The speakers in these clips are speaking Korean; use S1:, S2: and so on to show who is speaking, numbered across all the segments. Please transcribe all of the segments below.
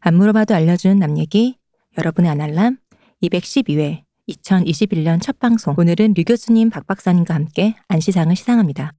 S1: 안 물어봐도 알려준 남 얘기 여러분의 아날람 212회 2021년 첫 방송 오늘은 류 교수님 박 박사님과 함께 안시상을 시상합니다.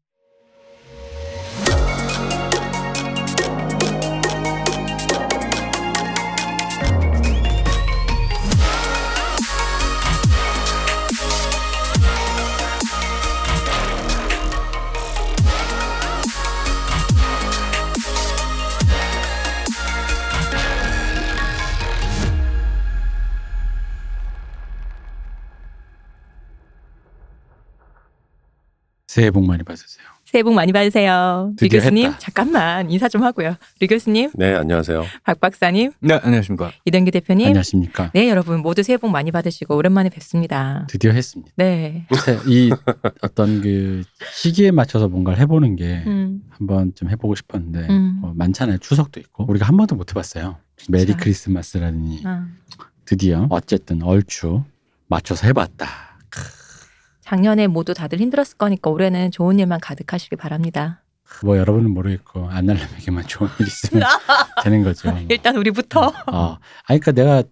S2: 새해 복 많이 받으세요.
S1: 새해 복 많이 받으세요. 류
S2: 드디어
S1: 교수님
S2: 했다.
S1: 잠깐만 인사 좀 하고요. 류 교수님,
S3: 네, 안녕하세요.
S1: 박 박사님,
S4: 네, 안녕하십니까.
S1: 이동규 대표님.
S2: 안녕하십니까.
S1: 네 여러분 모두 새해 복 많이 받으시고 오랜만에 뵙습니다.
S2: 드디어 했습니다.
S1: 네.
S2: 네, 이 어떤 그 시기에 맞춰서 뭔가를 해보는 게
S1: 음,
S2: 한번 좀 해보고 싶었는데
S1: 음.
S2: 어, 많잖아요. 추석도 있고 우리가 한 번도 못 해봤어요. 메리
S1: 그렇죠.
S2: 크리스마스라니
S1: 아,
S2: 드디어 어쨌든 얼추 맞춰서 해봤다.
S1: 작년에 모두 다들 힘들었을 거니까 올해는 좋은 일만 가득하시길 바랍니다.
S2: 뭐 여러분은 모르겠고 안날람에게만 좋은 일 있으면 되는 거죠.
S1: 일단 우리부터.
S2: 어, 아니, 그러니까 내가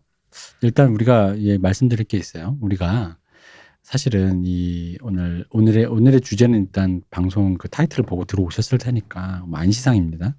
S2: 일단 우리가 예, 말씀드릴 게 있어요. 우리가 사실은 이 오늘 오늘의 오늘의 주제는 일단 방송 그 타이틀 을 보고 들어오셨을 테니까 뭐 안시상입니다.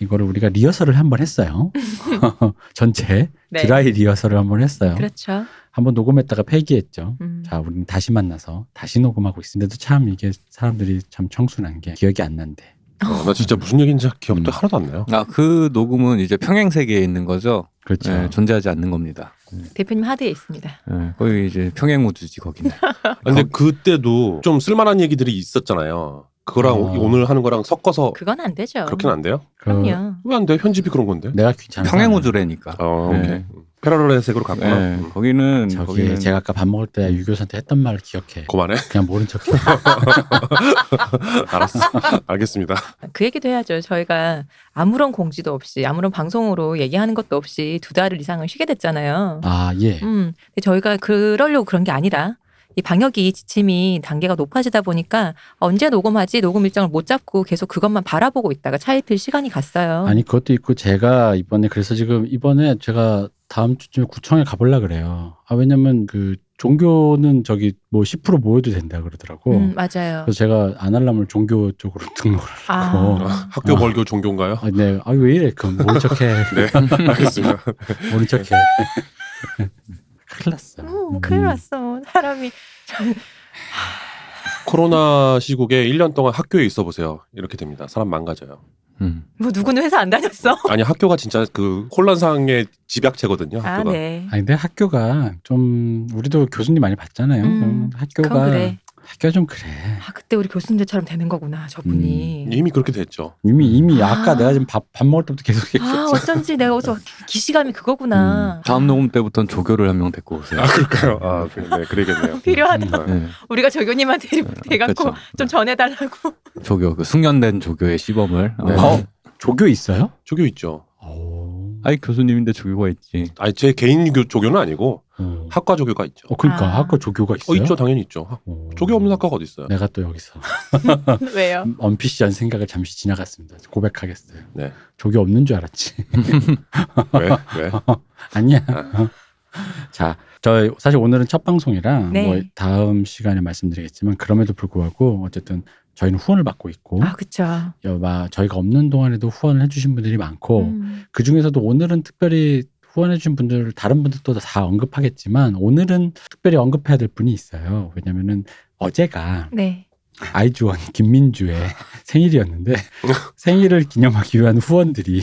S2: 이거를 우리가 리허설을 한 번 했어요. 전체
S1: 네.
S2: 드라이 리허설을 한 번 했어요.
S1: 그렇죠.
S2: 한 번 녹음했다가 폐기했죠.
S1: 음.
S2: 자, 우리는 다시 만나서 다시 녹음하고 있는데도 참 이게 사람들이 참 청순한 게 기억이 안 난대.
S3: 어, 나 진짜 무슨 얘기인지 기억도
S2: 음.
S3: 하나도 안 나요.
S4: 아, 그 녹음은 이제 평행 세계에 있는 거죠.
S2: 그렇죠.
S4: 예, 존재하지 않는 겁니다.
S1: 대표님 하드에 있습니다.
S4: 예, 거의 이제 평행 우주지 거기는.
S3: 아니, 근데 그때도 좀 쓸만한 얘기들이 있었잖아요. 그거랑
S2: 어.
S3: 오늘 하는 거랑 섞어서
S1: 그건 안 되죠.
S3: 그렇게는 안 돼요?
S2: 그
S1: 그럼요.
S3: 왜 안 돼? 편집이 그런 건데.
S2: 내가 귀찮아.
S4: 평행 우주라니까.
S3: 어,
S4: 네.
S3: 오케이. 패러럴의 색으로 갔구나.
S4: 예,
S3: 음,
S4: 거기는
S2: 저기
S4: 거기는
S2: 제가 아까 밥 먹을 때 유교사한테 했던 말을 기억해.
S3: 그만해.
S2: 그냥 모른 척해.
S3: 알았어. 알겠습니다.
S1: 그 얘기도 해야죠. 저희가 아무런 공지도 없이 아무런 방송으로 얘기하는 것도 없이 두 달을 이상을 쉬게 됐잖아요.
S2: 아 예.
S1: 음, 근데 저희가 그러려고 그런 게 아니라 이 방역이 지침이 단계가 높아지다 보니까 언제 녹음하지 녹음 일정을 못 잡고 계속 그것만 바라보고 있다가 차일필 시간이 갔어요.
S2: 아니 그것도 있고 제가 이번에 그래서 지금 이번에 제가 다음 주쯤에 구청에 가볼라 그래요. 아 왜냐면 그 종교는 저기 뭐 10% 모여도 된다 그러더라고.
S1: 음, 맞아요.
S2: 그래서 제가 아날람을 종교 쪽으로 등록을 하고. 아.
S1: 아,
S3: 학교
S2: 아.
S3: 벌교 종교인가요?
S2: 네, 아왜 이래? 그럼 모른 척해,
S3: 네. 알겠습니다.
S2: 모른 척해. 큰일 났어.
S1: 음, 큰일 났어. 사람이
S3: 코로나 시국에 1년 동안 학교에 있어 보세요. 이렇게 됩니다. 사람 망가져요.
S4: 음.
S1: 뭐 누구는 회사 안 다녔어.
S3: 아니, 학교가 진짜 그 혼란상의 집약체거든요.
S1: 아,
S3: 학교가.
S1: 네.
S2: 아니 근데 학교가 좀 우리도 교수님 많이 봤잖아요.
S1: 음,
S2: 음,
S1: 그건
S2: 학교가
S1: 그래.
S2: 학교가 좀 그래.
S1: 아, 그때 우리 교수님들처럼 되는 거구나, 저분이.
S3: 음, 이미 그렇게 됐죠.
S2: 이미 이미 아.
S1: 아.
S2: 까 내가 지금 밥, 밥 먹을 때부터 계속 얘기했어.
S1: 아, 어쩐지 내가 어서 기시감이 그거구나.
S4: 아. 다음 녹음 때부터는 조교를 한 명 데리고 오세요.
S3: 아, 그럴까요? 아, 그래, 네, 그러겠네요.
S1: 필요하다.
S3: 음.
S4: 예,
S1: 우리가 조교님한테 돼갖고
S4: 그렇죠.
S1: 좀 전해달라고.
S4: 조교 그 숙련된 조교의 시범을.
S3: 네.
S4: 어,
S2: 어, 조교 있어요?
S3: 조교 있죠. 어.
S2: 오.
S4: 아이 교수님인데 조교가 있지.
S3: 아니 제 개인 교- 조교는 아니고
S2: 어,
S3: 학과 조교가 있죠.
S2: 어, 그러니까
S1: 아.
S2: 학교 조교가
S3: 어
S2: 있어요. 네.
S3: 있죠 당연히 있죠. 학-
S2: 어.
S3: 조교 아. 없는 학과가 어디 있어요?
S2: 내가 또 여기서
S1: 왜요?
S2: 음. 언피시한 생각을 잠시 지나갔습니다. 고백하겠어요.
S3: 네.
S2: 조교 없는 줄 알았지.
S3: 왜 왜?
S2: 아니야. 어.
S3: 아.
S2: 자, 저 사실 오늘은 첫 방송이라
S1: 네.
S2: 뭐 다음 시간에 말씀드리겠지만 그럼에도 불구하고 어쨌든 저희는 후원을 받고 있고
S1: 아, 그쵸.
S2: 여마 저희가 없는 동안에도 후원을 해주신 분들이 많고
S1: 음.
S2: 그 중에서도 오늘은 특별히 후원해주신 분들, 다른 분들도 다 언급하겠지만, 오늘은 특별히 언급해야 될 분이 있어요. 왜냐면은 어제가
S1: 네.
S2: 아이즈원 김민주의 생일이었는데, 생일을 기념하기 위한 후원들이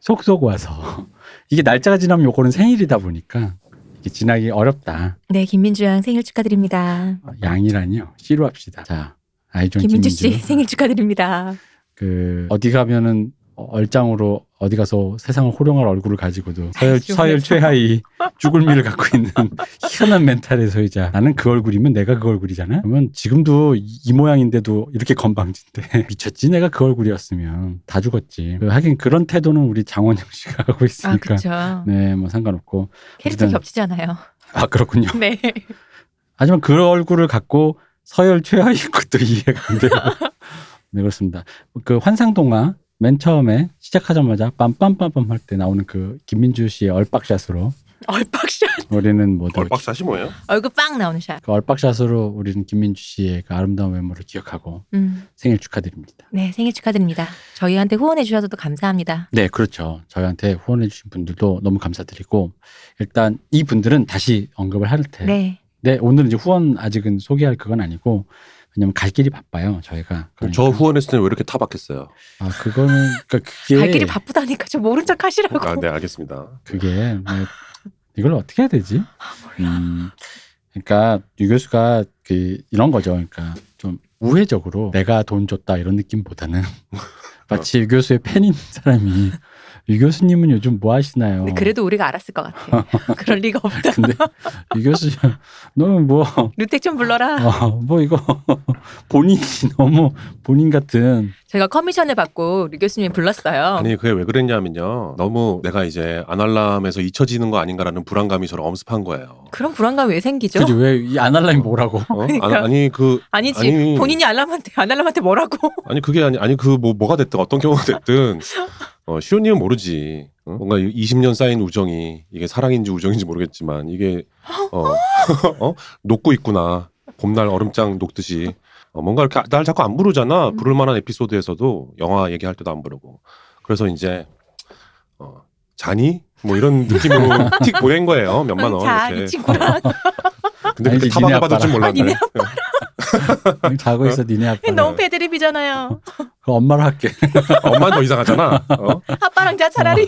S2: 속속 와서, 이게 날짜가 지나면 요거는 생일이다 보니까, 이게 지나기 어렵다.
S1: 네, 김민주 양 생일 축하드립니다.
S2: 양이라니요. 씨로 합시다. 자, 아이즈원
S1: 김민주
S2: 김민주.
S1: 씨 생일 축하드립니다.
S2: 그, 어디 가면은, 얼짱으로 어디 가서 세상을 호령할 얼굴을 가지고도 서열,
S1: 아이즈원에서.
S2: 서열 최하위 죽을미를 갖고 있는 희한한 멘탈의 소유자. 나는 그 얼굴이면 내가 그 얼굴이잖아. 그러면 지금도 이, 이 모양인데도 이렇게 건방진데 미쳤지. 내가 그 얼굴이었으면 다 죽었지. 그 하긴 그런 태도는 우리 장원영 씨가 하고
S1: 아,
S2: 있으니까.
S1: 그쵸.
S2: 네, 뭐 상관없고.
S1: 캐릭터
S2: 어쨌든-
S1: 겹치잖아요.
S2: 아 그렇군요.
S1: 네.
S2: 하지만 그 얼굴을 갖고 서열 최하위인 것도 이해가 안 돼요. 네 그렇습니다. 그 환상동화 맨 처음에 시작하자마자 빰빰빰빰 할 때 나오는 그 김민주 씨의 얼빡샷으로
S1: 얼박샷
S2: 우리는 모두
S3: 얼박샷이 뭐예요?
S1: 얼굴 빵 나오는 샷.
S2: 그 얼빡샷으로 우리는 김민주 씨의 그 아름다운 외모를 기억하고
S1: 음.
S2: 생일 축하드립니다.
S1: 네 생일 축하드립니다. 저희한테 후원해 주셔서 또 감사합니다.
S2: 네, 그렇죠. 저희한테 후원해주신 분들도 너무 감사드리고 일단 이 분들은 다시 언급을 할 텐데
S1: 네.
S2: 네, 오늘은 이제 후원 아직은 소개할 그건 아니고 왜냐면 갈 길이 바빠요 저희가. 그러니까.
S3: 그럼 어, 음, 저 후원했을 때는 왜 이렇게 타박했어요?
S2: 아 그거는 그러니까 그게
S1: 갈 길이 바쁘다니까 저 모른 척 하시라고.
S3: 아, 네, 알겠습니다.
S2: 그게 뭐 이걸 어떻게 해야 되지?
S4: 음,
S2: 그러니까 유 교수가 그 이런 거죠. 그러니까 좀 우회적으로 내가 돈 줬다 이런 느낌보다는 마치 유 교수의 팬인 사람이 유 교수님은 요즘 뭐 하시나요?
S1: 근데 네, 그래도 우리가 알았을 것 같아. 그럴 리가 없다.
S2: 근데 유 교수 너는 뭐
S1: 루텍 좀 불러라.
S2: 어, 뭐 이거 본인이 너무 본인 같은
S1: 제가 커미션을 받고 류 교수님이 불렀어요.
S3: 아니 그게 왜 그랬냐면요. 너무 내가 이제 아날람에서 잊혀지는 거 아닌가라는 불안감이 저를 엄습한 거예요.
S1: 그런 불안감 왜 생기죠?
S2: 그지 왜이 아날라이 뭐라고?
S3: 어? 아, 아니 그
S1: 아니지
S3: 아니.
S1: 본인이 알람한테 안 알람한테 뭐라고?
S3: 아니 그게 아니 아니 그 뭐 뭐가 됐든 어떤 경우가 됐든 어, 시온님은 모르지. 어? 뭔가 20년 쌓인 우정이 이게 사랑인지 우정인지 모르겠지만 이게 어, 어? 녹고 있구나. 봄날 얼음장 녹듯이 어, 뭔가 이렇게 날 자꾸 안 부르잖아.
S1: 음.
S3: 부를 만한 에피소드에서도 영화 얘기할 때도 안 부르고. 그래서 이제 어, 자니 뭐 이런 느낌으로 틱 보낸 거예요. 몇만 원
S1: 자, 이
S3: 이렇게.
S1: 친구랑
S3: 근데 그렇게
S2: 아니지, 니네
S3: 타박을 받을 줄
S2: 아빠랑.
S3: 몰랐네.
S1: 아, 니네
S2: 자고 있어 니네 아빠.
S1: 너무 패드립이잖아요.
S2: 그 엄마로 할게.
S3: 엄마는 더 이상하잖아. 어?
S1: 아빠랑 자 차라리.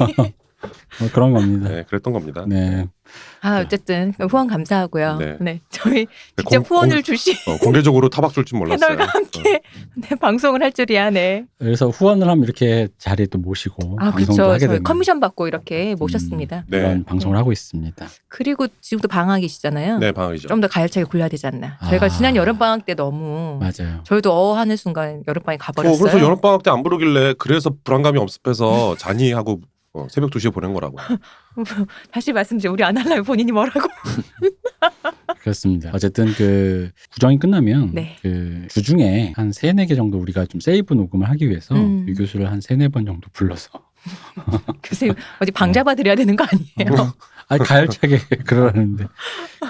S2: 뭐 그런 겁니다.
S3: 네, 그랬던 겁니다.
S2: 네.
S1: 아 어쨌든 후원 감사하고요. 네,
S3: 네.
S1: 저희
S3: 네,
S1: 직접
S3: 공-
S1: 후원을 주신
S3: 어, 공개적으로 타박 줄 줄 몰랐어요.
S1: 패널과 함께 네, 방송을 할 줄이야. 네.
S2: 그래서 후원을 하면 이렇게 자리에 또 모시고
S1: 아
S2: 방송도
S1: 그렇죠.
S2: 하게
S1: 저희
S2: 되는
S1: 커미션 받고 이렇게 모셨습니다.
S3: 네.
S2: 그런 방송을 하고 있습니다.
S1: 그리고 지금도 방학이
S3: 어,
S1: 시잖아요.
S3: 네, 방학이죠.
S1: 좀 더 가열차게 굴려야 되지 않나. 저희가
S2: 아.
S1: 지난 여름 방학 때 너무
S2: 맞아요.
S1: 저희도 어 하는 순간 여름 방에 가버렸어요.
S3: 어, 그래서 여름 방학 때 안 부르길래 그래서 불안감이 엄습해서 잔이 하고 어, 새벽 2시에 보낸 거라고.
S1: 다시 말씀드려 우리 안 할래요 본인이 뭐라고?
S2: 그렇습니다. 어쨌든 그 구정이 끝나면
S1: 네.
S2: 그 주중에 한 세네 개 정도 우리가 좀 세이브 녹음을 하기 위해서
S1: 음.
S2: 유 교수를 한 세네 번 정도 불러서
S1: 교수님 어디 방 잡아드려야 되는 거 아니에요?
S2: 아니 가열차게 그러는데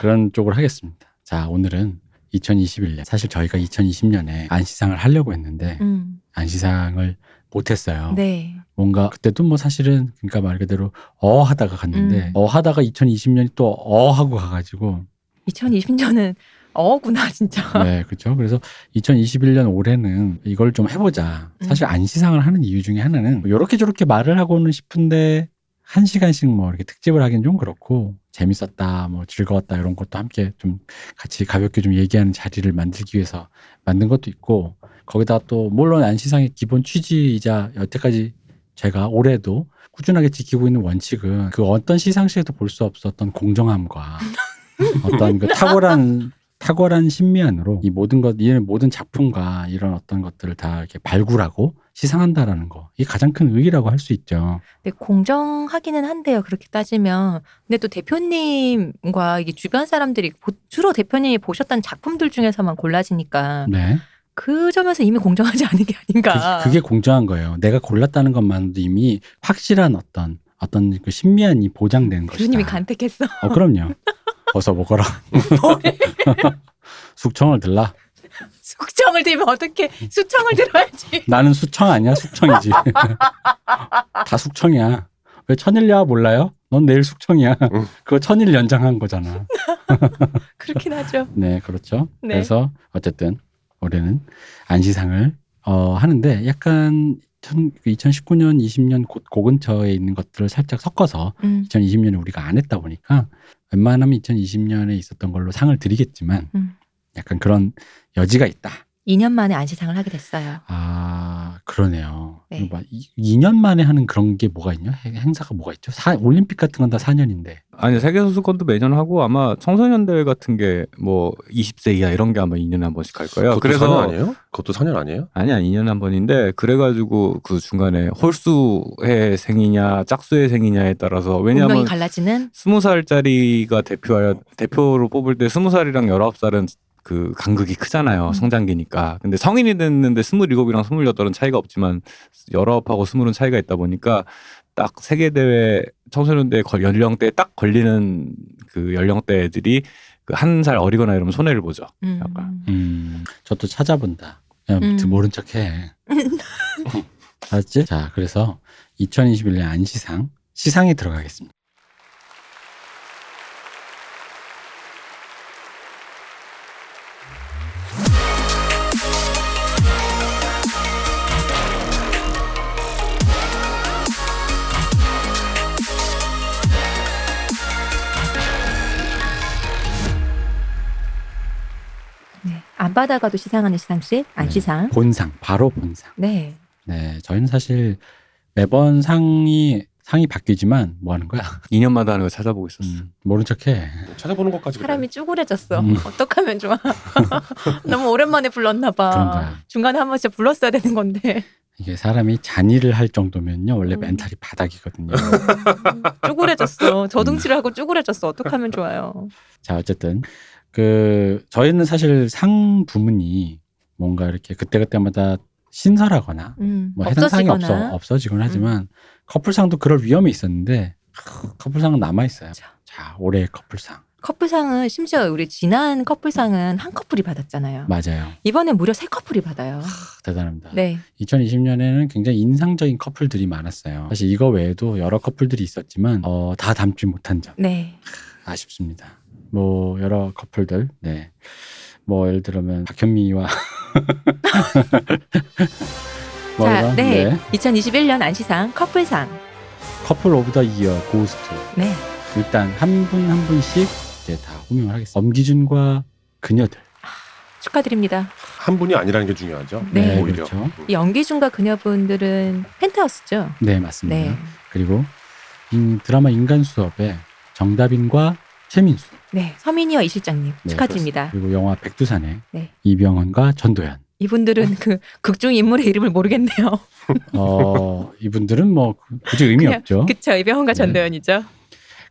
S2: 그런 쪽으로 하겠습니다. 자 오늘은 2021년 사실 저희가 2020년에 안시상을 하려고 했는데
S1: 음,
S2: 안시상을 못했어요.
S1: 네.
S2: 뭔가 그때도 뭐 사실은 그러니까 말 그대로 어 하다가 갔는데
S1: 음.
S2: 어 하다가 2020년이 또 어 하고 가가지고
S1: 2020년은 어구나 진짜.
S2: 네 그렇죠 그래서 2021년 올해는 이걸 좀 해보자 사실 안시상을 하는 이유 중에 하나는 뭐 요렇게 저렇게 말을 하고는 싶은데 한 시간씩 뭐 이렇게 특집을 하긴 좀 그렇고 재밌었다 뭐 즐거웠다 이런 것도 함께 좀 같이 가볍게 좀 얘기하는 자리를 만들기 위해서 만든 것도 있고 거기다 또 물론 안시상의 기본 취지이자 여태까지 제가 올해도 꾸준하게 지키고 있는 원칙은 그 어떤 시상식에도 볼 수 없었던 공정함과 어떤 그 탁월한 탁월한 신미안으로 이 모든 것, 이 모든 작품과 이런 어떤 것들을 다 이렇게 발굴하고 시상한다라는 거, 이게 가장 큰 의의라고 할 수 있죠.
S1: 네, 공정하기는 한데요. 그렇게 따지면. 근데 또 대표님과 이게 주변 사람들이 보- 주로 대표님이 보셨던 작품들 중에서만 골라지니까
S2: 네,
S1: 그 점에서 이미 공정하지 않은 게 아닌가.
S2: 그, 게 공정한 거예요. 내가 골랐다는 것만도 이미 확실한 어떤 어떤 그 신미안이 보장된 것이다.
S1: 교수님이 간택했어.
S2: 어, 그럼요. 어서 먹어라. 숙청을 들라.
S1: 숙청을 들면 어떻게 수청을 들어야지.
S2: 나는 수청 아니야, 숙청이지. 다 숙청이야. 왜 천일야 몰라요? 넌 내일 숙청이야.
S3: 응.
S2: 그거 천일 연장한 거잖아.
S1: 그렇긴 하죠.
S2: 네, 그렇죠.
S1: 네.
S2: 그래서 어쨌든 올해는 안시상을 어, 하는데 약간 2019년, 20년 곧 고근처에 있는 것들을 살짝 섞어서
S1: 음.
S2: 2020년에 우리가 안 했다 보니까 웬만하면 2020년에 있었던 걸로 상을 드리겠지만
S1: 음.
S2: 약간 그런 여지가 있다.
S1: 2년 만에 안시상을 하게 됐어요.
S2: 아 그러네요.
S1: 네.
S2: 막 2년 만에 하는 그런 게 뭐가 있냐? 행- 행사가 뭐가 있죠? 사- 올림픽 같은 건 다 4년인데
S4: 아니 세계 선수권도 매년 하고 아마 청소년 대회 같은 게 뭐 20세 이하 이런 게 아마 2년에 한 번씩 갈 거예요.
S3: 그것도 그래서
S4: 그래서
S3: 4년 아니에요? 그것도 4년 아니에요?
S4: 아니야 2년에 한 번인데 그래가지고 그 중간에 홀수의 생이냐 짝수의 생이냐에 따라서
S1: 운명이
S4: 왜냐하면
S1: 갈라지는
S4: 스무 살짜리가 대표 대표로 뽑을 때 스무 살이랑 열아홉 살은 그 간극이
S1: 음.
S4: 크잖아요. 성장기니까. 근데 성인이 됐는데 27이랑 28은 차이가 없지만 19하고 20은 차이가 있다 보니까 딱 세계대회 청소년대 걸- 연령대에 딱 걸리는 그 연령대 애들이 그 한 살 어리거나 이러면 손해를 보죠.
S1: 음.
S4: 약간.
S2: 음, 저도 찾아본다. 그냥
S1: 음.
S2: 모른 척해. 알았지? 자, 그래서 2021년 안시상 시상에 들어가겠습니다.
S1: 네. 안 받아가도 시상하는 시상식 안시상.
S2: 본상, 바로 본상.
S1: 네.
S2: 네, 저희는 사실 매번 상이 상이 바뀌지만 뭐 하는 거야?
S4: 2년마다 하는 거 찾아보고 있었어요.
S2: 음, 모른 척해.
S3: 찾아보는 것까지 그래.
S1: 사람이 쭈그려졌어.
S2: 음.
S1: 어떡하면 좋아. 너무 오랜만에 불렀나 봐.
S2: 그런가요?
S1: 중간에 한 번 진짜 불렀어야 되는 건데.
S2: 이게 사람이 잔일을 할 정도면요, 원래
S1: 음.
S2: 멘탈이 바닥이거든요. 음.
S1: 쭈그려졌어. 저둥치를 하고 쭈그려졌어. 어떡하면 좋아요.
S2: 자, 어쨌든 그 저희는 사실 상 부문이 뭔가 이렇게 그때 그때마다 신설하거나
S1: 음.
S2: 뭐 해당 상이 없어
S1: 없어지거나. 음.
S2: 없어지곤 하지만 커플상도 그럴 위험이 있었는데 크, 커플상은 남아 있어요.
S1: 자.
S2: 자, 올해의 커플상
S1: 커플상은 심지어 우리 지난 커플상은 한 커플이 받았잖아요.
S2: 맞아요.
S1: 이번에 무려 세 커플이 받아요.
S2: 크, 대단합니다.
S1: 네.
S2: 2020년에는 굉장히 인상적인 커플들이 많았어요. 사실 이거 외에도 여러 커플들이 있었지만 어, 다 담지 못한 점
S1: 네.
S2: 아쉽습니다. 뭐 여러 커플들 네. 뭐 예를 들면 박현미와 뭐
S1: 자,
S2: 이런,
S1: 네. 2021년 안시상 커플상.
S2: 커플 오브 더 이어 고스트
S1: 네.
S2: 일단 한 분 한 분씩 이제 다 호명을 하겠습니다. 엄기준과 그녀들
S1: 축하드립니다.
S3: 한 분이 아니라는 게 중요하죠.
S1: 네. 네,
S3: 오히려. 음.
S2: 그렇죠.
S1: 이 연기준과 그녀분들은 펜트하우스죠.
S2: 네 맞습니다.
S1: 네.
S2: 그리고 인- 드라마 인간 수업에 정다빈과 최민수
S1: 네. 서민이와 이 실장님
S2: 네,
S1: 축하드립니다.
S2: 그리고 영화 백두산의
S1: 아. 네.
S2: 이병헌과 전도연
S1: 이분들은 그 극중 인물의 이름을 모르겠네요.
S2: 어, 이분들은 뭐 굳이 의미
S1: 그냥
S2: 없죠.
S1: 그쵸. 이병헌과
S2: 네.
S1: 전도연이죠.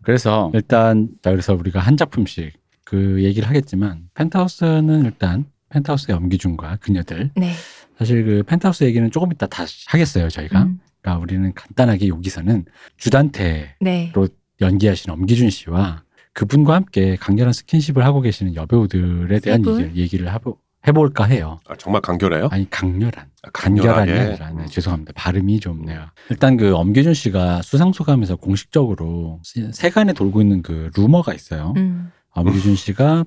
S2: 그래서 일단 자, 그래서 우리가 한 작품씩 그 얘기를 하겠지만 펜트하우스는 일단 펜트하우스의 엄기준과 그녀들
S1: 네.
S2: 사실 그 펜트하우스 얘기는 조금 이따 다시 하겠어요 저희가
S1: 음.
S2: 그러니까 우리는 간단하게 여기서는 주단태
S1: 네.
S2: 연기하신 엄기준 씨와 그분과 함께 강렬한 스킨십을 하고 계시는 여배우들에 대한
S1: 분?
S2: 얘기를, 얘기를 하보- 해볼까 해요
S3: 아, 정말 간결해요?
S2: 아니 강렬한
S3: 아,
S2: 간결한
S3: 간결하게.
S2: 게 아니라 네,
S3: 음.
S2: 죄송합니다 발음이 좀 내가 일단 그 엄기준 씨가 수상 소감에서 공식적으로 시- 세간에 돌고 있는 그 루머가 있어요.
S1: 음.
S2: 엄기준 씨가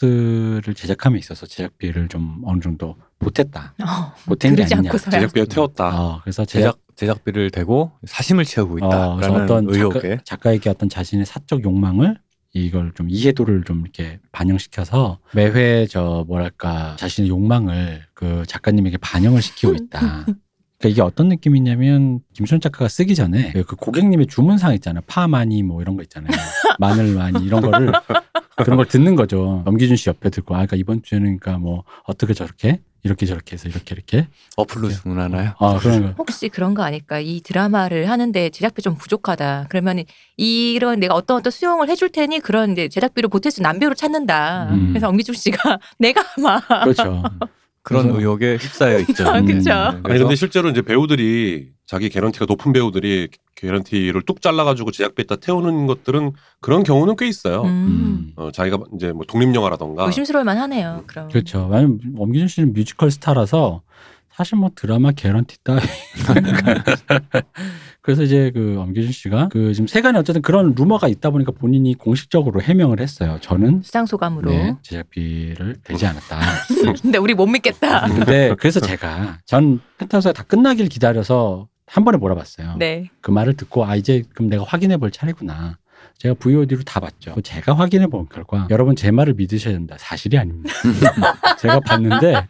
S2: 펜트하우스를 제작함에 있어서 제작비를 좀 어느 정도 보탰다.
S1: 어,
S2: 보탠 게
S1: 그러지
S2: 아니냐.
S1: 않고서야.
S3: 제작비에 태웠다.
S2: 어, 그래서 제작
S4: 제작 제작비를 대고 사심을 채우고
S2: 어, 그래서
S4: 있다라는
S2: 어떤
S4: 의혹에
S2: 작가, 에게 어떤 자신의 사적 욕망을 이걸 좀 이해도를 좀 이렇게 반영시켜서 매회 저 뭐랄까 자신의 욕망을 그 작가님에게 반영을 시키고 있다. 그러니까 이게 어떤 느낌이냐면 김수현 작가가 쓰기 전에 그 고객님의 주문사항 있잖아요. 파 많이 뭐 이런 거 있잖아요. 마늘 많이 이런 거를 그런 걸 듣는 거죠. 엄기준 씨 옆에 듣고 아 그러니까 이번 주에는 그러니까 뭐 어떻게 저렇게 이렇게 저렇게 해서 이렇게 이렇게
S4: 어플로 주문하나요?
S2: 아 그런 거.
S1: 혹시 그런 거 아닐까? 이 드라마를 하는데 제작비 좀 부족하다. 그러면 이런 내가 어떤 어떤 수용을 해줄 테니 그런 이제 제작비를 보탤 수 있는 남배우로 찾는다.
S2: 음.
S1: 그래서 엄기중 씨가 내가 막
S2: 그렇죠.
S4: 그런
S2: 그래서-
S4: 의혹에 휩싸여 있죠. 음, 네.
S1: 아, 그쵸.
S3: 아니 근데 실제로 이제 배우들이 자기 개런티가 높은 배우들이 개런티를 뚝 잘라가지고 제작비에다 태우는 것들은 그런 경우는 꽤 있어요.
S1: 음.
S2: 음.
S3: 어, 자기가 이제 뭐 독립영화라던가
S1: 아. 의심스러울만 하네요. 그럼
S2: 그렇죠. 왜냐면 엄기준 씨는 뮤지컬 스타라서 사실 뭐 드라마 개런티 따위. 그래서 이제 그 엄기준 씨가 그 지금 세간에 어쨌든 그런 루머가 있다 보니까 본인이 공식적으로 해명을 했어요. 저는
S1: 수상 소감으로.
S2: 네, 제작비를 대지 않았다.
S1: 근데 우리 못 믿겠다.
S2: 근데 그래서 제가 전 펜타우스가 다 끝나길 기다려서 한 번에 몰아봤어요.
S1: 네.
S2: 그 말을 듣고 아 이제 그럼 내가 확인해 볼 차례구나. 제가 VOD로 다 봤죠. 제가 확인해 본 결과 여러분 제 말을 믿으셔야 된다. 사실이 아닙니다. 제가 봤는데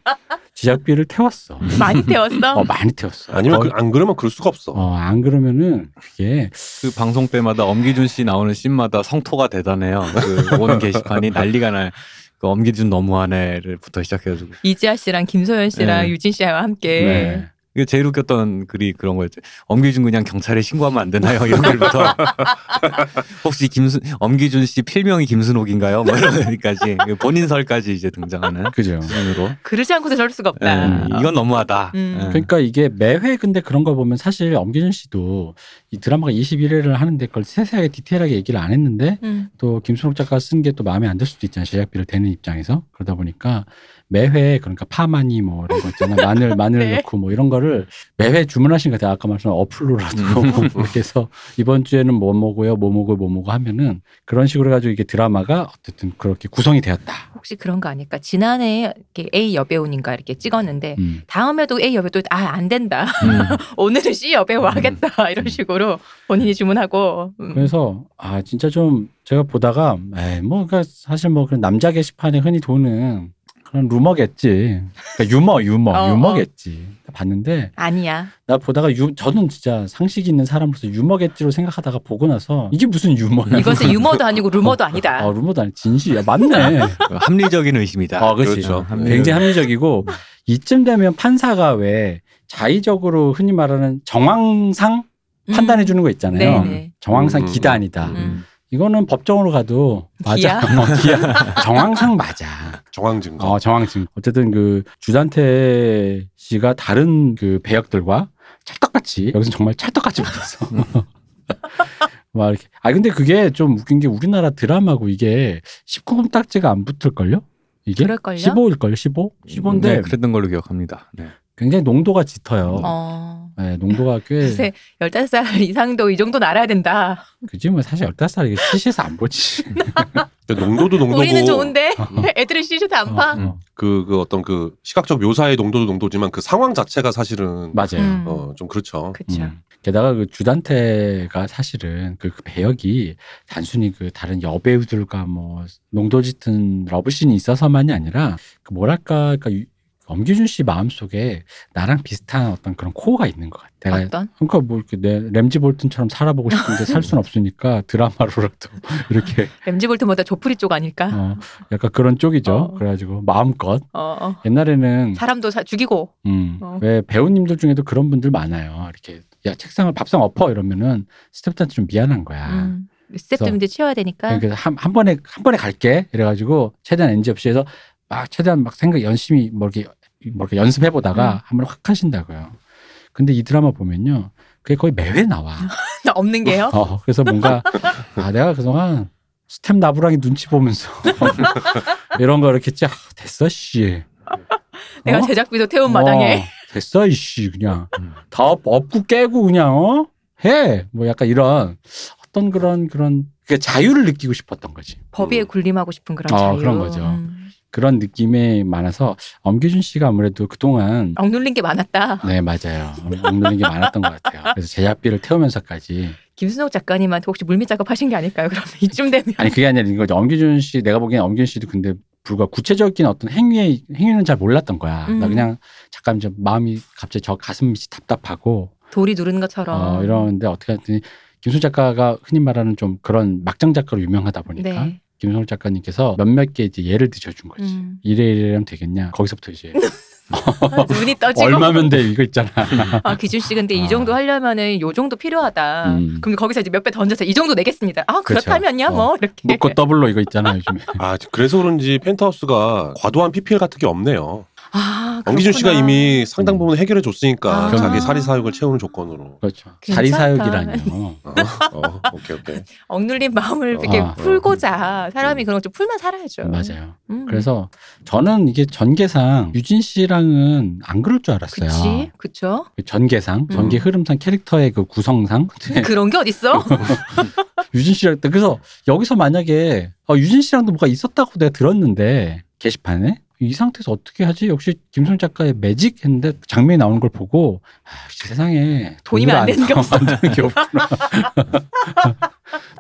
S2: 제작비를 태웠어.
S1: 많이 태웠어.
S2: 어, 많이 태웠어.
S3: 아니면
S2: 거의-
S3: 그- 안 그러면 그럴 수가 없어.
S2: 어, 안 그러면은 그게
S4: 그 방송 때마다 엄기준 씨 나오는 씬마다 성토가 대단해요. 그온 게시판이 난리가 날. 그 엄기준 너무하네를부터 시작해가지고
S1: 이지아 씨랑 김소연 씨랑
S4: 네.
S1: 유진 씨와 함께
S2: 네.
S4: 이게 제일 웃겼던 글이 그런 거였죠. 엄기준 그냥 경찰에 신고하면 안 되나요? 이런 글부터 혹시 김순 엄기준 씨 필명이 김순옥인가요? 뭐 이런 데까지 본인 설까지 이제 등장하는
S2: 그죠.
S4: 으로
S1: 그러지 않고서 절 수가 없다.
S2: 음,
S4: 이건 너무하다.
S1: 음.
S4: 예.
S2: 그러니까 이게 매회 근데 그런 걸 보면 사실 엄기준 씨도 이 드라마가 21회를 하는데 그걸 세세하게 디테일하게 얘기를 안 했는데
S1: 음.
S2: 또 김순옥 작가가 쓴 게 또 마음에 안 들 수도 있잖아요. 제작비를 대는 입장에서. 그러다 보니까 매회 그러니까 파마니 뭐 이런 거 있잖아요. 마늘 마늘
S1: 네.
S2: 넣고 뭐 이런 거를 매회 주문하신 것 같아요. 아까 말씀한
S1: 음.
S2: 어플로라도 뭐 이렇게 해서 이번 주에는 뭐 먹어요. 뭐 먹어요. 뭐 먹어 하면은 그런 식으로 해 가지고 이게 드라마가 어쨌든 그렇게 구성이 되었다.
S1: 혹시 그런 거 아닐까? 지난해 이렇게 A 여배우인가 이렇게 찍었는데
S2: 음.
S1: 다음에도 A 여배우 또아안 된다.
S2: 음.
S1: 오늘은 C 여배우 하겠다 이런 식으로 본인이 주문하고 음.
S2: 그래서 아 진짜 좀 제가 보다가 에이 뭐 그러니까 사실 뭐 그런 남자 게시판에 흔히 도는 그런 루머겠지 그러니까 유머 유머
S1: 어,
S2: 유머겠지 봤는데
S1: 아니야.
S2: 나 보다가 유 저는 진짜 상식 있는 사람으로서 유머겠지로 생각하다가 보고 나서 이게 무슨 유머야
S1: 이것은 유머도 아니고 루머도 아니다.
S2: 아 루머도 아니 진실이야 맞네
S4: 어, 합리적인 의심이다. 네.
S2: 아, 그렇지.
S3: 그렇죠.
S2: 굉장히 합리적이고 이쯤 되면 판사가 왜 자의적으로 흔히 말하는 정황상
S1: 음.
S2: 판단해 주는 거 있잖아요
S1: 네네.
S2: 정황상
S3: 음, 음,
S2: 기단이다
S1: 음.
S2: 이거는 법정으로 가도
S1: 기야?
S2: 맞아. 어, 기야. 정황상 맞아.
S3: 정황 증거.
S2: 어, 정황증. 어쨌든 그 주단태 씨가 다른 그 배역들과 찰떡같이 여기서 정말 찰떡같이 붙었어. 막 이렇게. 아 근데 그게 좀 웃긴 게 우리나라 드라마고 이게 19금 딱지가 안 붙을 걸요? 이게
S1: 그럴걸요? 어.
S2: 15일 걸요? 15? 15인데
S4: 네, 그랬던 걸로 기억합니다. 네.
S2: 굉장히 농도가 짙어요.
S1: 어.
S2: 네, 농도가 꽤
S1: 글쎄 15살 이상도 이 정도는 알아야 된다.
S2: 그지 뭐 사실 15살 이게 시시해서 안 보지.
S3: 근데 그러니까 농도도 농도고
S1: 우리는 좋은데 애들은 시셔도 안 봐.
S2: 어, 어.
S3: 그, 그 어떤 그 시각적 묘사의 농도도 농도지만 그 상황 자체가 사실은
S2: 맞아요.
S1: 음.
S3: 어, 좀 그렇죠.
S1: 그쵸.
S2: 음. 게다가 그 주단태가 사실은 그, 그 배역이 단순히 그 다른 여배우들과 뭐 농도 짙은 러브씬이 있어서만이 아니라 그 뭐랄까 그러니까 유- 엄기준 씨 마음속에 나랑 비슷한 어떤 그런 코어가 있는 것 같아. 내가
S1: 어떤?
S2: 그러니까 뭐 이렇게 내 램지 볼튼처럼 살아보고 싶은데 살 순 없으니까 드라마로라도 이렇게
S1: 램지 볼트보다 조프리 쪽 아닐까?
S2: 어 약간 그런 쪽이죠.
S1: 어.
S2: 그래가지고 마음껏
S1: 어. 어.
S2: 옛날에는
S1: 사람도 사- 죽이고.
S2: 음,
S1: 어.
S2: 왜 배우님들 중에도 그런 분들 많아요. 이렇게 야 책상을 밥상 엎어 이러면은 스태프한테 좀 미안한 거야.
S1: 음. 네. 스텝들인데 치워야 되니까.
S2: 아. 그래서 그러니까 한, 한 번에 한 번에 갈게 이래가지고 최대한 NG 없이 해서 막 최대한 막 생각 열심히 뭐 이렇게 뭐 이렇게 연습해 보다가
S1: 음.
S2: 한 번에 확 하신다고요. 근데 이 드라마 보면요, 그게 거의 매회 나와.
S1: 나 없는 게요?
S2: 어, 그래서 뭔가 아 내가 그동안 스텝 나부랑이 눈치 보면서 이런 거 이렇게 쫙 됐어 씨.
S1: 내가
S2: 어?
S1: 제작비도 태운 마당에.
S2: 어, 됐어 이씨 그냥
S4: 음.
S2: 다 엎- 엎고 깨고 그냥 어? 해. 뭐 약간 이런 어떤 그런 그런 그 자유를 느끼고 싶었던 거지.
S1: 법위에 군림하고 싶은 그런
S2: 어,
S1: 자유.
S2: 그런 거죠.
S1: 음.
S2: 그런 느낌이 많아서 엄기준 씨가 아무래도 그동안
S1: 억눌린 게 많았다.
S2: 네 맞아요 없는 게 많았던 것 같아요. 그래서 제작비를 태우면서까지
S1: 김순옥 작가님한테 혹시 물밑 작업하신 게 아닐까요? 그럼 이쯤 되면.
S2: 아니 그게 아니라 이거 엄기준 씨 내가 보기엔 엄기준 씨도 근데 불과 구체적인 어떤 행위에 행위는 잘 몰랐던 거야. 나
S1: 음.
S2: 그냥 잠깐 좀 마음이 갑자기 저 가슴 밑이 답답하고
S1: 돌이 누르는 것처럼.
S2: 어, 이러는데 어떻게 하더니 김순 작가가 흔히 말하는 좀 그런 막장 작가로 유명하다 보니까
S1: 네.
S2: 김순 작가님께서 몇몇 개 이제 예를 드셔준 거지.
S1: 음. 아,
S2: 이래 이래면 되겠냐. 거기서부터 이제
S1: 눈이 떠지고.
S2: 얼마면 돼 이거 있잖아.
S1: 아 기준 씨 근데
S2: 아.
S1: 이 정도 하려면은 요 정도 필요하다.
S2: 음.
S1: 그럼 거기서 이제 몇 배 던져서 이 정도 내겠습니다. 아
S2: 그렇죠.
S1: 그렇다면요 뭐 이렇게.
S2: 묶고 더블로 이거 있잖아 요즘에.
S1: 그렇죠.
S3: 아 그래서 그런지 펜트하우스가 과도한 PPL 같은 게 없네요.
S1: 아
S2: 어,
S3: 엄기준 씨가
S1: 그렇구나.
S3: 이미
S2: 음.
S3: 상당 부분 해결해 줬으니까
S1: 아.
S3: 자기 사리 사욕을 채우는 조건으로.
S2: 그렇죠.
S1: 괜찮다.
S2: 자리 사육이라뇨.
S3: 어, 어, 오케이
S1: 음.
S3: 오케이.
S1: 억눌린 마음을 이렇게
S2: 아. 음.
S1: 풀고자 사람이 그런 거 좀 풀면 살아야죠.
S2: 맞아요.
S1: 음.
S2: 그래서 저는 이게 전개상 유진 씨랑은 안 그럴 줄 알았어요.
S1: 그치 그쵸.
S2: 전개상, 전개 흐름상 캐릭터의 그 구성상. 근데
S1: 그런 게 어딨어?
S2: 유진 씨랑 또 그래서 여기서 만약에 어, 유진 씨랑도 뭐가 있었다고 내가 들었는데 게시판에 이 상태에서 어떻게 하지? 역시 김선 작가의 매직 했는데 장면이 나오는 걸 보고 아, 역시 세상에
S1: 돈이면
S2: 돈으로
S1: 안 되는 게 없어.
S2: 안 되는 게 없구나.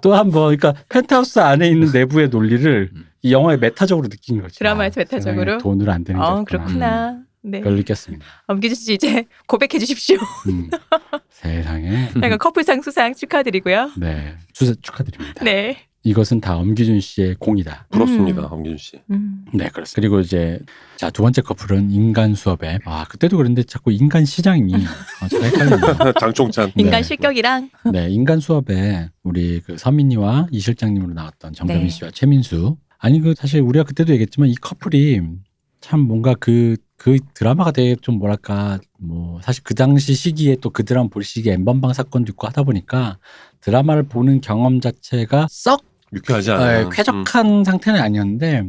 S2: 또 한 번 그러니까 펜트하우스 안에 있는 내부의 논리를
S4: 음.
S2: 이 영화의 메타적으로 느낀 거죠.
S1: 드라마에서
S2: 아, 세상에
S1: 메타적으로?
S2: 돈으로 안 되는 게
S1: 어
S2: 없구나. 음,
S1: 그렇구나. 네.
S2: 그걸 느꼈습니다.
S1: 엄기준 씨 이제 고백해 주십시오.
S2: 음. 세상에
S1: 그러니까 커플상 수상 축하드리고요.
S2: 네 수사 축하드립니다.
S1: 네.
S2: 이것은 다 엄기준 씨의 공이다.
S3: 부럽습니다,
S1: 음.
S3: 엄기준 씨.
S1: 음.
S2: 네, 그렇습니다. 그리고 이제 자 두 번째 커플은 인간 수업에 아 그때도 그런데 자꾸 인간 시장이 어, 제가 헷갈리네요.
S3: 장총찬.
S2: 네.
S1: 인간 실격이랑
S2: 네, 인간 수업에 우리 그 서민이와 이 실장님으로 나왔던 정다민
S1: 네.
S2: 씨와 최민수. 아니 그 사실 우리가 그때도 얘기했지만 이 커플이 참 뭔가 그 그 드라마가 되게 좀 뭐랄까 뭐 사실 그 당시 시기에 또 그 드라마 볼 시기에 엠번방 사건도 있고 하다 보니까 드라마를 보는 경험 자체가 썩
S3: 유쾌하지
S2: 에,
S3: 않아요.
S2: 예, 쾌적한 상태는 아니었는데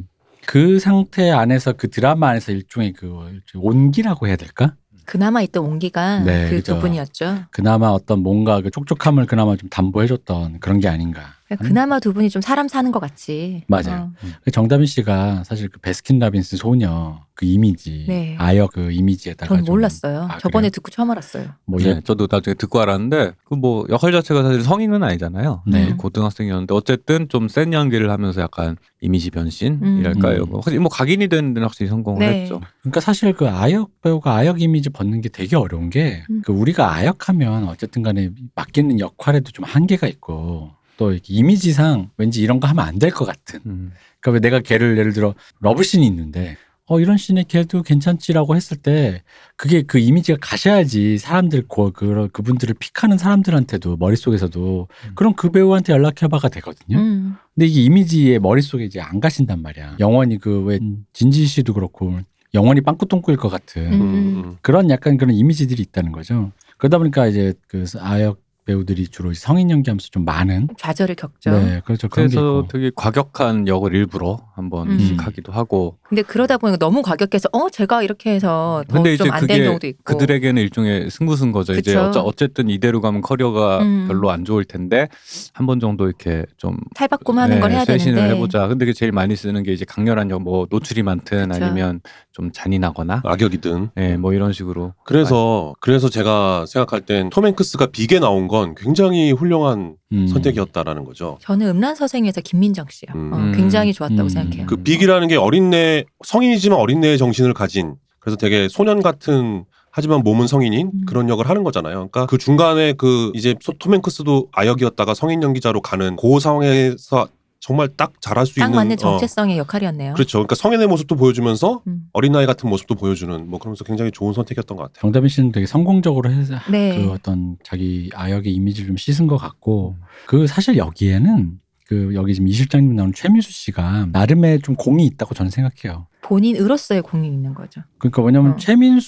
S2: 그 상태 안에서 그 드라마 안에서 일종의 그 온기라고 해야 될까?
S1: 그나마 있던 온기가
S2: 네,
S1: 그
S2: 그죠.
S1: 두 분이었죠.
S2: 그나마 어떤 뭔가 그 촉촉함을 그나마 좀 담보해줬던 그런 게 아닌가.
S1: 네, 그나마 두 분이 좀 사람 사는 것 같이.
S2: 맞아요.
S1: 어,
S2: 그 정다빈 씨가 사실 그 베스킨라빈스 소녀 그 이미지,
S1: 네.
S2: 아역 그 이미지에다가
S1: 전
S2: 좀
S1: 몰랐어요.
S2: 아,
S1: 저번에
S2: 그래요?
S1: 듣고 처음 알았어요.
S2: 뭐
S4: 네,
S2: 예,
S4: 저도 나중에 듣고 알았는데 그 뭐 역할 자체가 사실 성인은 아니잖아요.
S2: 네.
S1: 음.
S4: 고등학생이었는데 어쨌든 좀 센 연기를 하면서 약간 이미지 변신이랄까요.
S2: 음.
S4: 뭐 확실히 뭐 각인이 되는 데는 확실히 성공을
S1: 네.
S4: 했죠.
S2: 그러니까 사실 그 아역 배우가 아역 이미지 벗는 게 되게 어려운 게
S1: 음.
S2: 그 우리가 아역하면 어쨌든간에 맡기는 역할에도 좀 한계가 있고 또 이렇게 이미지상 왠지 이런 거 하면 안 될 것 같은.
S4: 음.
S2: 그러니까 왜 내가 걔를 예를 들어 러브씬이 있는데 어 이런 씬에 걔도 괜찮지라고 했을 때 그게 그 이미지가 가셔야지 사람들 그 그, 그분들을 픽하는 사람들한테도 머릿속에서도
S4: 음.
S2: 그럼 그 배우한테 연락해봐가 되거든요.
S1: 음.
S2: 근데 이게 이미지에 머릿속에 이제 안 가신단 말이야. 영원히 그 왜 진지 씨도 그렇고 영원히 빵꾸똥꾸일 것 같은
S1: 음.
S2: 그런 약간 그런 이미지들이 있다는 거죠. 그러다 보니까 이제 그 아역 배우들이 주로 성인 연기하면서 좀 많은
S1: 좌절을 겪죠.
S2: 네 그렇죠 그런 게
S4: 그래서
S2: 있고
S4: 되게 과격한 역을 일부러 한번
S1: 음.
S4: 이식하기도 하고
S1: 근데 그러다 보니까 너무 과격해서 어 제가 이렇게 해서 더
S4: 근데
S1: 좀
S4: 이제
S1: 안 되는
S4: 그게
S1: 경우도 있고.
S4: 그들에게는 일종의 승부수인 거죠. 이제
S1: 그쵸.
S4: 어째- 어쨌든 이대로 가면 커리어가
S1: 음.
S4: 별로 안 좋을 텐데 한 번 정도 이렇게 좀
S1: 탈바꿈하는
S4: 네,
S1: 걸 해야
S4: 쇄신을
S1: 되는데.
S4: 해보자. 근데 그게 제일 많이 쓰는 게 이제 강렬한 역, 뭐 노출이 많든
S1: 그쵸.
S4: 아니면 좀 잔인하거나
S3: 악역이든.
S4: 예, 뭐 이런 식으로
S3: 그래서 그래서 제가 생각할 땐 톰행크스가 빅에 나온 건 굉장히 훌륭한
S2: 음.
S3: 선택이었다라는 거죠.
S1: 저는 음란 서생에서 김민정 씨요. 어,
S4: 음.
S1: 굉장히 좋았다고
S2: 음.
S1: 생각해요.
S3: 그 빅이라는 게 어린애 성인이지만 어린애의 정신을 가진 그래서 되게 소년 같은 하지만 몸은 성인인
S1: 음.
S3: 그런 역을 하는 거잖아요. 그러니까 그 중간에 그 이제 소- 톰 행크스도 아역이었다가 성인 연기자로 가는 그 상황에서 정말 딱 잘할 수
S1: 딱
S3: 있는
S1: 맞는
S3: 어,
S1: 정체성의 역할이었네요.
S3: 그렇죠. 그러니까 성인의 모습도 보여주면서
S1: 음.
S3: 어린아이 같은 모습도 보여주는 뭐 그러면서 굉장히 좋은 선택이었던 것 같아요.
S2: 정다빈 씨는 되게 성공적으로 해서
S1: 네.
S2: 그 어떤 자기 아역의 이미지를 좀 씻은 것 같고
S4: 음.
S2: 그 사실 여기에는 그 여기 지금 이 실장님 나오는 최민수 씨가 나름의 좀 공이 있다고 저는 생각해요.
S1: 본인으로서의 공이 있는 거죠.
S2: 그러니까 왜냐면
S1: 어.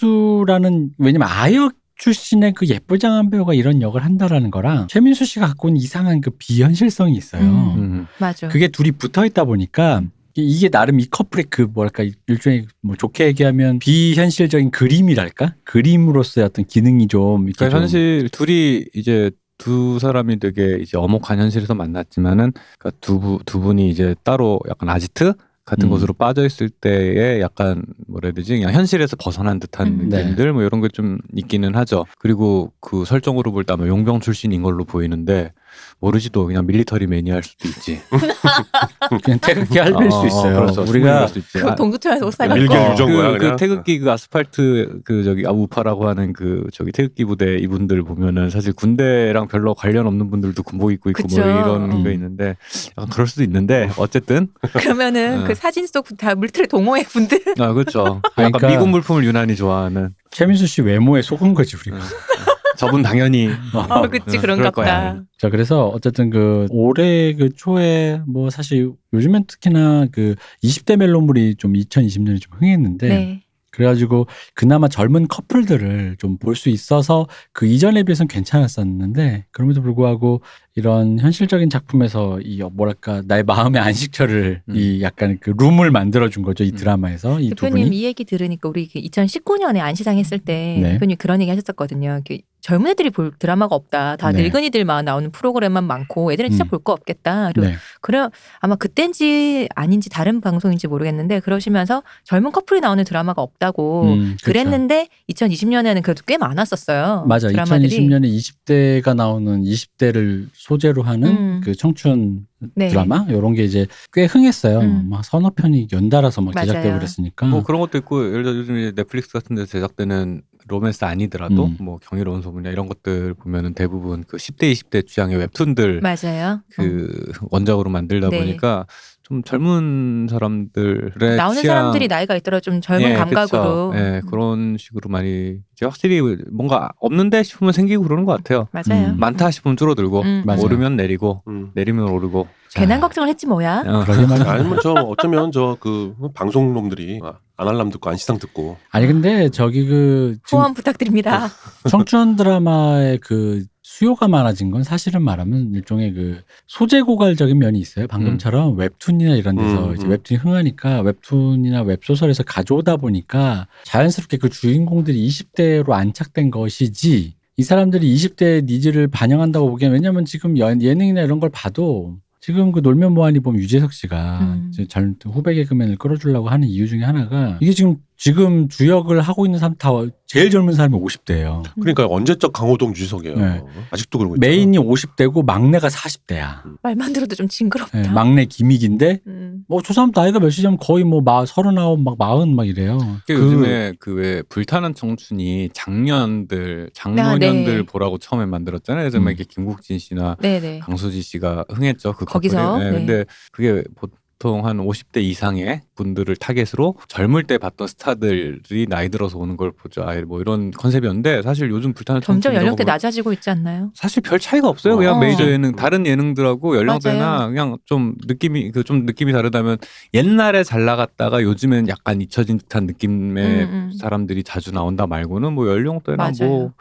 S2: 최민수라는 왜냐면 아역 출신의 그 예쁘장한 배우가 이런 역을 한다라는 거랑 최민수 씨가 갖고 있는 이상한 그 비현실성이 있어요.
S1: 음.
S4: 음.
S1: 맞아.
S2: 그게 둘이 붙어 있다 보니까 이게 나름 이 커플의 그 뭐랄까 일종의 뭐 좋게 얘기하면 비현실적인 그림이랄까 그림으로서의 어떤 기능이 좀 이렇게
S4: 그러니까
S2: 좀
S4: 현실 둘이 이제 두 사람이 되게 이제 어목한 현실에서 만났지만은 그러니까 두, 부- 두 분이 이제 따로 약간 아지트 같은
S2: 음.
S4: 곳으로 빠져 있을 때에 약간 뭐라 해야 되지 그냥 현실에서 벗어난 듯한
S1: 음.
S2: 네.
S4: 느낌들 뭐 이런 게 좀 있기는 하죠. 그리고 그 설정으로 볼 때 아마 용병 출신인 걸로 보이는데 모르지도 그냥 밀리터리 매니아일 수도 있지.
S2: 그냥 태극기 할릴 수 있어요.
S4: 그렇죠.
S2: 우리가
S4: 수 있지.
S1: 그 동두천에서 옷 사는
S3: 밀결
S1: 거.
S3: 유저. 유전 거야,
S4: 그,
S3: 그냥?
S4: 그 태극기 그 아스팔트 그 저기 아우파라고 하는 그 저기 태극기 부대 이분들 보면은 사실 군대랑 별로 관련 없는 분들도 군복 입고 있고
S1: 그쵸.
S4: 뭐 이런
S2: 음.
S4: 게 있는데 약간 그럴 수도 있는데 어쨌든
S1: 그러면은
S2: 아.
S4: 어.
S1: 그 사진 속 다 물틀의 동호회 분들
S4: 아 그렇죠. 약간
S2: 그러니까-
S4: 미군 물품을 유난히 좋아하는 음.
S2: 최민수 씨 외모에 속은 거지 우리가.
S4: 저분 당연히
S1: 어,
S2: 아,
S1: 그치
S4: 어,
S1: 그런가
S4: 그럴 거야.
S1: 보다.
S2: 자 그래서 어쨌든 그 올해 그 초에 뭐 사실 요즘엔 특히나 그 20대 멜로물이 좀 2020년에 좀 흥했는데
S1: 네.
S2: 그래가지고 그나마 젊은 커플들을 좀 볼 수 있어서 그 이전에 비해서는 괜찮았었는데 그럼에도 불구하고 이런 현실적인 작품에서 이 어, 뭐랄까 나의 마음의 안식처를
S4: 음.
S2: 이 약간 그 룸을 만들어준 거죠 이
S4: 음.
S2: 드라마에서 이 두
S1: 대표님
S2: 분이
S1: 이 얘기 들으니까 우리 2019년에 안시장 했을 때
S2: 네.
S1: 대표님 그런 얘기 하셨었거든요. 이렇게 젊은 애들이 볼 드라마가 없다. 다
S2: 네.
S1: 늙은이들만 나오는 프로그램만 많고 애들은 진짜
S2: 음.
S1: 볼 거 없겠다. 그리고
S2: 네.
S1: 그래 아마 그땐지 아닌지 다른 방송인지 모르겠는데 그러시면서 젊은 커플이 나오는 드라마가 없다고
S2: 음, 그렇죠.
S1: 뭐 그랬는데 2020년에는 그래도 꽤 많았었어요.
S2: 맞아.
S1: 드라마들이.
S2: 2020년에 20대가 나오는 20대를 소재로 하는
S1: 음.
S2: 그 청춘
S1: 네.
S2: 드라마 이런 게 이제 꽤 흥했어요.
S1: 음.
S2: 막 서너 편이 연달아서 막
S1: 맞아요.
S4: 음.
S1: 뭐
S2: 제작되고 그랬으니까.
S4: 뭐 그런 것도 있고 예를 들어 요즘 넷플릭스 같은 데 제작되는 로맨스 아니더라도
S2: 음.
S4: 뭐 경이로운 소문이나 이런 것들 보면은 대부분 그 10대 20대 주향의 웹툰들
S1: 맞아요.
S4: 그 원작으로 만들다
S1: 어. 네.
S4: 보니까 좀 젊은
S1: 어.
S4: 사람들의
S1: 나오는
S4: 취향,
S1: 사람들이 나이가 있더라도 좀 젊은
S4: 예,
S1: 감각으로. 음.
S4: 그쵸. 예, 그런 식으로 많이 이제 확실히 뭔가 없는데 싶으면 생기고 그러는 것 같아요.
S1: 맞아요.
S2: 음.
S4: 많다 싶으면 줄어들고
S1: 음.
S2: 맞아요.
S4: 오르면 내리고
S3: 음.
S1: 네.
S3: 네,
S4: 내리면 오르고 예.
S1: 괜한 걱정을 했지 뭐야.
S4: 어.
S2: 그러게 말이야.
S3: 아니면 저 어쩌면 저 그 방송놈들이 안할람 듣고 안시상 듣고
S2: 아니 근데 저기 그 지금
S1: 후원 부탁드립니다.
S2: 청춘 드라마의 그 수요가 많아진 건 사실은 말하면 일종의 그 소재 고갈적인 면이 있어요. 방금처럼 웹툰이나 이런 데서
S3: 음,
S2: 이제
S3: 음.
S2: 웹툰이 흥하니까 웹툰이나 웹소설에서 가져오다 보니까 자연스럽게 그 주인공들이 20대로 안착된 것이지 이 사람들이 20대의 니즈를 반영한다고 보기엔 왜냐면 지금 연- 예능이나 이런 걸 봐도 지금 그 놀면 뭐하니 보면 유재석 씨가
S1: 음.
S2: 이제 젊- 후배 개그맨을 끌어주려고 하는 이유 중에 하나가 이게 지금 지금 주역을 하고 있는 사람 다 제일 젊은 사람이 50대예요.
S1: 음.
S3: 그러니까 언제적 강호동 주석이에요.
S2: 네.
S3: 아직도 그러고 있잖아요.
S2: 메인이 50대고 막내가 40대야. 예,
S1: 말만 들어도 좀 징그럽다.
S2: 막내 김익인데
S1: 음.
S2: 뭐 저 사람 나이가 몇이냐면 거의 뭐 마, 서른아홉 막 마흔 막 이래요.
S4: 그 요즘에 그 왜 불타는 청춘이
S1: 아,
S4: 장년들 장노년들
S1: 네.
S4: 보라고 처음에 만들었잖아요. 예전에
S2: 음.
S4: 이게 김국진 씨나
S1: 네네.
S4: 강수지 씨가 흥했죠. 그
S1: 거기서?
S4: 커플이.
S1: 네.
S4: 근데 그게 보통 한 50대 이상의 분들을 타겟으로 젊을 때 봤던 스타들이 나이 들어서 오는 걸 보죠. 아예 뭐 이런 컨셉이었는데 사실 요즘 불타는 청춘
S1: 점점
S4: 이런 거
S1: 연령대
S4: 보면
S1: 낮아지고 있지 않나요?
S4: 사실 별 차이가 없어요. 그냥
S1: 어.
S4: 메이저 예능 다른 예능들하고 연령대나
S1: 맞아요.
S4: 그냥 좀 느낌이 그 좀 느낌이 다르다면 옛날에 잘 나갔다가 요즘엔 약간 잊혀진 듯한 느낌의
S1: 음, 음.
S4: 예, 사람들이 자주 나온다 말고는 뭐 연령대나
S1: 맞아요.
S4: 뭐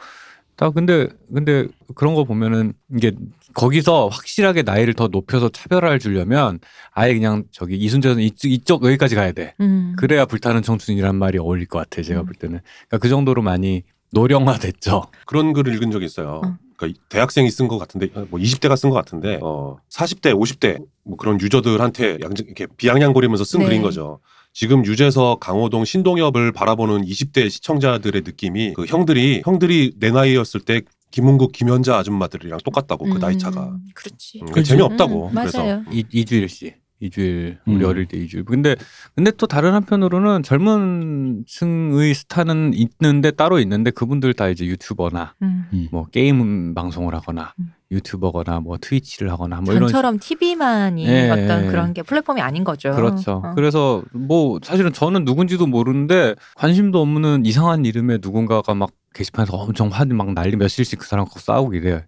S4: 다 근데 근데 그런 거 보면은 이게 거기서 확실하게 나이를 더 높여서 차별화를 주려면 아예 그냥 저기 이순재는 이쪽, 이쪽 여기까지 가야 돼.
S1: 음.
S4: 그래야 불타는 청춘이란 말이 어울릴 것 같아. 제가
S1: 음.
S4: 볼 때는 그러니까 그 정도로 많이 노령화됐죠.
S3: 그런 글을 읽은 적이 있어요.
S1: 응.
S3: 그러니까 대학생이 쓴 것 같은데 뭐 20대가 쓴 것 같은데 어 40대, 50대 뭐 그런 유저들한테 양 이렇게 비양양거리면서 쓴
S1: 네.
S3: 글인 거죠. 지금 유재석, 강호동, 신동엽을 바라보는 20대 시청자들의 느낌이 그 형들이 형들이 내 나이였을 때 김은국, 김현자 아줌마들이랑 똑같다고 그 나이 차가
S1: 음, 그렇지.
S3: 음,
S2: 그치.
S3: 재미없다고
S1: 음,
S3: 그래서
S1: 맞아요.
S4: 이, 이주일 씨. 이주일
S2: 음.
S4: 우리 어릴 때 이주일. 근데 근데 또 다른 한편으로는 젊은 층의 스타는 있는데 따로 있는데 그분들 다 이제 유튜버나
S1: 음.
S4: 뭐 게임 방송을 하거나
S1: 음.
S4: 유튜버거나 뭐 트위치를 하거나 뭐 이런
S1: 전처럼 TV만이
S4: 예,
S1: 어떤
S4: 예.
S1: 그런 게 플랫폼이 아닌 거죠.
S4: 그렇죠.
S1: 어.
S4: 그래서 뭐 사실은 저는 누군지도 모르는데 관심도 없는 이상한 이름의 누군가가 막 게시판에서 엄청 화막 난리 며칠씩 그 사람하고 싸우고 이래요.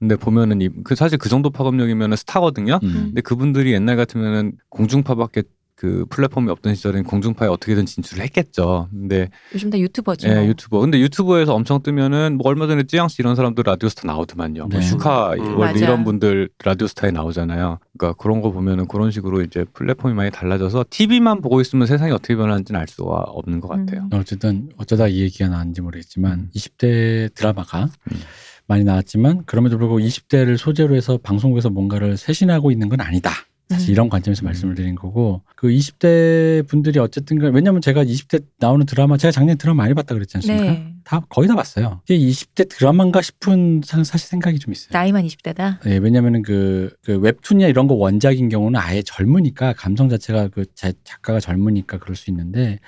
S4: 근데 보면은 이, 그 사실 그 정도 파급력이면 스타거든요.
S2: 음.
S4: 근데 그분들이 옛날 같으면은 공중파밖에 그 플랫폼이 없던 시절엔 공중파에 어떻게든 진출을 했겠죠. 근데
S1: 요즘 다 유튜버죠.
S4: 예, 유튜버. 근데 유튜버에서 엄청 뜨면은 뭐 얼마 전에 쯔양 씨 이런 사람들 라디오스타 나오더만요. 뭐
S2: 네.
S4: 슈카
S3: 음.
S4: 월드
S1: 맞아.
S4: 이런 분들 라디오스타에 나오잖아요. 그러니까 그런 거 보면은 그런 식으로 이제 플랫폼이 많이 달라져서 TV만 보고 있으면 세상이 어떻게 변하는지는 알 수가 없는 것 같아요.
S1: 음.
S2: 네, 어쨌든 어쩌다 이 얘기가 나왔는지 모르겠지만
S4: 음.
S2: 20대 드라마가
S4: 음.
S2: 많이 나왔지만 그럼에도 불구하고 20대를 소재로 해서 방송국에서 뭔가를 쇄신하고 있는 건 아니다. 사실
S1: 음.
S2: 이런 관점에서 말씀을
S4: 음.
S2: 드린 거고 그 20대 분들이 어쨌든 간- 왜냐면 제가 20대 나오는 드라마 제가 작년에 드라마 많이 봤다 그랬지 않습니까?
S1: 네.
S2: 다 거의 다 봤어요. 이게 20대 드라마인가 싶은 사- 사실 생각이 좀 있어요.
S1: 나이만 20대다.
S2: 예, 왜냐면은 그, 그 웹툰이나 이런 거 원작인 경우는 아예 젊으니까 감성 자체가 그 자- 작가가 젊으니까 그럴 수 있는데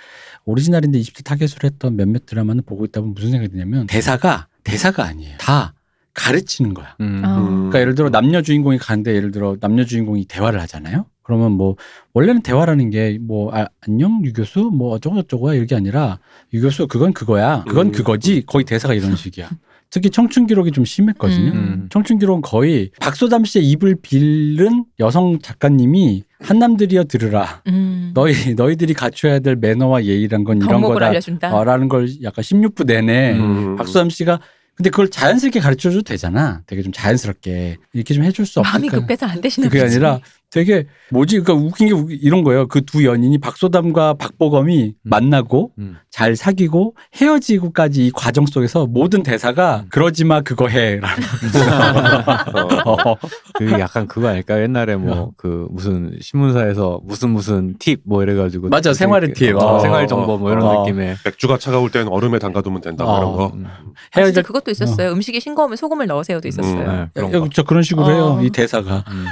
S2: 오리지널인데 20대 타겟으로 했던 몇몇 드라마는 보고 있다 보면 무슨 생각이 드냐면 대사가 대사가 아니에요. 다 가르치는 거야.
S4: 음.
S1: 아.
S2: 그러니까 예를 들어 남녀 주인공이 가는데 예를 들어 남녀 주인공이 대화를 하잖아요. 그러면 뭐 원래는 대화라는 게 뭐 아, 안녕 유 교수 뭐 어쩌고 저쩌고야 이게 아니라 유 교수 그건 그거야 그건
S3: 음.
S2: 그거지 거의 대사가 이런 식이야. 특히 청춘 기록이 좀 심했거든요.
S4: 음.
S2: 청춘 기록은 거의 박소담 씨의 입을 빌른 여성 작가님이 한남들이여 들으라.
S1: 음.
S2: 너희 너희들이 갖춰야 될 매너와 예의란 건 이런
S1: 덕목을
S2: 거다.
S1: 알려준다.
S2: 어, 라는 걸 약간 16부 내내
S4: 음.
S2: 박소담 씨가 근데 그걸 자연스럽게 가르쳐 줘도 되잖아. 되게 좀 자연스럽게 이렇게 좀 해줄 수 없을까?
S1: 마음이 급해서 안 되시는
S2: 그게
S1: 분이.
S2: 아니라 되게 뭐지? 그러니까 웃긴 게 웃기- 이런 거예요. 그 두 연인이 박소담과 박보검이 만나고
S4: 음.
S2: 잘 사귀고 헤어지고까지 이 과정 속에서 모든 대사가
S4: 음.
S2: 그러지 마 그거 해라는 거.
S4: 그 약간 그거 아닐까? 옛날에 뭐 그 무슨 신문사에서 무슨 무슨 팁 뭐 이래가지고
S2: 맞아, 생활의 팁.
S4: 어,
S2: 어.
S4: 생활 정보 뭐 이런
S2: 어.
S4: 느낌의
S3: 맥주가 차가울 땐 얼음에 담가두면 된다 뭐 이런
S4: 어.
S3: 거.
S4: 음.
S1: 아, 진짜
S2: 헤어질 음.
S1: 그것도 있었어요. 음식이 싱거우면 소금을 넣으세요도 있었어요.
S4: 네, 그런 거.
S2: 예, 저 그런 식으로
S1: 어.
S2: 해요. 이 대사가.
S4: 음.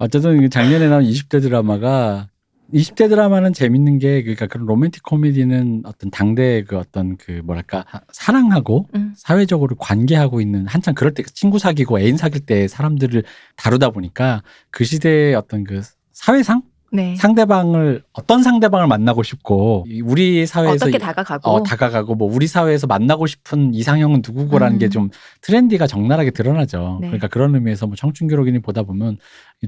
S2: 어쨌든 작년에 나온 20대 드라마가 20대 드라마는 재밌는 게 그러니까 그런 로맨틱 코미디는 어떤 당대의 그 어떤 그 뭐랄까 하- 사랑하고
S1: 음.
S2: 사회적으로 관계하고 있는 한창 그럴 때 친구 사귀고 애인 사귈 때 사람들을 다루다 보니까 그 시대의 어떤 그 사회상
S1: 네.
S2: 상대방을 어떤 상대방을 만나고 싶고 이 우리 사회에서
S1: 어떻게
S2: 이-
S1: 다가가고
S2: 어, 다가가고 뭐 우리 사회에서 만나고 싶은 이상형은 누구고라는
S1: 음.
S2: 게 좀 트렌디가 적나라하게 드러나죠.
S1: 네.
S2: 그러니까 그런 의미에서 뭐 청춘기록이니 보다 보면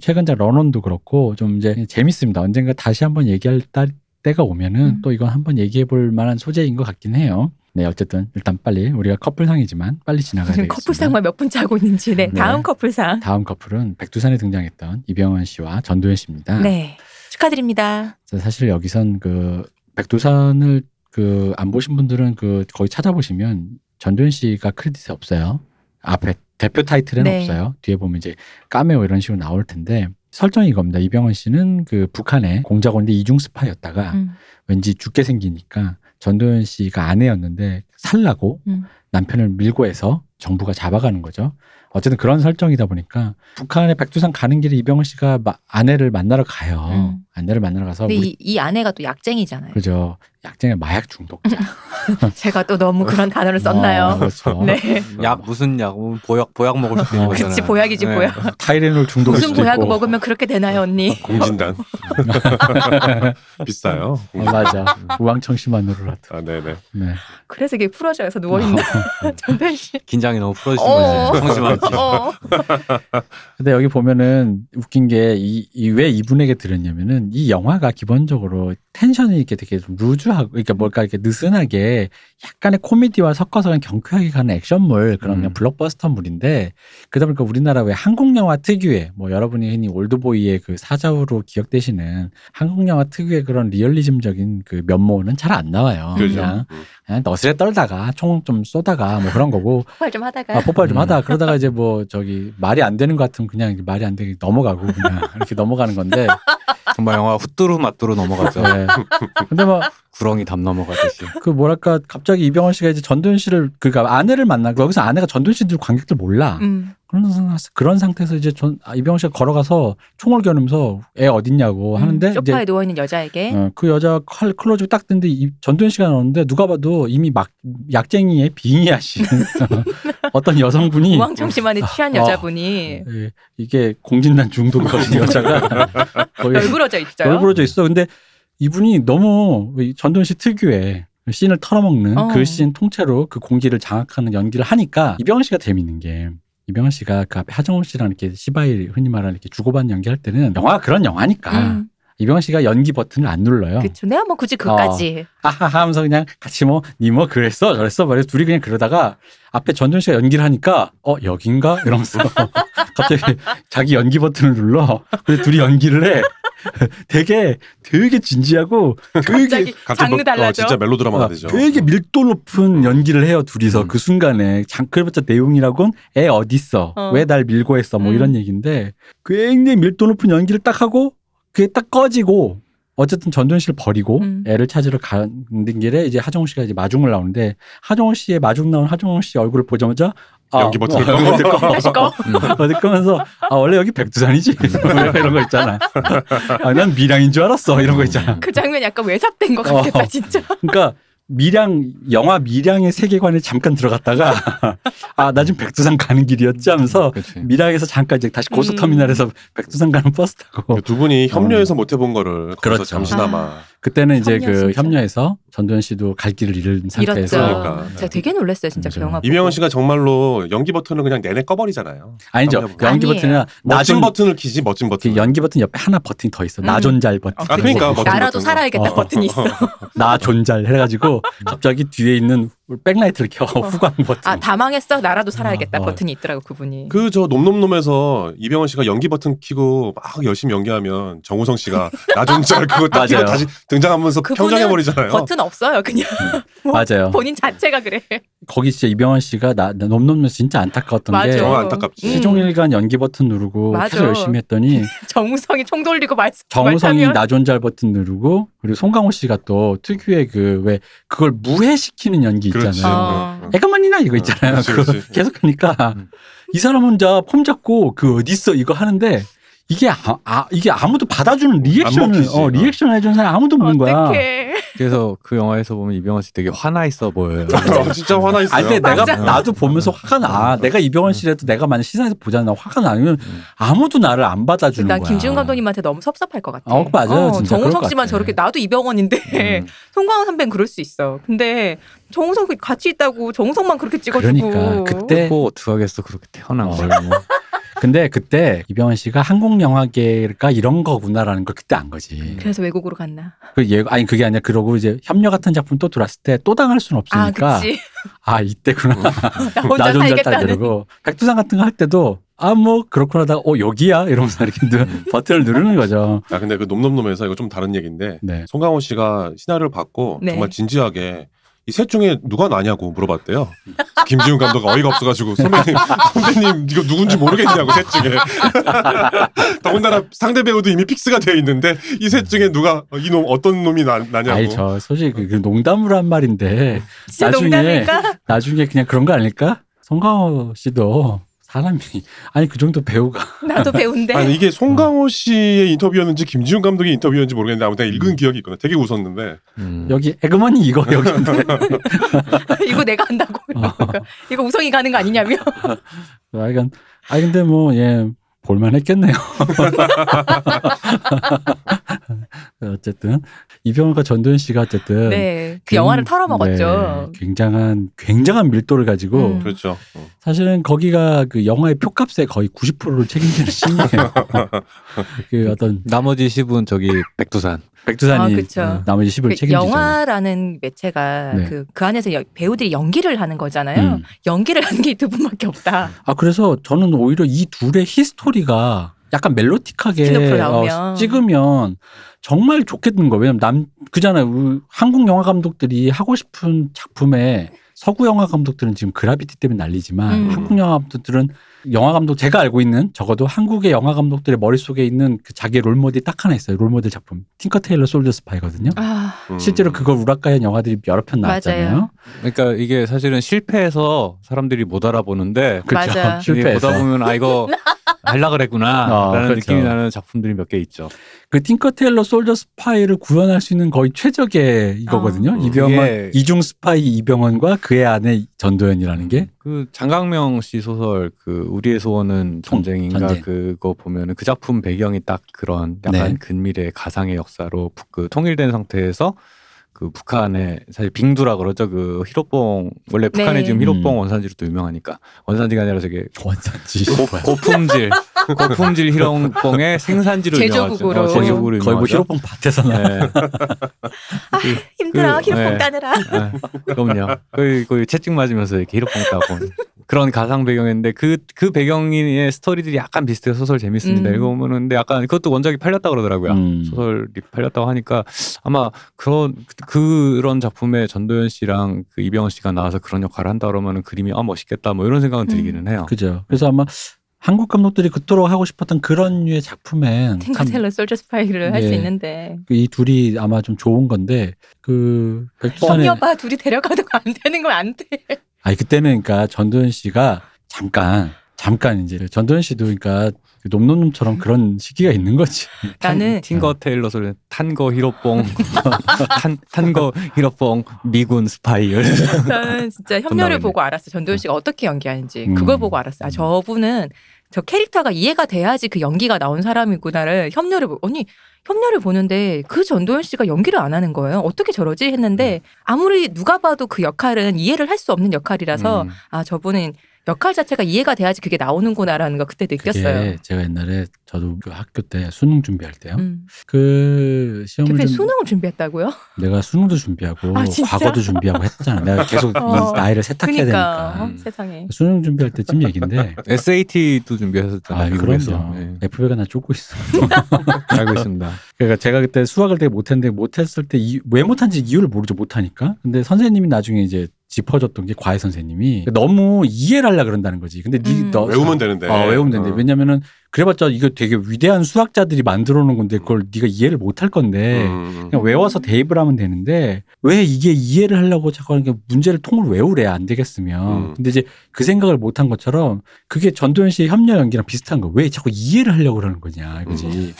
S2: 최근작 런원도 그렇고 좀 이제 재밌습니다. 언젠가 다시 한번 얘기할 딸- 때가 오면은
S1: 음.
S2: 또 이건 한번 얘기해 볼 만한 소재인 것 같긴 해요. 네, 어쨌든 일단 빨리 우리가 커플상이지만 빨리 지나가야
S1: 지금
S2: 되겠습니다.
S1: 커플상만 몇 분 짜고 있는지 네.
S2: 네.
S1: 다음 커플상
S2: 다음 커플은 백두산에 등장했던 이병헌 씨와 전도현 씨입니다.
S1: 네 축하드립니다.
S2: 자, 사실 여기선 그 백두산을 그 안 보신 분들은 그 거의 찾아보시면 전두현 씨가 크레딧이 없어요. 앞에 대표 타이틀은
S1: 네.
S2: 없어요. 뒤에 보면 이제 까메오 이런 식으로 나올 텐데 설정이 겁니다. 이병헌 씨는 그 북한의 공작원인데 이중 스파였다가
S1: 음.
S2: 왠지 죽게 생기니까 전두현 씨가 아내였는데 살라고
S1: 음.
S2: 남편을 밀고 해서 정부가 잡아가는 거죠. 어쨌든 그런 설정이다 보니까 북한의 백두산 가는 길에 이병헌 씨가 마- 아내를 만나러 가요.
S1: 음.
S2: 아내를 만나러 가서 뭐
S1: 근데
S2: 어, 우리
S1: 이, 이 아내가 또 약쟁이잖아요.
S2: 그죠. 약쟁이 마약 중독자.
S1: 제가 또 너무 그런 단어를
S2: 어,
S1: 썼나요?
S2: 그렇죠.
S1: 네.
S4: 약 무슨 약? 뭐 보약 보약 먹을 수 있는
S2: 그치,
S4: 거잖아요.
S1: 보약이지, 보약.
S2: 타이레놀 중독일
S1: 무슨
S2: 수도
S1: 보약을
S2: 있고.
S1: 먹으면 그렇게 되나요, 언니?
S3: 공진단 비싸요.
S2: 어, 맞아. 우왕청심환으로라도.
S3: 아 네네.
S2: 네.
S1: 그래서 이게 풀어져서 누워 있는 전변 씨.
S4: 긴장이 너무 풀어지는
S1: 어.
S4: 거지. 성심한
S1: 어.
S2: 근데 여기 보면은 웃긴 게 이 왜 이분에게 들었냐면은 이 영화가 기본적으로 텐션이 이렇게 되게 좀 루즈하고 그러니까 뭘까 이렇게 느슨하게 약간의 코미디와 섞어서 그냥 경쾌하게 가는 액션물 그런 그냥
S4: 음.
S2: 블록버스터물인데 그러다 보니까 우리나라 왜 한국 영화 특유의 뭐 여러분이 흔히 올드보이의 그 사자후로 기억되시는 한국 영화 특유의 그런 리얼리즘적인 그 면모는 잘 안 나와요.
S3: 그죠.
S2: 그냥,
S3: 음.
S2: 그냥 너스레 떨다가 총 좀 쏘다가 뭐 그런 거고
S1: 폭발 좀 하다가
S2: 아, 폭발 좀
S4: 음.
S2: 하다 그러다가 이제 뭐 저기 말이 안 되는 것 같으면 그냥 이제 말이 안 되게 넘어가고 그냥 이렇게 넘어가는 건데
S4: 정말 영화 후뚜루 맞뚜루 넘어가죠.
S2: 네. 근데 뭐 그
S4: 구렁이 담 넘어가듯이.
S2: 뭐랄까 갑자기 이병헌 씨가 이제 전두현 씨를 그니까 아내를 만나고 여기서 아내가 전두현 씨인 줄 관객들 몰라
S1: 음.
S2: 그런 상- 그런 상태에서 이제 전 아, 이병헌 씨가 걸어가서 총을 겨누면서 애 어딨냐고 뭐 하는데
S1: 음,
S2: 이제
S1: 소파에 누워 있는 여자에게
S2: 어, 그 여자 칼 클로즈 딱 뜨는데 이- 전두현 씨가 나오는데 누가 봐도 이미 막 약쟁이의 빙의야 씨 어떤 여성분이
S1: 우왕청심환에 취한
S2: 아.
S1: 여자분이
S2: 예, 이게 공진단 중독 걸린 여자가 거의
S1: 널브러져 있어요.
S2: 널브러져 있어. 근데 이분이 너무 이 전두현 씨 특유의 씬을 털어먹는
S1: 어.
S2: 그 씬 통째로 그 공기를 장악하는 연기를 하니까 이병헌 씨가 재밌는 게 이병헌 씨가 그 앞에 하정우 씨랑 이렇게 시바이 흔히 말하는 이렇게 주고받는 연기할 때는 영화가 그런 영화니까
S1: 음,
S2: 이병헌 씨가 연기 버튼을 안 눌러요.
S1: 그쵸. 내가 뭐 굳이 그까지.
S2: 아하하 하면서 그냥 같이 뭐, 니 뭐 그랬어? 저랬어? 말해서 둘이 그냥 그러다가 앞에 전준 씨가 연기를 하니까, 어, 여긴가? 이러면서 갑자기 자기 연기 버튼을 눌러. 근데 둘이 연기를 해. 되게, 되게 진지하고, 되게,
S1: 갑자기 장르
S3: 뭐- 어,
S1: 달라져.
S3: 진짜 멜로드라마가
S2: 어,
S3: 되죠.
S2: 되게 밀도 높은 연기를 해요, 둘이서.
S4: 음.
S2: 그 순간에. 장, 그래봤자 내용이라곤, 애 어딨어?
S1: 어.
S2: 왜 날 밀고 했어? 뭐
S1: 음.
S2: 이런 얘기인데, 굉장히 밀도 높은 연기를 딱 하고, 그게 딱 꺼지고, 어쨌든 전두현 씨를 버리고
S1: 음.
S2: 애를 찾으러 가는 길에 이제 하정우 씨가 이제 마중을 나오는데 하정우 씨의 마중 나온 하정우 씨 얼굴을 보자마자 아,
S3: 연기 버튼.
S2: 어, 연기 버튼 꺼.
S1: 다시 꺼.
S4: 음.
S2: 어디 꺼면서 아 원래 여기 백두산이지 이런 거 있잖아. 아, 난 미량인 줄 알았어 이런 거
S4: 음.
S2: 있잖아.
S1: 그 장면 약간 외삽된 것
S2: 어.
S1: 같겠다 진짜.
S2: 그러니까 미량 영화 미량의 세계관에 잠깐 들어갔다가 아 나 지금 백두산 가는 길이었지 하면서
S3: 네.
S4: 그치.
S2: 미량에서 잠깐 이제 다시
S1: 음.
S2: 고속터미널에서 백두산 가는 버스 타고
S3: 그 두 분이 협력해서 못 해본 거를 그래서
S2: 어. 그렇죠.
S3: 잠시나마
S1: 아.
S2: 그때는 이제
S1: 협력,
S2: 그
S1: 진짜.
S2: 협녀에서 전두현 씨도 갈 길을 잃은
S1: 잃었죠.
S2: 상태에서
S3: 그러니까.
S1: 제가 되게 놀랐어요 진짜 그
S2: 맞아요.
S1: 영화 보고.
S3: 이명헌 씨가 정말로 연기 버튼을 그냥 내내 꺼버리잖아요.
S2: 아니죠.
S3: 아니에요.
S2: 연기 버튼이나
S3: 멋진
S2: 나존
S3: 버튼을 키지 멋진 버튼.
S2: 뭐 그 연기 버튼 옆에 하나 버튼이 더 있어.
S1: 음.
S2: 나존잘 버튼.
S3: 아, 그러니까 멋진
S1: 나라도
S3: 버튼으로.
S1: 살아야겠다
S2: 어.
S1: 버튼이 있어.
S2: 나존잘 해가지고 갑자기 뒤에 있는 백라이트를 켜 후광 버튼.
S1: 아 다 망했어 나라도 살아야겠다
S2: 어.
S1: 버튼이 있더라고 그분이.
S3: 그 저 놈놈놈에서 이병헌 씨가 연기 버튼 키고 막 열심히 연기하면 정우성 씨가 나좀잘 그거 딱 키고
S2: 맞아요.
S3: 다시 등장하면서
S1: 그분은
S3: 평정해 버리잖아요.
S1: 버튼 없어요 그냥
S2: 맞아요.
S1: 본인 자체가 그래.
S2: 거기 진짜 이병헌 씨가 나, 나 넘넘면 진짜 안타까웠던
S1: 맞아.
S2: 게
S3: 어, 정말 안타깝지.
S1: 음.
S2: 시종일관 연기 버튼 누르고
S1: 맞아.
S2: 계속 열심히 했더니
S1: 정우성이 총 돌리고 말
S2: 정우성이
S1: 말타면
S2: 나존잘 버튼 누르고 그리고 송강호 씨가 또 특유의 그 왜 그걸 무해시키는 연기
S3: 그렇지.
S2: 있잖아요.
S1: 어.
S3: 응, 응.
S2: 애가만이나 이거 있잖아요.
S3: 그렇지,
S2: 그거
S3: 그렇지.
S2: 계속 하니까
S4: 음.
S2: 이 사람 혼자 폼 잡고 그 어디 있어 이거 하는데 이게 아, 아- 이게 아무도 받아주는 리액션을
S3: 먹히지.
S2: 어, 리액션을 해주는 사람이 아무도 없는 거야.
S1: 어떡해.
S4: 그래서 그 영화에서 보면 이병헌 씨 되게 화나 있어 보여요. 음.
S3: 아, 진짜 화나 있어요.
S2: 아니 근데 내가
S1: 맞아.
S2: 나도 보면서 화가 나. 내가 이병헌 씨라도 내가 만약 시상에서 보잖아. 나 화가 나면
S3: 음.
S2: 아무도 나를 안 받아주는
S1: 난
S2: 거야.
S1: 김지훈 감독님한테 너무 섭섭할 것 같아.
S2: 어, 맞아요. 진짜 그럴
S1: 정우성
S2: 것
S1: 씨만
S2: 같아.
S1: 저렇게 나도 이병헌인데
S4: 음.
S1: 송광호 선배는 그럴 수 있어. 근데 정우성 같이 있다고 정우성만 그렇게 찍어주고.
S2: 그러니까 그때
S4: 뭐 어떡하겠어 그렇게 태어난
S2: 어.
S4: 걸. 뭐.
S2: 근데 그때 이병헌 씨가 한국 영화계가 이런 거구나라는 걸 그때 안 거지.
S1: 래서 외국으로 갔나.
S2: 그 얘, 아니 그게 아니라 그러고 이제 협력 같은 작품 또 들어왔을 때 또 당할 수는
S1: 아,
S2: 없으니까
S1: 그치.
S2: 아, 이때구나
S1: 혼자
S2: 나좀 잘다
S1: 살겠다는.
S2: 그러고 백두산 같은 거 할 때도 아 뭐 그렇구나 하다가 어 여기야 이러면서 이렇게
S1: 음.
S2: 누- 버튼을 누르는 거죠.
S3: 아 근데 그 놈놈놈에서 이거 좀 다른 얘기인데
S2: 네.
S3: 송강호 씨가 신화를 받고
S1: 네.
S3: 정말 진지하게 이 셋 중에 누가 나냐고 물어봤대요. 김지훈 감독 어이가 없어가지고 선배님 선배님 이거 누군지 모르겠냐고 셋 중에 더군다나 상대 배우도 이미 픽스가 되어 있는데 이 셋 중에 누가 어, 이놈 어떤 놈이 나, 냐고
S2: 아니 저 솔직히 그- 그 농담으로 한 말인데
S1: 진짜
S2: 나중에
S1: 농담일까?
S2: 나중에 그냥 그런 거 아닐까? 송강호 씨도 사람이 아니 그 정도 배우가
S1: 나도
S2: 네.
S1: 배운데.
S3: 아니, 이게
S2: 음.
S3: 송강호 씨의 인터뷰였는지 김지훈 감독의 인터뷰였는지 모르겠는데 아무튼
S2: 음.
S3: 읽은 기억이 있거든. 되게 웃었는데
S4: 음.
S2: 여기 에그머니 이거 여기인데
S1: 이거 내가 한다고.
S2: 어.
S1: 그러니까 이거 우성이 가는 거 아니냐며.
S2: 약간 아 근데 뭐 예 볼만했겠네요. 어쨌든 이병헌과 전도현 씨가 어쨌든
S1: 네. 그
S2: 굉-
S1: 영화를 털어먹었죠.
S2: 음, 네, 굉장한 굉장한 밀도를 가지고
S1: 음.
S3: 그렇죠. 어.
S2: 사실은 거기가 그 영화의 표값의 거의 90%를 책임지는 씬이에요. 그 어떤
S4: 나머지 10은 저기 백두산.
S1: 아,
S2: 백두산이
S1: 그쵸.
S2: 나머지 10을
S1: 그
S2: 책임지죠.
S1: 영화라는 매체가
S2: 네.
S1: 그, 그 안에서 여- 배우들이 연기를 하는 거잖아요.
S2: 음.
S1: 연기를 하는 게 두 분밖에 없다.
S2: 아 그래서 저는 오히려 이 둘의 히스토리가 약간 멜로틱하게
S1: 스킨업으로
S2: 어,
S1: 나오면.
S2: 찍으면 정말 좋겠는 거예요. 왜냐면 남 그잖아요. 우리 한국 영화 감독들이 하고 싶은 작품에 서구 영화 감독들은 지금 그라비티 때문에 난리지만
S1: 음.
S2: 한국 영화 감독들은 영화 감독 제가 알고 있는 적어도 한국의 영화 감독들의 머릿속에 있는 그 자기의 롤모델이 딱 하나 있어요. 롤모델 작품. 팅커 테일러 솔저 스파이거든요.
S1: 아,
S3: 음.
S2: 실제로 그걸 우라카이한 영화들이 여러 편 나왔잖아요.
S1: 맞아요.
S4: 그러니까 이게 사실은 실패해서 사람들이 못 알아보는데
S2: 그렇죠.
S1: 맞아.
S4: 이게
S2: 실패해서.
S4: 보다 보면 아 이거 할라 그랬구나
S2: 어,
S4: 라는
S2: 그렇죠.
S4: 느낌이 나는 작품들이 몇 개 있죠.
S2: 그 팅커테일러 솔저 스파이를 구현할 수 있는 거의 최적의 이거거든요.
S1: 어.
S2: 이병헌
S4: 그게-
S2: 이중 스파이 이병헌과 그의 아내 전도연이라는 게
S4: 그 장강명 씨 소설 그 우리의 소원은
S2: 전-
S4: 전쟁인가
S2: 음, 전쟁.
S4: 그거 보면은 그 작품 배경이 딱 그런 약간
S2: 네.
S4: 근미래 가상의 역사로 북- 그 통일된 상태에서 그 북한의 사실 빙두라 그러죠 그 히로뽕 원래 북한에
S1: 네.
S4: 지금 히로뽕
S2: 음.
S4: 원산지로 또 유명하니까 원산지가 아니라 저게
S2: 원산지
S4: 고, 고품질 고품질 히로뽕의 생산지로
S1: 제조국으로.
S4: 유명하죠. 어,
S2: 거의,
S4: 제조국으로
S2: 거의 뭐
S4: 유명하죠.
S2: 히로뽕 밭에서 나
S4: 네.
S1: 힘들어.
S4: 그-
S1: 힘못
S4: 네.
S1: 따느라.
S4: 아, 그럼요. 거의, 거의 채찍 맞으면서 이렇게 히로뽕 따고 그런 가상 배경인데 그, 그 배경의 스토리들이 약간 비슷해서 소설 재밌습니다.
S1: 음.
S4: 읽어보면 근데 약간 그것도 원작이 팔렸다 그러더라고요.
S2: 음.
S4: 소설이 팔렸다고 하니까 아마 그런 그- 그런 작품에 전도연 씨랑 그 이병헌 씨가 나와서 그런 역할을 한다 그러면은 그림이 아 멋있겠다 뭐 이런 생각은
S1: 음.
S4: 들기는 해요.
S2: 그죠. 그래서 아마 한국 감독들이 그토록 하고 싶었던 그런 류의 작품엔
S1: 팅커 테일러 솔저 스파이를 할 수
S2: 네.
S1: 있는데.
S2: 참이 둘이 아마 좀 좋은 건데 그 백두산에
S1: 엄여봐 둘이 데려가도 안 되는 건 안 돼.
S2: 아니 그때는 그러니까 전도연 씨가 잠깐 잠깐 이제 전도연 씨도 그러니까 놈놈놈처럼 그런 시기가 있는 거지.
S1: 그 나는
S4: 팅거
S2: 네.
S4: 테일러 소리 탄거 히로뽕 탄 탄거 히로뽕 미군 스파이
S1: 저는 진짜 협녀를
S4: 나오겠네.
S1: 보고 알았어. 전도연 씨가 어떻게 연기하는지
S2: 음.
S1: 그걸 보고 알았어. 아 저분은 저 캐릭터가 이해가 돼야지 그 연기가 나온 사람이구나를 협녀를 보. 언니 협녀를 보는데 그 전도연 씨가 연기를 안 하는 거예요. 어떻게 저러지
S2: 음.
S1: 했는데 아무리 누가 봐도 그 역할은 이해를 할 수 없는 역할이라서
S4: 음.
S1: 아 저분은 역할 자체가 이해가 돼야지 그게 나오는구나라는 거 그때 느꼈어요.
S2: 그게 음. 제가 옛날에 저도 그 학교 때 수능 준비할 때요.
S1: 음.
S2: 그 시험을
S1: 대표님
S2: 좀-
S1: 수능을 준비했다고요?
S2: 내가 수능도 준비하고
S1: 아, 진짜?
S2: 과거도 준비하고 했잖아. 내가 계속
S1: 어.
S2: 이 나이를 세탁해야
S1: 그러니까 어,
S2: 되니까.
S1: 세상에.
S2: 수능 준비할 때쯤 얘긴데.
S4: SAT도 준비하셨잖아요.
S2: 아,
S4: 미국에서.
S2: 그럼요.
S4: 예,
S2: FB가 나 쫓고 있어.
S4: 알고 있습니다.
S2: 그러니까 제가 그때 수학을 되게 못했는데 못했을 때 왜 못한지 이유를 모르죠 못하니까. 근데 선생님이 나중에 이제 짚어줬던 게 과외 선생님이 너무 이해를 하려 그런다는 거지. 근데 니
S1: 음.
S2: 너
S3: 외우면 되는데.
S2: 아, 외우면 되는데
S3: 어.
S2: 왜냐면은 그래봤자 이거 되게 위대한 수학자들이 만들어 놓은 건데 그걸 네가 이해를 못 할 건데
S3: 음, 음.
S2: 그냥 외워서 대입을 하면 되는데 왜 이게 이해를 하려고 자꾸 하는 게 문제를 통으로 외우래 안 되겠으면
S3: 음.
S2: 근데 이제 그 생각을 못 한 것처럼 그게 전도연 씨의 협력 연기랑 비슷한 거 왜 자꾸 이해를 하려고 그러는 거냐
S3: 음.
S2: 이거지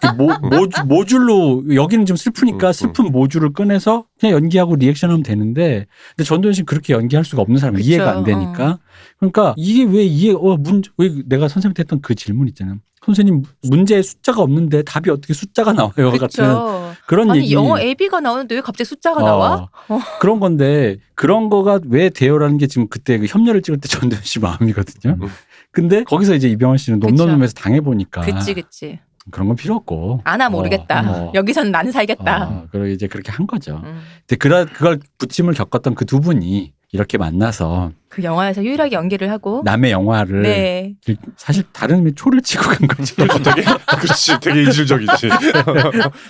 S2: 그 모, 모, 모듈로 여기는 좀
S3: 음, 음.
S2: 슬프니까 슬픈 모듈을 꺼내서 그냥 연기하고 리액션하면 되는데 근데 전도연 씨는 그렇게 연기할 수가 없는 사람
S1: 그쵸. 어.
S2: 이해가 안 되니까 그러니까 이게 왜 이해 어문왜 내가 선생님한테 했던 그 질문 있잖아요 선생님 문제에 숫자가 없는데 답이 어떻게 숫자가 나와요 같은
S1: 그렇죠.
S2: 그런
S1: 아니
S2: 얘기.
S1: 영어 AB가 나오는데 왜 갑자기 숫자가
S2: 어,
S1: 나와? 어.
S2: 그런 건데 그런 거가 왜 돼요라는 게 지금 그때 그 협녀를 찍을 때 전도연 씨 마음이거든요.
S3: 음.
S2: 근데 거기서 이제 이병헌 씨는
S1: 그쵸.
S2: 놈놈놈에서 당해 보니까
S1: 그치 그치.
S2: 그런 건 필요 없고
S1: 아나 모르겠다.
S2: 어, 어.
S1: 여기선 나는 살겠다.
S2: 어, 그리고 이제 그렇게 한 거죠.
S1: 음.
S2: 근데 그런 그걸 부침을 겪었던 그 두 분이 이렇게 만나서
S1: 그 영화에서 유일하게 연기를 하고.
S2: 남의 영화를
S1: 네.
S2: 사실 다른 의미 초를 치고 간 거죠.
S3: 되게 그렇지, 되게 이질적이지.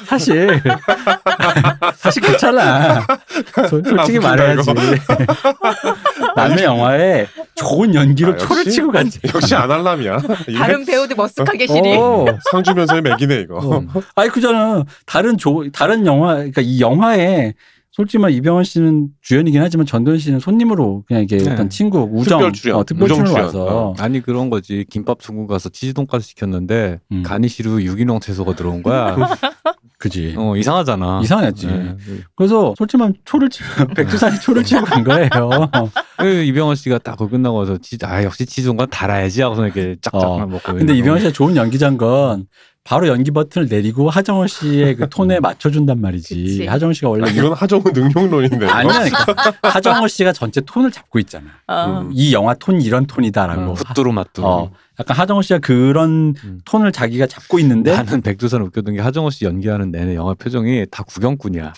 S2: 사실 사실 괜찮아. 솔- 솔직히
S3: 아, 웃긴다,
S2: 말해야지. 남의 영화에 좋은 연기로
S3: 아, 역시?
S2: 초를 치고 간지.
S3: 역시 안할람이야.
S1: 다른 배우들 머쓱하게 시리.
S2: 어.
S3: 상주면서의 맥이네 이거.
S2: 어. 아니 그잖아. 다른 조 다른 영화 그러니까 이 영화에 솔직히 말 이병헌 씨는 주연이긴 하지만 전도연 씨는 손님으로 그냥 이게
S4: 네.
S2: 어떤 친구 우정
S3: 특별 출연.
S2: 어, 특별
S3: 우정
S2: 출연
S3: 출연.
S2: 와서
S4: 아니 그런 거지 김밥 중국 가서 치즈돈까스 시켰는데
S2: 음.
S4: 가니시루 유기농 채소가 들어온 거야.
S2: 그지
S4: 어 이상하잖아.
S2: 이상했지.
S4: 네.
S2: 그래서 솔직히 말 초를 치 백두산이 초를 치고 간 거예요.
S4: 그 이병헌 씨가 딱 그거 끝나고 와서 치즈 아 역시 치즈돈까스 달아야지 하고서 이렇게 짝짝
S2: 어.
S4: 먹고.
S2: 근데 이병헌 씨가 좋은 연기자인 건 바로 연기 버튼을 내리고 하정우 씨의 그 톤에 맞춰준단 말이지.
S1: 그치.
S2: 하정우 씨가 원래
S3: 아, 이건 하정우 능력론인데. 이거.
S2: 아니라니까. 하정우 씨가 전체 톤을 잡고 있잖아.
S1: 어.
S3: 음.
S2: 이 영화 톤 이런 톤이다라고. 하-
S4: 뚜루 맛뚜루.
S2: 어, 약간 하정우 씨가 그런
S4: 음.
S2: 톤을 자기가 잡고 있는데
S4: 나는 백두산 웃겼던 게 하정우 씨 연기하는 내내 영화 표정이 다 구경꾼이야.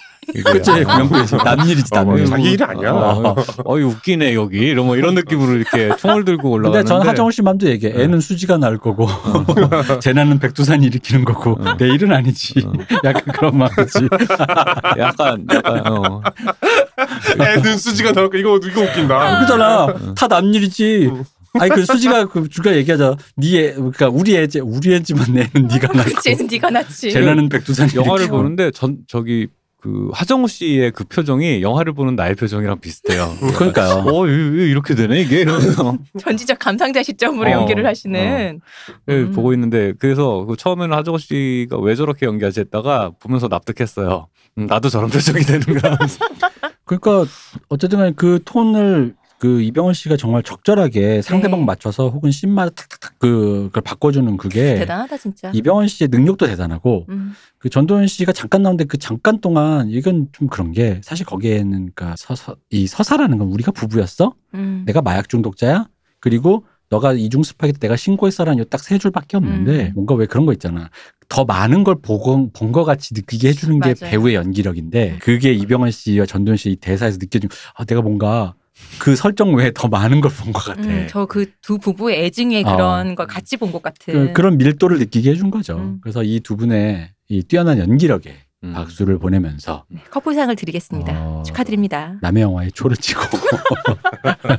S2: 그치 구명구에서 남일이지
S3: 어,
S2: 남일.
S3: 자기 일 아니야.
S4: 어, 어이 웃기네 여기 이런 뭐 이런 느낌으로 이렇게 총을 들고 올라가는데. 네.
S2: 근데 전 하정우 씨 맘도 얘기해. 애는 수지가 날 거고 재난은 백두산 일으키는 거고
S4: 어.
S2: 내 일은 아니지.
S4: 어.
S2: 약간 그런 마음이지.
S4: 네. 약간 약간 어.
S3: 애는 수지가 나올까 이거 이거 웃긴다.
S4: 네.
S2: 그잖아. 다 남일이지. 아니 그 수지가 그 주가 얘기하자. 니애 그러니까 우리 애 우리 애지만 내는 네가
S1: 그치
S2: 낳고
S1: 네가 낫지.
S2: 재난은 백두산
S4: 영화를
S2: 일으키고.
S4: 보는데 전 저기 그 하정우 씨의 그 표정이 영화를 보는 나의 표정이랑 비슷해요.
S2: 네. 그러니까요.
S4: 어, 이- 이- 이렇게 되네 이게 이러면서
S1: 전지적 감상자 시점으로
S4: 어,
S1: 연기를 하시는.
S2: 어.
S4: 예,
S1: 음.
S4: 보고 있는데 그래서 그 처음에는 하정우 씨가 왜 저렇게 연기하지 했다가 보면서 납득했어요. 음, 나도 저런 표정이 되는가. 하면서.
S2: 그러니까 어쨌든 간에 그 톤을 그 이병헌 씨가 정말 적절하게 상대방
S1: 네. 맞춰서
S2: 맞춰서 혹은 씬마다 탁탁탁 그 그걸 바꿔주는 그게
S1: 대단하다 진짜.
S2: 네. 이병헌 씨의 능력도 대단하고
S1: 음.
S2: 그 전도연 씨가 잠깐 나오는데 그 잠깐 동안 이건 좀 그런 게 사실 거기에는 그니까 서사 이 서사라는 건 우리가 부부였어
S1: 음.
S2: 내가 마약 중독자야 그리고 너가 이중 스파게티 내가 신고했어라는 요 딱 세 줄밖에 없는데
S1: 음.
S2: 뭔가 왜 그런 거 있잖아 더 많은 걸 보고 본 것 같이 느끼게 해주는 게
S1: 맞아요. 음.
S2: 배우의 연기력인데 그게 이병헌 씨와 전도연 씨이 대사에서 느껴진 아 내가 뭔가 그 설정 외에 더 많은 걸 본 것 같아
S1: 저 그 두 부부의 애증의
S2: 어.
S1: 그런 걸 같이 본 것 같은.
S2: 그, 런 밀도를 느끼게 해준 거죠
S1: 네. 음.
S2: 그래서 이 두 분의 이 뛰어난 연기력에
S4: 음.
S2: 박수를 보내면서
S1: 네, 커플상을 드리겠습니다.
S2: 어.
S1: 축하드립니다.
S2: 남의 영화에 초를 치고 갔다.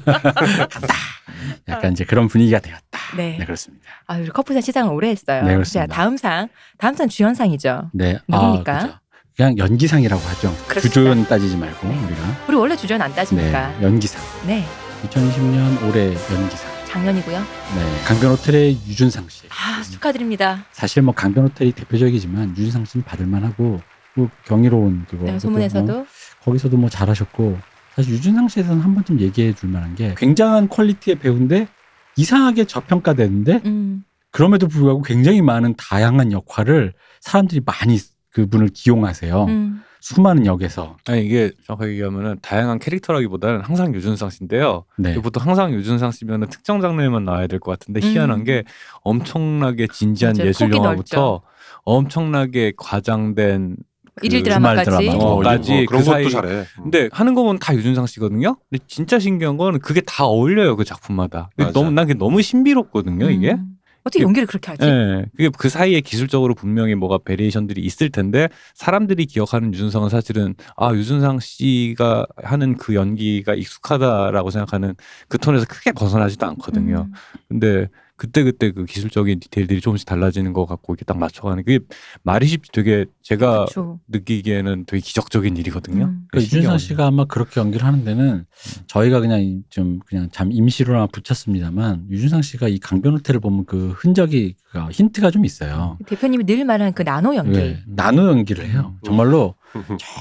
S2: 약간 이제 그런 분위기가 되었다.
S1: 네.
S2: 네, 그렇습니다.
S1: 아, 우리 커플상 시상을 오래 했어요.
S2: 네, 그렇습니다.
S1: 자, 다음 상. 다음 상 주연상이죠.
S2: 네,
S1: 누굽니까?
S2: 그죠. 그냥 연기상이라고 하죠.
S1: 그렇습니다.
S2: 주조연 따지지 말고 우리가
S1: 우리 원래 주연 안
S2: 네,
S1: 따지니까.
S2: 연기상.
S1: 네.
S2: 2020년 올해 연기상.
S1: 작년이고요.
S2: 네, 강변 호텔의 유준상 씨.
S1: 아, 축하드립니다.
S2: 사실 뭐 강변 호텔이 대표적이지만 유준상 씨는 받을 만하고 또 경이로운 그거.
S1: 네,
S2: 그것도 뭐
S1: 소문에서도
S2: 거기서도 뭐 잘하셨고 사실 유준상 씨에서는 한 번쯤 얘기해 줄 만한 게 굉장한 퀄리티의 배우인데 이상하게 저평가되는데
S1: 음.
S2: 그럼에도 불구하고 굉장히 많은 다양한 역할을 사람들이 많이 그분을 기용하세요.
S1: 음.
S2: 수많은 역에서.
S4: 아니 이게 정확하게 얘기하면은 다양한 캐릭터라기보다는 항상 유준상 씨인데요.
S2: 네.
S4: 보통 항상 유준상 씨면은 특정 장르에만 나와야 될 것 같은데
S1: 음.
S4: 희한한 게 엄청나게 진지한
S1: 맞아요.
S4: 예술
S1: 폭이
S4: 영화부터 엄청나게 과장된 그
S1: 일일
S2: 주말
S1: 드라마까지.
S2: 드라마.
S3: 어,
S4: 까지
S3: 이거,
S4: 그
S3: 그런
S4: 사이-
S3: 것도 잘해. 음.
S4: 근데 하는 거 보면 다 유준상 씨거든요. 근데 진짜 신기한 건 그게 다 어울려요 그 작품마다. 근데
S3: 맞아.
S4: 너무 난 그게 너무 신비롭거든요 이게.
S1: 음. 어떻게 연기를 그렇게 하지?
S4: 예, 그게 그 사이에 기술적으로 분명히 뭐가 베리에이션들이 있을 텐데 사람들이 기억하는 유준상은 사실은 아 유준상 씨가 하는 그 연기가 익숙하다라고 생각하는 그 톤에서 크게 벗어나지도 않거든요.
S1: 음.
S4: 근데 그때 그때 그 기술적인 디테일들이 조금씩 달라지는 것 같고 이게 딱 맞춰가는 그게 말이 쉽지 되게 제가
S1: 그렇죠.
S4: 느끼기에는 되게 기적적인 아, 일이거든요.
S1: 음.
S2: 그러니까 음.
S4: 신기하네요.
S2: 이준상 씨가 아마 그렇게 연기를 하는 데는 저희가 그냥 이- 좀 그냥 잠 임시로나 붙였습니다만 유준상 씨가 이 강변 호텔을 보면 그 흔적이 그 힌트가 좀 있어요.
S1: 대표님이 늘 말하는 그 나노 연기.
S2: 예, 나노 연기를 해요.
S4: 음.
S2: 정말로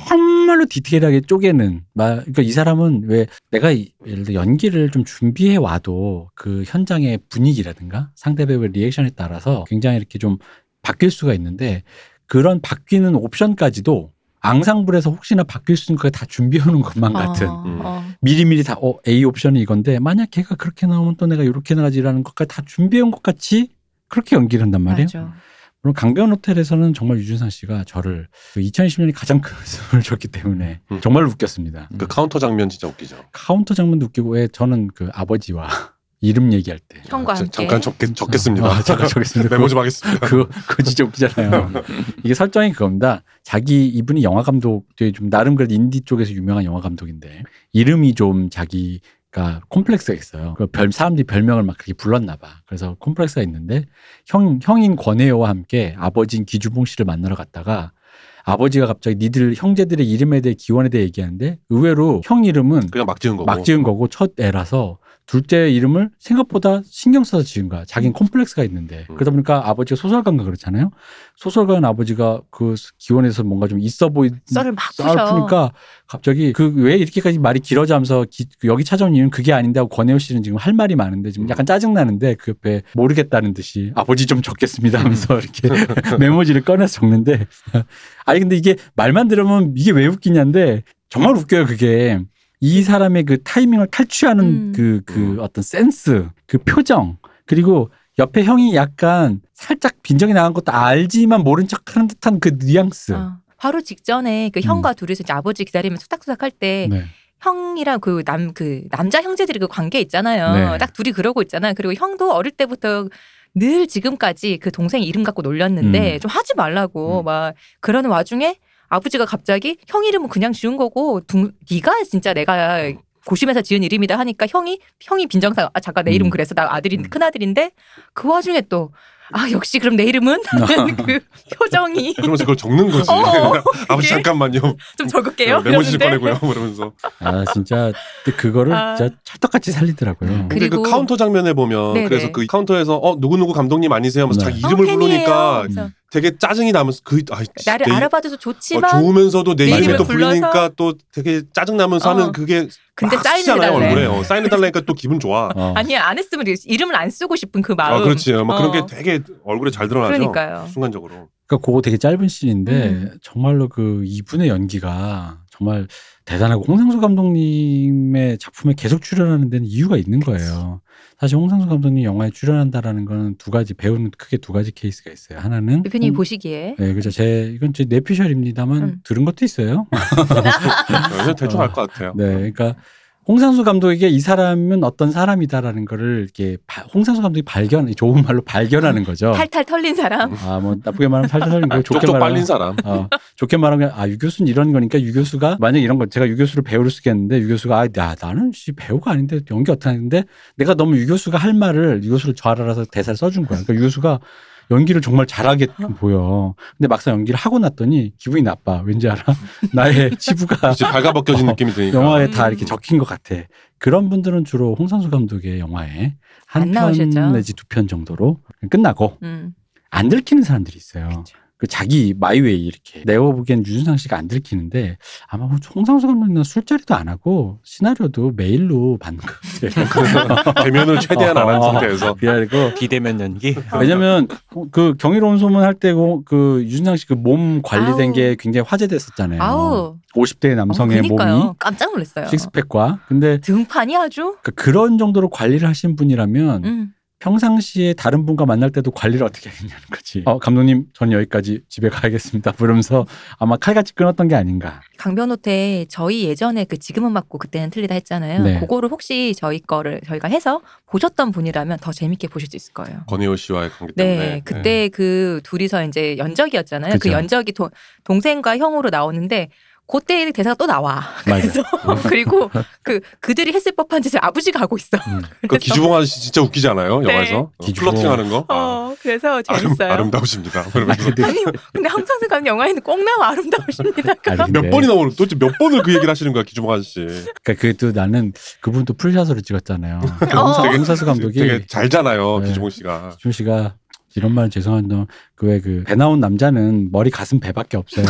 S2: 정말로 디테일하게 쪼개는. 마, 그러니까 이 사람은 왜 내가 이- 예를 들어 연기를 좀 준비해 와도 그 현장의 분위기라든가 상대 배우의 리액션에 따라서 굉장히 이렇게 좀 바뀔 수가 있는데 그런 바뀌는 옵션까지도 앙상블에서 혹시나 바뀔 수 있는 거 다 준비해 오는 것만
S1: 어,
S2: 같은
S3: 음.
S1: 어.
S2: 미리미리 다 어, A 옵션이 이건데 만약 걔가 그렇게 나오면 또 내가 이렇게 나가지라는 것까지 다 준비해 온 것 같이 그렇게 연기를 한단 말이에요.
S1: 맞아.
S2: 물론 강변 호텔에서는 정말 유준상 씨가 저를 그 2020년이 가장 큰 웃음을 줬기 때문에
S3: 음.
S2: 정말 웃겼습니다.
S3: 그 카운터 장면 진짜 웃기죠.
S2: 카운터 장면도 웃기고 왜 저는 그 아버지와 이름 얘기할 때
S1: 형과
S3: 자-
S1: 함께.
S3: 아, 잠깐 적겠, 적겠습니다. 네,
S2: 아, 잠깐 적겠습니다.
S3: 메모 좀 하겠습니다.
S2: 그거, 그거 진짜 웃기잖아요. 이게 설정이 그겁니다. 자기 이분이 영화 감독, 되게 좀 나름 그래도 인디 쪽에서 유명한 영화 감독인데 이름이 좀 자기가 콤플렉스가 있어요. 그 별, 사람들이 별명을 막 그렇게 불렀나 봐. 그래서 콤플렉스가 있는데 형, 형인 권혜여와 함께 아버지인 기주봉 씨를 만나러 갔다가 아버지가 갑자기 니들 형제들의 이름에 대해 기원에 대해 얘기하는데 의외로 형 이름은
S3: 그냥 막 지은 거고.
S2: 막 지은 거고 첫 애라서 둘째 이름을 생각보다 신경 써서 지은 거야. 자긴 콤플렉스가 있는데.
S3: 음.
S2: 그러다 보니까 아버지가 소설가인가 그렇잖아요. 소설가는 아버지가 그 기원에서 뭔가 좀 있어 보이는
S1: 썰을 막
S2: 썰을
S1: 푸셔.
S2: 푸니까 갑자기 그 왜 이렇게까지 말이 길어지면서 기- 여기 찾아온 이유는 그게 아닌데 하고 권혜호 씨는 지금 할 말이 많은데 지금
S3: 음.
S2: 약간 짜증나는데 그 옆에 모르겠다는 듯이 아버지 좀 적겠습니다 하면서 이렇게 메모지를 꺼내서 적는데 아니 근데 이게 말만 들으면 이게 왜 웃기냐인데 정말 웃겨요 그게 이 사람의 그 타이밍을
S1: 음.
S2: 탈취하는 그 그
S3: 음.
S2: 어떤 센스 그 표정 그리고 옆에 형이 약간 살짝 빈정이 나간 것도 알지만 모른 척하는 듯한 그 뉘앙스
S1: 어. 바로 직전에 그 형과 둘이서 이제 아버지 기다리면 소닥소닥 할때
S2: 네.
S1: 형이랑 그 남 그 남자 형제들이 그 관계 있잖아요.
S2: 네.
S1: 딱 둘이 그러고 있잖아. 그리고 형도 어릴 때부터 늘 지금까지 그 동생 이름 갖고 놀렸는데
S2: 음.
S1: 좀 하지 말라고
S2: 음.
S1: 막 그러는 와중에 아버지가 갑자기 형 이름은 그냥 지은 거고 둥, 네가 진짜 내가 고심해서 지은 이름이다 하니까 형이 형이 빈정상 아 잠깐 내 이름
S2: 음.
S1: 그래서 나 아들인 큰 아들인데 그 와중에 또 아 역시 그럼 내 이름은
S3: 아.
S1: 하는 그 표정이
S3: 그러면서 그걸 적는 거지.
S1: 어, 어.
S3: 아버지
S1: 이게?
S3: 잠깐만요. 네,
S1: 좀 적을게요.
S3: 메모 지
S1: 이러는데.
S3: 꺼내고요. 그러면서.
S2: 아 진짜 근데 그거를
S1: 아.
S2: 진짜 찰떡같이 살리더라고요.
S1: 그-
S3: 근데 그
S1: 그리고-
S3: 카운터 장면에 보면
S1: 네네.
S3: 그래서 그 카운터에서 어 누구 누구 감독님 아니세요? 하면서
S2: 네.
S3: 자기
S1: 어,
S3: 이름을
S1: 팬이에요.
S3: 부르니까
S1: 그래서
S3: 되게 짜증이 나면서 그 아이, 씨,
S1: 나를
S3: 내 이-
S1: 알아봐줘서
S3: 어,
S1: 좋지만
S3: 좋으면서도 내
S1: 내
S3: 이름을
S2: 이름을
S3: 또
S1: 불러서-
S3: 부르니까 또 되게 짜증 나면서
S1: 어.
S3: 하는 그게
S1: 근데
S3: 막
S1: 사인을
S3: 쓰잖아요,
S1: 달래.
S3: 얼굴에 어, 사인을 달라니까 또 기분 좋아.
S2: 어.
S1: 아니 안 했으면 이렇게 이름을 안 쓰고 싶은 그 마음.
S3: 아 그렇지. 막
S1: 어.
S3: 그런 게 되게 얼굴에 잘 드러나죠.
S1: 그러니까요.
S3: 순간적으로.
S2: 그러니까 그거 되게 짧은 씬인데
S1: 음.
S2: 정말로 그 이분의 연기가 정말 대단하고 홍상수 감독님의 작품에 계속 출연하는 데는 이유가 있는 거예요. 사실 홍상수 감독님 영화에 출연한다라는 건 두 가지 배우는 크게 두 가지 케이스가 있어요. 하나는
S1: 대표님이
S3: 음.
S2: 홍-
S1: 보시기에
S2: 네, 그죠. 제 이건 제 내피셜입니다만
S1: 음.
S2: 들은 것도 있어요.
S3: 그냥 대충
S2: 어.
S3: 알 것 같아요.
S2: 네, 그러니까 홍상수 감독에게 이 사람은 어떤 사람이다라는 거를 이렇게 바- 홍상수 감독이 발견, 좋은 말로 발견하는 거죠.
S1: 탈탈 털린 사람.
S2: 아, 뭐 나쁘게 말하면 탈탈하는 거, 좋게
S3: 쪽쪽
S2: 말하면
S3: 빨린 사람.
S2: 어, 좋게 말하면 아 유교수는 이런 거니까 유교수가 만약 이런 거 제가 유교수를 배우를 쓰겠는데 유교수가 아 나, 나는 씨 배우가 아닌데 연기 어떻게 하는데 내가 너무 유교수가 할 말을 유교수를 잘 알아서 대사를 써준 거야. 그러니까 유교수가 연기를 정말 잘하게
S1: 어.
S2: 좀 보여. 근데 막상 연기를 하고 났더니 기분이 나빠. 왠지 알아? 나의 치부가
S3: 이제 발가벗겨진
S2: 어,
S3: 느낌이 드니까.
S2: 영화에 다
S1: 음.
S2: 이렇게 적힌 것 같아. 그런 분들은 주로 홍상수 감독의 영화에
S1: 안
S2: 한 편
S1: 나오셨죠.
S2: 내지 두 편 정도로 끝나고
S1: 음.
S2: 안 들키는 사람들이 있어요. 그 자기 마이웨이 이렇게 내가 보기엔 유준상 씨가 안 들키는데 아마 홍상수 감독님은 술자리도 안 하고 시나리오도 메일로 받는 것 같아요.
S3: 대면을 최대한 안 한
S2: 어.
S3: 상태에서
S2: 그래가지고
S4: 비대면 연기.
S2: 왜냐면 그 경이로운 소문 할 때고 그 유준상 씨 그 몸 관리된
S1: 아우.
S2: 게 굉장히
S3: 음.
S2: 화제됐었잖아요.
S1: 아우.
S2: 50대 남성의
S1: 어, 그러니까요. 네.
S2: 몸이
S1: 깜짝 놀랐어요.
S2: 식스팩과 근데 그
S1: 등판이 아주.
S2: 그런 정도로 관리를 하신 분이라면
S1: 음.
S2: 평상시에 다른 분과 만날 때도 관리를 어떻게 했냐는 거지. 어, 감독님, 전 여기까지 집에 가야겠습니다. 그러면서 아마 칼같이 끊었던 게 아닌가.
S1: 강변호태 저희 예전에 그 지금은 맞고 그때는 틀리다 했잖아요.
S2: 네.
S1: 그거를 혹시 저희 거를 저희가 해서 보셨던 분이라면 더 재밌게 보실 수 있을 거예요.
S3: 권혜호 씨와의 관계
S1: 네,
S3: 때문에
S1: 그때 그 둘이서 이제 연적이었잖아요. 그
S2: 그죠.
S1: 연적이 도- 동생과 형으로 나오는데 그때 대사가 또 나와.
S2: 맞아.
S1: 그래서 그리고 그 그들이 했을 법한 짓을 아버지가 하고 있어.
S2: 음.
S3: 그
S1: 그래서-
S3: 기주봉 아저씨 진짜 웃기지 않아요
S1: 그렇죠. 네.
S3: 영화에서 어,
S2: 기주봉.
S3: 플러팅하는 거 아,
S1: 어, 그래서
S3: 아름,
S1: 재밌어요.
S3: 아름다우십니다 그러면서
S1: 아니, 근데 항상 가는 영화에는 꼭 나와 아름다우십니다.
S2: 아니,
S3: 몇
S2: 근데
S3: 번이 나오는 도대체 몇 번을 그 얘기를 하시는 거야 기주봉 아저씨
S2: 그러니까 그또 나는 그분 또 풀샷으로 찍었잖아요. 그
S1: 어.
S2: 홍사, 홍사수 감독이
S3: 되게 잘잖아요
S2: 네.
S3: 기주봉 씨가
S2: 준 씨가 이런 말 죄송한데 그왜 그 배 나온 남자는 머리 가슴 배밖에 없어요.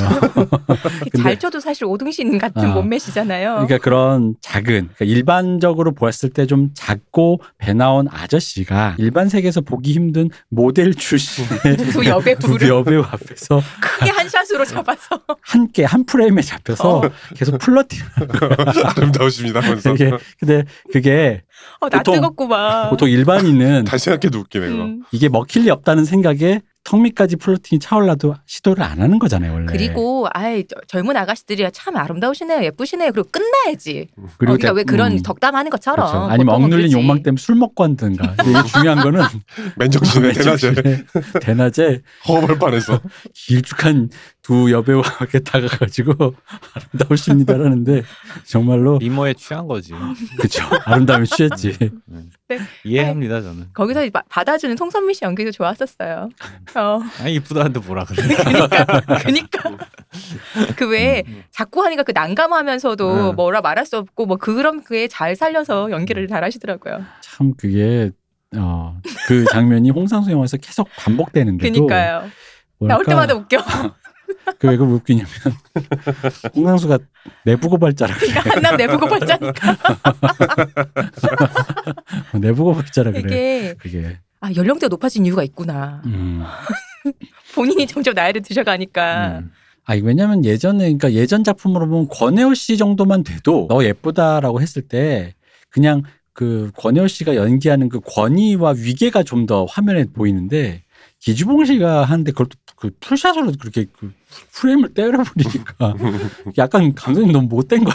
S1: 잘 쳐도 사실 오등신 같은
S2: 아,
S1: 몸매시잖아요.
S2: 그러니까 그런 작은 그러니까 일반적으로 보았을 때 좀 작고 배 나온 아저씨가 일반 세계에서 보기 힘든 모델 출신의 그
S1: 두 여배우를
S2: 두 여배우 앞에서
S1: 크게 한 샷으로 잡아서
S2: 함께 한 프레임에
S1: 어.
S2: 잡혀서 계속 플러팅.
S3: 아름다우십니다 하면서
S2: 이게 근데 그게
S1: 어, 나
S2: 보통-
S1: 뜨겁구만.
S2: 보통 일반인은
S3: 다시 생각해도 웃기네 그거
S1: 음.
S2: 이게 먹힐 리 없다는 생각에 턱밑까지 플러팅이 차올라도 시도를 안 하는 거잖아요 원래.
S1: 그리고 아이 저- 젊은 아가씨들이 참 아름다우시네요, 예쁘시네요. 그리고 끝나야지.
S2: 그리고
S1: 어, 그러니까
S2: 대-
S1: 왜 그런
S2: 음.
S1: 덕담하는 것처럼
S2: 그렇죠. 아니면
S1: 보통은
S2: 억눌린
S1: 그러지.
S2: 욕망 때문에 술 먹고 한든가. 근데 이게 중요한 거는
S3: 아, 맨정신에 대낮에
S2: 대낮에
S3: 허벌 반해서
S2: 길쭉한 두 여배우에게 다가가지고 아름다우십니다라는데 정말로
S4: 미모에 취한 거지.
S2: 그쵸 아름다움에 취했지.
S4: 네.
S1: 네.
S4: 이해합니다 저는.
S1: 거기서 마- 받아주는 송선미 씨 연기도 좋았었어요. 어,
S4: 아니 이쁘다는데 뭐라 그래.
S1: 그러니까, 그러니까 그 왜 자꾸 하니까 그
S2: 네.
S1: 난감하면서도
S4: 음.
S1: 뭐라 말할 수 없고 뭐 그런 그에 잘 살려서
S2: 음.
S1: 연기를 잘하시더라고요.
S2: 참 그게 어, 그 장면이 홍상수 영화에서 계속 반복되는데도 그러니까
S1: 그니까요. 나올
S2: 뭐랄까,
S1: 때마다 웃겨.
S2: 그 왜그 웃기냐면 홍상수가 내부고발자라 그래
S1: 그러니까 한남 내부고 봤자니까
S2: 내부고발자라 그래
S1: 이게
S2: 그게
S1: 아 연령대가 높아진 이유가 있구나.
S2: 음.
S1: 본인이 점점 나이를 드셔가니까
S4: 음.
S2: 아, 이거 왜냐면 예전에, 그러니까 예전 작품으로 보면 권혜호 씨 정도만 돼도 너 예쁘다라고 했을 때 그냥 그 권혜호 씨가 연기하는 그 권위와 위계가 좀 더 화면에 보이는데 기주봉 씨가 하는데 그걸 또 그 풀샷으로 그렇게 그 프레임을 때려버리니까 약간 감독님 너무 못된 거야.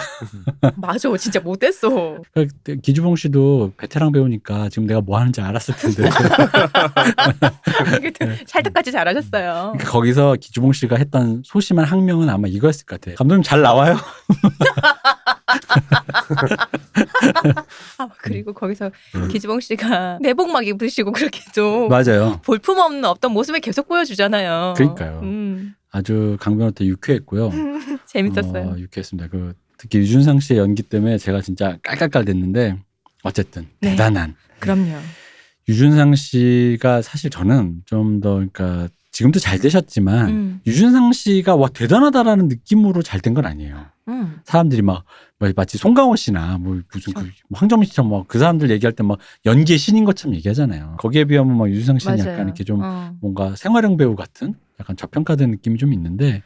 S1: 맞아 진짜 못됐어.
S2: 그러니까 기주봉 씨도 베테랑 배우니까 지금 내가 뭐 하는지 알았을 텐데. 네.
S1: 그때 찰떡같이 잘하셨어요.
S2: 그러니까 거기서 기주봉 씨가 했던 소심한 학명은 아마 이거였을 것 같아요. 감독님 잘 나와요?
S1: 아, 그리고 거기서
S2: 음.
S1: 기지봉 씨가 내복 막 입으시고 그렇게 좀
S2: 맞아요.
S1: 볼품 없는 어떤 모습을 계속 보여주잖아요.
S2: 그러니까요.
S1: 음,
S2: 아주 강변호 때 유쾌했고요.
S1: 재밌었어요.
S2: 어, 유쾌했습니다. 그 특히 유준상 씨의 연기 때문에 제가 진짜 깔깔깔 됐는데 어쨌든
S1: 네.
S2: 대단한
S1: 그럼요.
S2: 유준상 씨가 사실 저는 좀 더 그러니까 지금도 잘 되셨지만
S1: 음,
S2: 유준상 씨가 와 대단하다라는 느낌으로 잘 된 건 아니에요.
S1: 음.
S2: 사람들이 막뭐 마- 마치 송강호 씨나 뭐 무슨 그
S1: 그렇죠.
S2: 황정민 씨처럼 막 그 사람들 얘기할 때 막 연기의 신인 것처럼 얘기하잖아요. 거기에 비하면 막 유준상 씨는
S1: 맞아요.
S2: 약간 이렇게 좀
S1: 어.
S2: 뭔가 생활형 배우 같은 약간 저평가된 느낌이 좀 있는데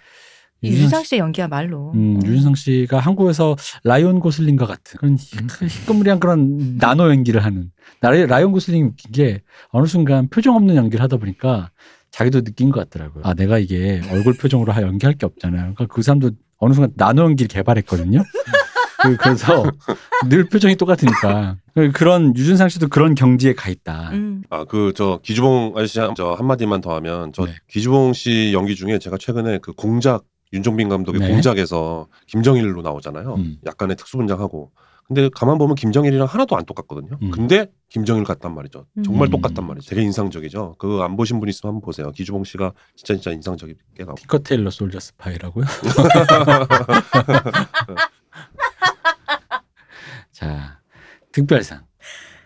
S1: 유상 씨의 어. 연기야말로.
S2: 음, 유준상 씨가 한국에서 라이온 고슬링과 같은 그런 희- 희끄무리한 그런 나노 연기를 하는 나리- 라이온 고슬링이 웃긴 게 어느 순간 표정 없는 연기를 하다 보니까 자기도 느낀 것 같더라고요. 아 내가 이게 얼굴 표정으로 하- 연기할 게 없잖아요. 그러니까 그 사람도 어느 순간 나노 연기를 개발했거든요. 그- 그래서 늘 표정이 똑같으니까 그런 유준상 씨도 그런 경지에 가 있다.
S1: 음.
S3: 아 그 저 기주봉 아저씨 한, 저 한마디만 더 하면 저
S2: 네.
S3: 기주봉 씨 연기 중에 제가 최근에 그 공작 윤종빈 감독의
S2: 네.
S3: 공작에서 김정일로 나오잖아요.
S2: 음.
S3: 약간의 특수분장하고 근데 가만 보면 김정일이랑 하나도 안 똑같거든요.
S2: 음.
S3: 근데 김정일 같단 말이죠.
S1: 음.
S3: 정말 똑같단 말이죠. 되게 인상적이죠. 그거 안 보신 분 있으면 한번 보세요. 기주봉 씨가 진짜 진짜 인상적이게 나오고
S2: 피커 테일러 솔저 스파이라고요? 자, 특별상.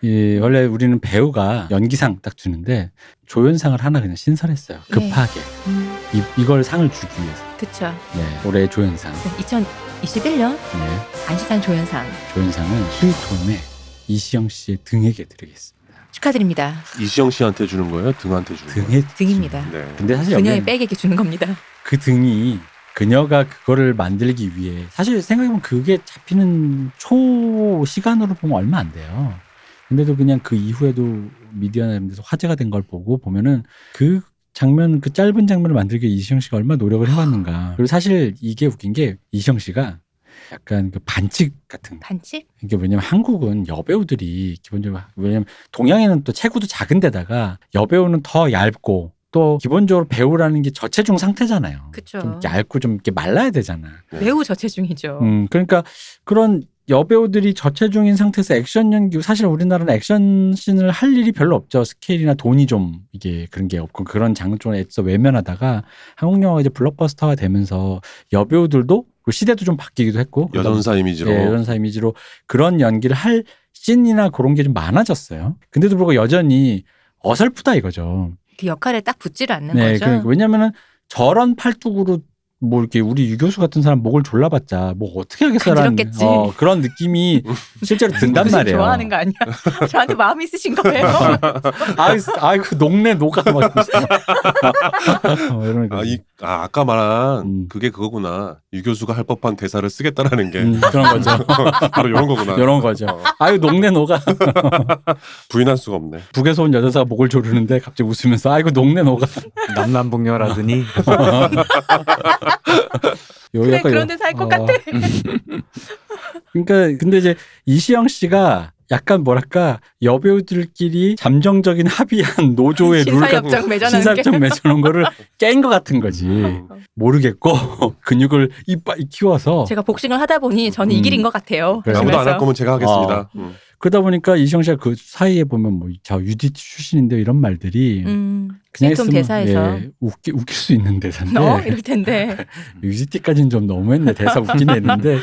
S2: 이 원래 우리는 배우가 연기상 딱 주는데 조연상을 하나 그냥
S1: 네.
S2: 신설했어요. 급하게
S1: 음.
S2: 이, 이걸 상을 주기 위해서.
S1: 그쵸.
S2: 네, 올해 조연상.
S1: 2021년
S2: 네,
S1: 안시상 조연상
S2: 조연상은 수익토음의 이시영 씨의 등에게 드리겠습니다.
S1: 축하드립니다.
S3: 이시영 씨한테 주는 거예요? 등한테 주는 거예요?
S2: 등에
S1: 등입니다.
S3: 네.
S2: 근데 사실
S1: 그녀의
S2: 여기는
S1: 백에게 주는 겁니다.
S2: 그 등이 그녀가 그거를 만들기 위해 사실 생각해보면 그게 잡히는 초 시간으로 보면 얼마 안 돼요. 근데도 그냥 그 이후에도 미디어나 이런 데서 화제가 된 걸 보고 보면은 그 장면 그 짧은 장면을 만들기 위해 이시영 씨가 얼마나 노력을 해왔는가. 그리고 사실 이게 웃긴 게 이시영 씨가 약간 그 반칙 같은
S1: 반칙?
S2: 이게 왜냐면 한국은 여배우들이 기본적으로 왜냐면 동양에는 또 체구도 작은데다가 여배우는 더 얇고 또 기본적으로 배우라는 게 저체중 상태잖아요.
S1: 그쵸. 어.
S2: 좀 얇고 좀 이렇게 말라야 되잖아.
S1: 매우 저체중이죠.
S2: 네. 음, 그러니까 그런 여배우들이 저체중인 상태에서 액션 연기 사실 우리나라는 액션 씬을 할 일이 별로 없죠 스케일이나 돈이 좀 이게 그런 게 없고 그런 장르 쪽에 애써 외면하다가 한국 영화가 이제 블록버스터가 되면서 여배우들도 그리고 시대도 좀 바뀌기도 했고
S3: 여전사 이미지로
S2: 예, 여전사 이미지로 그런 연기를 할 씬이나 그런 게 좀 많아졌어요. 근데도 불구하고 여전히 어설프다 이거죠.
S1: 그 역할에 딱 붙지를 않는 거죠.
S2: 그러니까 왜냐면은 저런 팔뚝으로 뭐 이렇게 우리 유교수 같은 사람 목을 졸라봤자 뭐 어떻게 하겠어라는
S1: 간지럽겠지.
S2: 어, 그런 느낌이 실제로 든단
S1: 무슨
S2: 말이에요.
S1: 좋아하는 거 아니야? 저한테 마음 있으신 거예요?
S2: 아이, 아이고 녹네 녹아 막 이러면서. 어, 이러면
S3: 아, 이, 아, 아까 말한
S2: 음.
S3: 그게 그거구나. 유 교수가 할 법한 대사를 쓰겠다라는 게
S2: 음, 그런 거죠.
S3: 바로 이런 거구나.
S2: 이런 거죠.
S3: 어,
S2: 아유 녹네 녹아.
S3: 부인할 수가 없네.
S2: 북에서 온 여자가 목을 조르는데 갑자기 웃으면서 아이고 녹네 녹아.
S4: 남남북녀라더니 그러니까
S2: 요
S1: 그래
S2: 어. 약간 요-
S1: 그런데 살 것
S2: 어.
S1: 같아.
S2: 그러니까 근데 이제 이시영 씨가 약간 뭐랄까 여배우들끼리 잠정적인 합의한 노조의 룰과
S1: 신사협정 매장하는 게.
S2: 신사점 맺어놓은 거를 깬 것 같은 거지 모르겠고 근육을 이빨 키워서
S1: 제가 복싱을 하다 보니 저는
S2: 뭐. 음.
S1: 이 길인 것 같아요.
S2: 그래.
S3: 아무도 안
S1: 그러면서.
S3: 할 거면 제가 하겠습니다.
S2: 어.
S3: 음.
S2: 그러다 보니까 이시영 씨가 그 사이에 보면 뭐저 UD 출신인데 이런 말들이
S1: 음,
S2: 그냥
S1: 좀
S2: 있으면
S1: 대사에서
S2: 예, 웃기, 웃길 수 있는 대사인데
S1: 어 이럴 텐데
S2: UDT까지는 좀 너무했네 대사 웃긴 했는데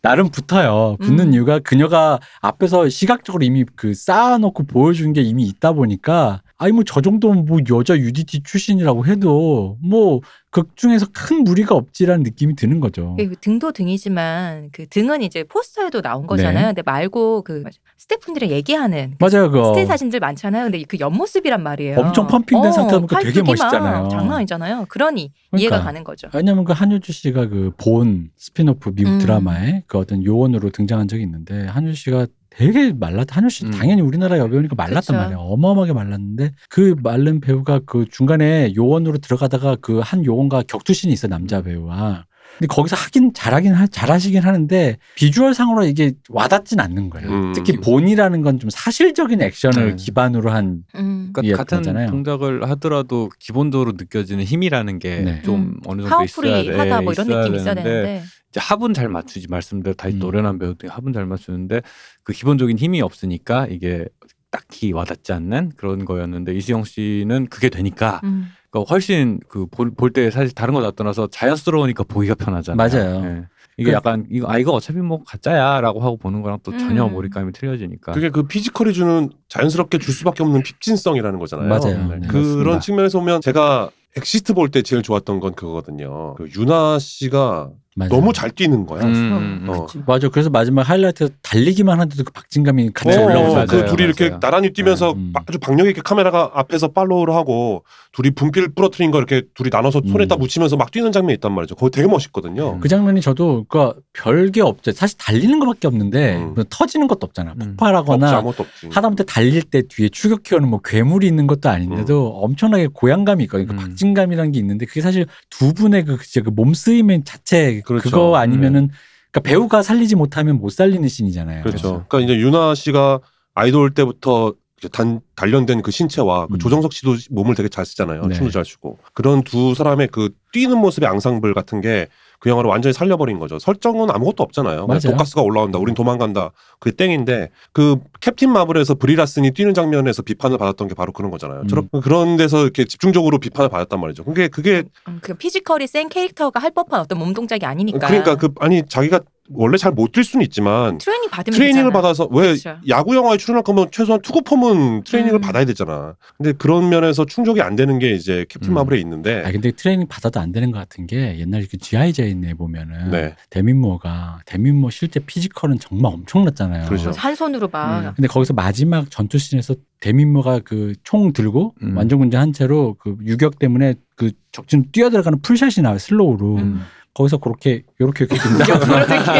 S2: 나름 붙어요. 붙는
S1: 음.
S2: 이유가 그녀가 앞에서 시각적으로 이미 그 쌓아놓고 보여준 게 이미 있다 보니까 아니 뭐 저 정도면 뭐 여자 UDT 출신이라고 해도 뭐 극 중에서 큰 무리가 없지라는 느낌이 드는 거죠.
S1: 그 등도 등이지만 그 등은 이제 포스터에도 나온 거잖아요.
S2: 네.
S1: 근데 말고 그 스태프분들이 얘기하는
S2: 맞아요, 그거.
S1: 스틸 사진들 많잖아요. 근데 그 옆모습이란 말이에요.
S2: 어.
S1: 어,
S2: 엄청 펌핑된 상태다 보니까
S1: 팔뚝이
S2: 되게
S1: 막
S2: 멋있잖아요.
S1: 장난 아니잖아요. 그러니 이해가
S2: 그러니까.
S1: 가는 거죠.
S2: 왜냐면 그 한효주 씨가 그 본 스피노프 미국
S1: 음.
S2: 드라마에 그 어떤 요원으로 등장한 적이 있는데 한효주 씨가 되게 말랐다. 한효주 씨
S4: 음.
S2: 당연히 우리나라 여배우니까 말랐단
S1: 그쵸.
S2: 말이야. 어마어마하게 말랐는데 그 마른 배우가 그 중간에 요원으로 들어가다가 그 한 요원과 격투신이 있어 남자 배우와. 근데 거기서 하긴 잘하긴 하- 잘하시긴 하는데 비주얼 상으로 이게 와닿진 않는 거예요.
S3: 음.
S2: 특히 본이라는 건 좀 사실적인 액션을
S4: 네.
S2: 기반으로 한
S1: 음.
S4: 그러니까
S2: 예,
S4: 같은
S2: 그러잖아요.
S4: 동작을 하더라도 기본적으로 느껴지는 힘이라는 게 좀
S2: 네.
S1: 음.
S4: 어느 정도 있어야 돼. 예,
S1: 파워풀이하다 뭐 이런
S4: 있어야
S1: 느낌 이 있어야 되는데
S4: 이제 합은 잘 맞추지 말씀대로 다시
S2: 음.
S4: 노련한 배우들이 합은 잘 맞추는데 그 기본적인 힘이 없으니까 이게 딱히 와닿지 않는 그런 거였는데 이수영 씨는 그게 되니까
S1: 음.
S4: 그러니까 훨씬 그 볼 때 사실 다른 거 다 떠나서 자연스러우니까 보기가 편하잖아요.
S2: 맞아요.
S4: 예. 이게
S2: 그-
S4: 약간 이거 아 이거 어차피 뭐 가짜야라고 하고 보는 거랑 또 전혀
S1: 음.
S4: 몰입감이
S2: 아.
S4: 틀려지니까.
S3: 그게 그 피지컬이 주는 자연스럽게 줄 수밖에 없는 핍진성이라는 거잖아요.
S2: 맞아요.
S4: 네,
S3: 그런
S2: 맞습니다.
S3: 측면에서 보면 제가 엑시트 볼 때 제일 좋았던 건 그거거든요. 그 유나 씨가
S2: 맞아요.
S3: 너무 잘 뛰는 거야.
S4: 음, 음,
S3: 어.
S2: 맞아. 그래서 마지막 하이라이트 달리기만 하는데도 그 박진감이 같이
S4: 어,
S2: 올라오죠.
S4: 맞아요,
S3: 그 둘이
S4: 맞아요.
S3: 이렇게 나란히 뛰면서
S2: 네, 음.
S3: 바- 아주 박력 있게 카메라가 앞에서 팔로우를 하고 둘이 분필 부러뜨린 거 이렇게 둘이 나눠서 손에다
S2: 음.
S3: 묻히면서 막 뛰는 장면이 있단 말이죠. 그거 되게 멋있거든요.
S4: 음.
S2: 그 장면이 저도 그러니까 별게 없죠. 사실 달리는 것밖에 없는데
S3: 음.
S2: 뭐 터지는 것도 없잖아.
S4: 음.
S3: 없지
S2: 폭발하거나
S3: 아무것도 없지.
S2: 하다못해 달릴 때 뒤에 추격해오는 뭐 괴물이 있는 것도 아닌데도
S3: 음.
S2: 엄청나게 고양감이 있거든요. 그
S4: 음.
S2: 박진감이라는 게 있는데 그게 사실 두 분의 그 진짜 그 몸쓰임 자체 그
S3: 그렇죠.
S2: 거 아니면은 그러니까 배우가 살리지 못하면 못 살리는 신이잖아요.
S3: 그렇죠. 그러니까 이제 유나 씨가 아이돌 때부터 이제 단 단련된 그 신체와 그
S2: 음.
S3: 조정석 씨도 몸을 되게 잘 쓰잖아요.
S2: 네.
S3: 춤도 잘 추고 그런 두 사람의 그 뛰는 모습의 앙상블 같은 게 그 영화를 완전히 살려버린 거죠. 설정은 아무것도 없잖아요. 그냥
S2: 맞아요.
S3: 독가스가 올라온다. 우린 도망간다. 그게 땡인데 그 캡틴 마블에서 브리라슨이 뛰는 장면에서 비판을 받았던 게 바로 그런 거잖아요.
S2: 음.
S3: 저런 그런 데서 이렇게 집중적으로 비판을 받았단 말이죠. 그게 그게
S1: 음, 그 피지컬이 센 캐릭터가 할 법한 어떤 몸 동작이 아니니까
S3: 그러니까 그 아니 자기가 원래 잘 못 뛸 수는 있지만
S1: 트레이닝 받으면
S3: 트레이닝을
S1: 되잖아.
S3: 받아서 왜
S1: 그쵸.
S3: 야구 영화에 출연할 거면 최소한 투구 폼은 트레이닝을
S1: 음.
S3: 받아야 되잖아. 근데 그런 면에서 충족이 안 되는 게 이제 캡틴
S4: 음.
S3: 마블에 있는데
S2: 아 근데 트레이닝 받아도 안 되는 것 같은 게 옛날 그 GI 제인에 보면은
S3: 네.
S2: 데민모어가 데민모 실제 피지컬은 정말 엄청났잖아요.
S3: 그렇죠.
S1: 한 손으로 어, 막
S4: 음.
S2: 근데 거기서 마지막 전투씬에서 데민모가 그 총 들고
S4: 음.
S2: 완전 군장 한 채로 그 유격 때문에 그 적진 뛰어들어가는 풀샷이 나와요 슬로우로
S4: 음.
S2: 거기서 그렇게 요렇게 이렇게 된다.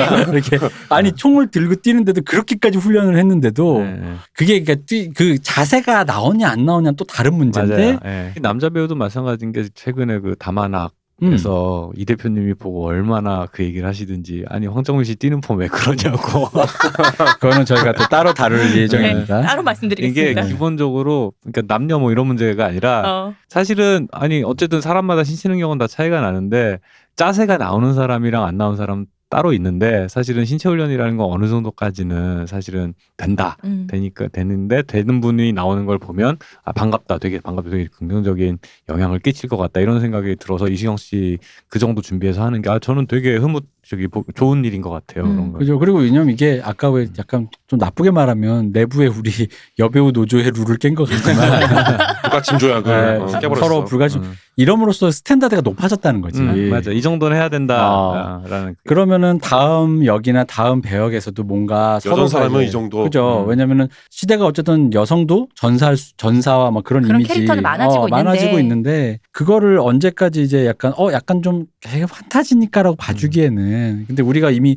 S1: 옆으로
S2: 이렇게 아니 총을 들고 뛰는데도 그렇게까지 훈련을
S4: 예,
S2: 했는데도 그게 그러니까 뛰, 그 자세가 나오냐 안 나오냐 는또 다른 문제인데
S4: 맞아요. 예. 남자 배우도 마찬가지인 게 최근에 그 다만악
S2: 음.
S4: 그래서 이 대표님이 보고 얼마나 그 얘기를 하시든지 아니 황정민 씨 뛰는 폼 왜 그러냐고
S2: 그거는 저희가 또 따로 다룰
S1: 네,
S2: 예정입니다.
S1: 따로
S4: 이게
S1: 말씀드리겠습니다.
S4: 기본적으로 그러니까 남녀 뭐 이런 문제가 아니라
S1: 어.
S4: 사실은 아니 어쨌든 사람마다 신체능력은 다 차이가 나는데 짜세가 나오는 사람이랑 안 나오는 사람 따로 있는데 사실은 신체 훈련이라는 건 어느 정도까지는 사실은 된다
S1: 음.
S4: 되니까 되는데 되는 분이 나오는 걸 보면 아 반갑다 되게 반갑다 되게 긍정적인 영향을 끼칠 것 같다 이런 생각이 들어서 이시경 씨 그 정도 준비해서 하는 게 아 저는 되게 흐뭇 저기 보- 좋은 일인 것 같아요
S1: 음.
S4: 그런 거
S2: 그죠. 그리고 왜냐면 이게 아까 왜 약간 좀 나쁘게 말하면 내부에 우리 여배우 노조의 룰을 깬 것 같지만
S3: 불가침 조약을
S2: 네,
S3: 어,
S2: 서로
S3: 깨버렸어.
S2: 불가침- 이름으로써 스탠다드가 높아졌다는 거지.
S4: 음, 맞아 이 정도는 해야
S2: 아.
S4: 된다라는
S2: 그러면은 다음 역이나 다음 배역에서도 뭔가
S3: 여전 사람은
S2: 서로가
S3: 이 정도.
S2: 그죠.
S4: 음. 왜냐면은
S2: 왜냐면은 시대가 어쨌든 여성도 전사 전사와 막 그런,
S1: 그런
S2: 이미지
S1: 캐릭터는 많아지고
S2: 어,
S1: 있는데.
S2: 많아지고 있는데 그거를 언제까지 이제 약간 어 약간 좀 에이, 판타지니까라고
S4: 음.
S2: 봐주기에는 근데 우리가 이미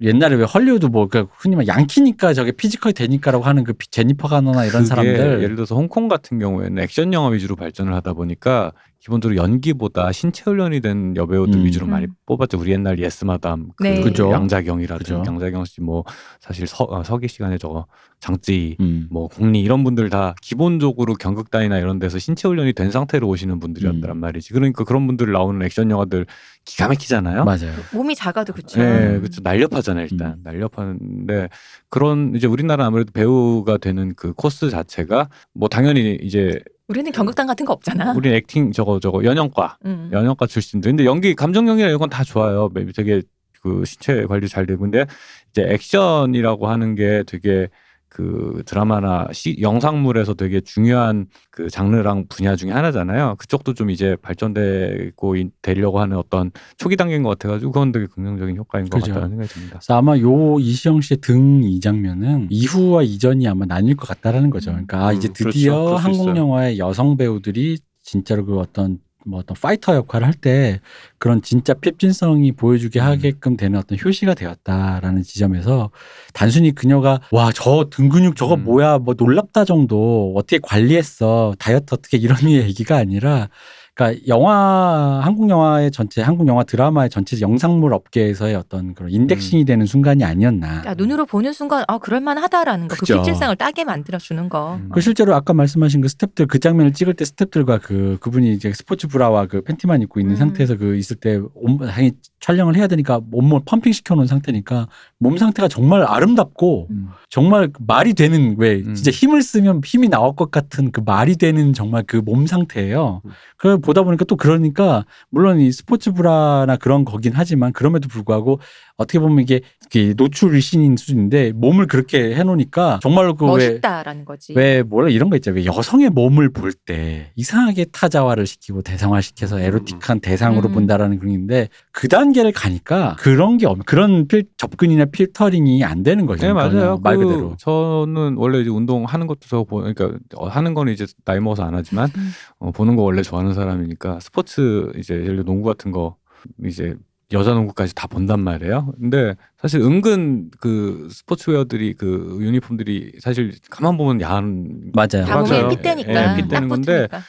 S2: 옛날에 왜 헐리우드 뭐 그러니까 흔히 말 양키니까 저게 피지컬이 되니까라고 하는 그 피- 제니퍼 가너나 이런
S4: 그게
S2: 사람들
S4: 예를 들어서 홍콩 같은 경우에는 액션 영화 위주로 발전을 하다 보니까 기본적으로 연기보다 신체 훈련이 된 여배우들
S2: 음.
S4: 위주로 많이
S1: 음.
S4: 뽑았죠. 우리 옛날 예스 마담, 그
S1: 네. 그죠.
S4: 양자경이라든지
S2: 그죠.
S4: 양자경 씨 뭐 사실 서, 아, 서기 시간에 저거 장찌
S2: 음.
S4: 뭐 공리 이런 분들 다 기본적으로 경극단이나 이런 데서 신체 훈련이 된 상태로 오시는
S2: 음.
S4: 분들이었단 말이지. 그러니까 그런 분들 나오는 액션 영화들 기가 막히잖아요.
S2: 맞아요.
S1: 몸이 작아도 그쵸.
S4: 예, 그렇죠. 날렵하잖아요, 일단.
S2: 음.
S4: 날렵하는데 그런 이제 우리나라 아무래도 배우가 되는 그 코스 자체가 뭐 당연히 이제
S1: 우리는 경극단 같은 거 없잖아.
S4: 우리 액팅 저거 저거 연영과
S1: 음.
S4: 연영과 출신들. 근데 연기 감정 연기나 이런 건 다 좋아요. 매- 되게 그 신체 관리 잘 되고 근데 이제 액션이라고 하는 게 되게 그 드라마나 시, 영상물에서 되게 중요한 그 장르랑 분야 중에 하나잖아요. 그쪽도 좀 이제 발전되고 이- 되려고 하는 어떤 초기 단계인 것 같아가지고 그건 되게 긍정적인 효과인 것
S2: 그죠.
S4: 같다는 생각이 듭니다.
S2: 그래서 아마 요 이시영 씨의 등 이 장면은 이후와 이전이 아마 나뉠 것 같다라는 거죠. 그러니까 아,
S3: 음,
S2: 이제
S3: 그렇죠.
S2: 드디어
S3: 그럴 수
S2: 한국
S3: 있어요.
S2: 영화의 여성 배우들이 진짜로 그 어떤 뭐 어떤 파이터 역할을 할 때 그런 진짜 핍진성이 보여주게
S4: 음.
S2: 하게끔 되는 어떤 효시가 되었다라는 지점에서 단순히 그녀가 와 저 등 근육 저거
S4: 음.
S2: 뭐야 뭐 놀랍다 정도 어떻게 관리했어 다이어트 어떻게 이런 류의 얘기가 아니라 그러니까 영화 한국 영화의 전체 한국 영화 드라마의 전체 영상물 업계에서의 어떤 그런 인덱싱이 되는 순간이 아니었나.
S1: 그러니까 눈으로 보는 순간 아 그럴만하다라는 거그
S2: 그죠.
S1: 빅질상을 따게 만들어 주는 거.
S4: 음.
S2: 그 실제로 아까 말씀하신 그 스탭들 그 장면을 찍을 때 스탭들과 그 그분이 이제 스포츠 브라와 그 팬티만 입고 있는
S1: 음.
S2: 상태에서 그 있을 때 온, 당연히 촬영을 해야 되니까 몸을 펌핑 시켜 놓은 상태니까 몸 상태가 정말 아름답고
S1: 음.
S2: 정말 말이 되는 왜
S4: 음.
S2: 진짜 힘을 쓰면 힘이 나올 것 같은 그 말이 되는 정말 그 몸 상태예요.
S3: 음.
S2: 그걸 보다 보니까 또 그러니까 물론 이 스포츠 브라나 그런 거긴 하지만 그럼에도 불구하고 어떻게 보면 이게 이게 노출이 신인 수준인데 몸을 그렇게 해놓으니까 정말로 그왜
S1: 멋있다라는 거지.
S2: 왜 뭐라 이런 거 있죠. 왜 여성의 몸을 볼 때 이상하게 타자화를 시키고 대상화시켜서 에로틱한 대상으로
S1: 음.
S2: 본다라는 그런 건데 그 단계를 가니까 그런 게 없, 그런 필, 접근이나 필터링이 안 되는 거죠.
S4: 네
S2: 그러니까
S4: 맞아요.
S2: 그냥 말
S4: 그
S2: 그대로.
S4: 저는 원래 이제 운동 하는 것도 저 보, 그러니까 어, 하는 건 이제 나이 먹어서 안 하지만
S1: 음.
S4: 어, 보는 거 원래 좋아하는 사람이니까 스포츠 이제 예를 들어 농구 같은 거 이제 여자 농구까지 다 본단 말이에요. 근데 사실 은근 그 스포츠웨어들이 그 유니폼들이 사실 가만 보면 야한
S2: 맞아요.
S1: 다
S4: 맞아요.
S1: 몸에 핏대니까.
S2: 예,
S4: 핏대는
S1: 딱
S4: 건데
S1: 붙으니까.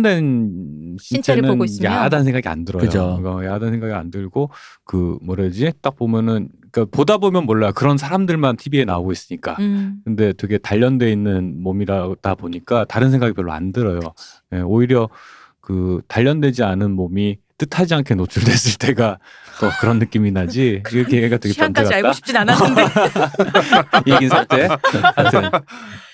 S4: 단련된
S1: 신체를 보고
S4: 신체는
S1: 있으면.
S4: 야하다는 생각이 안 들어요.
S2: 그죠.
S4: 그러니까 야하다는 생각이 안 들고 그 뭐라지 딱 보면은 그러니까 보다 보면 몰라 요 그런 사람들만 TV에 나오고 있으니까.
S1: 음.
S4: 근데 되게 단련돼 있는 몸이다 보니까 다른 생각이 별로 안 들어요. 예, 오히려 그 단련되지 않은 몸이 뜻하지 않게 노출됐을 때가 더 그런 느낌이 나지. 이렇게 얘가 되게 변태
S1: 시간까지 알고
S4: 같다.
S1: 싶진 않았는데
S4: 이긴 상태. 하여튼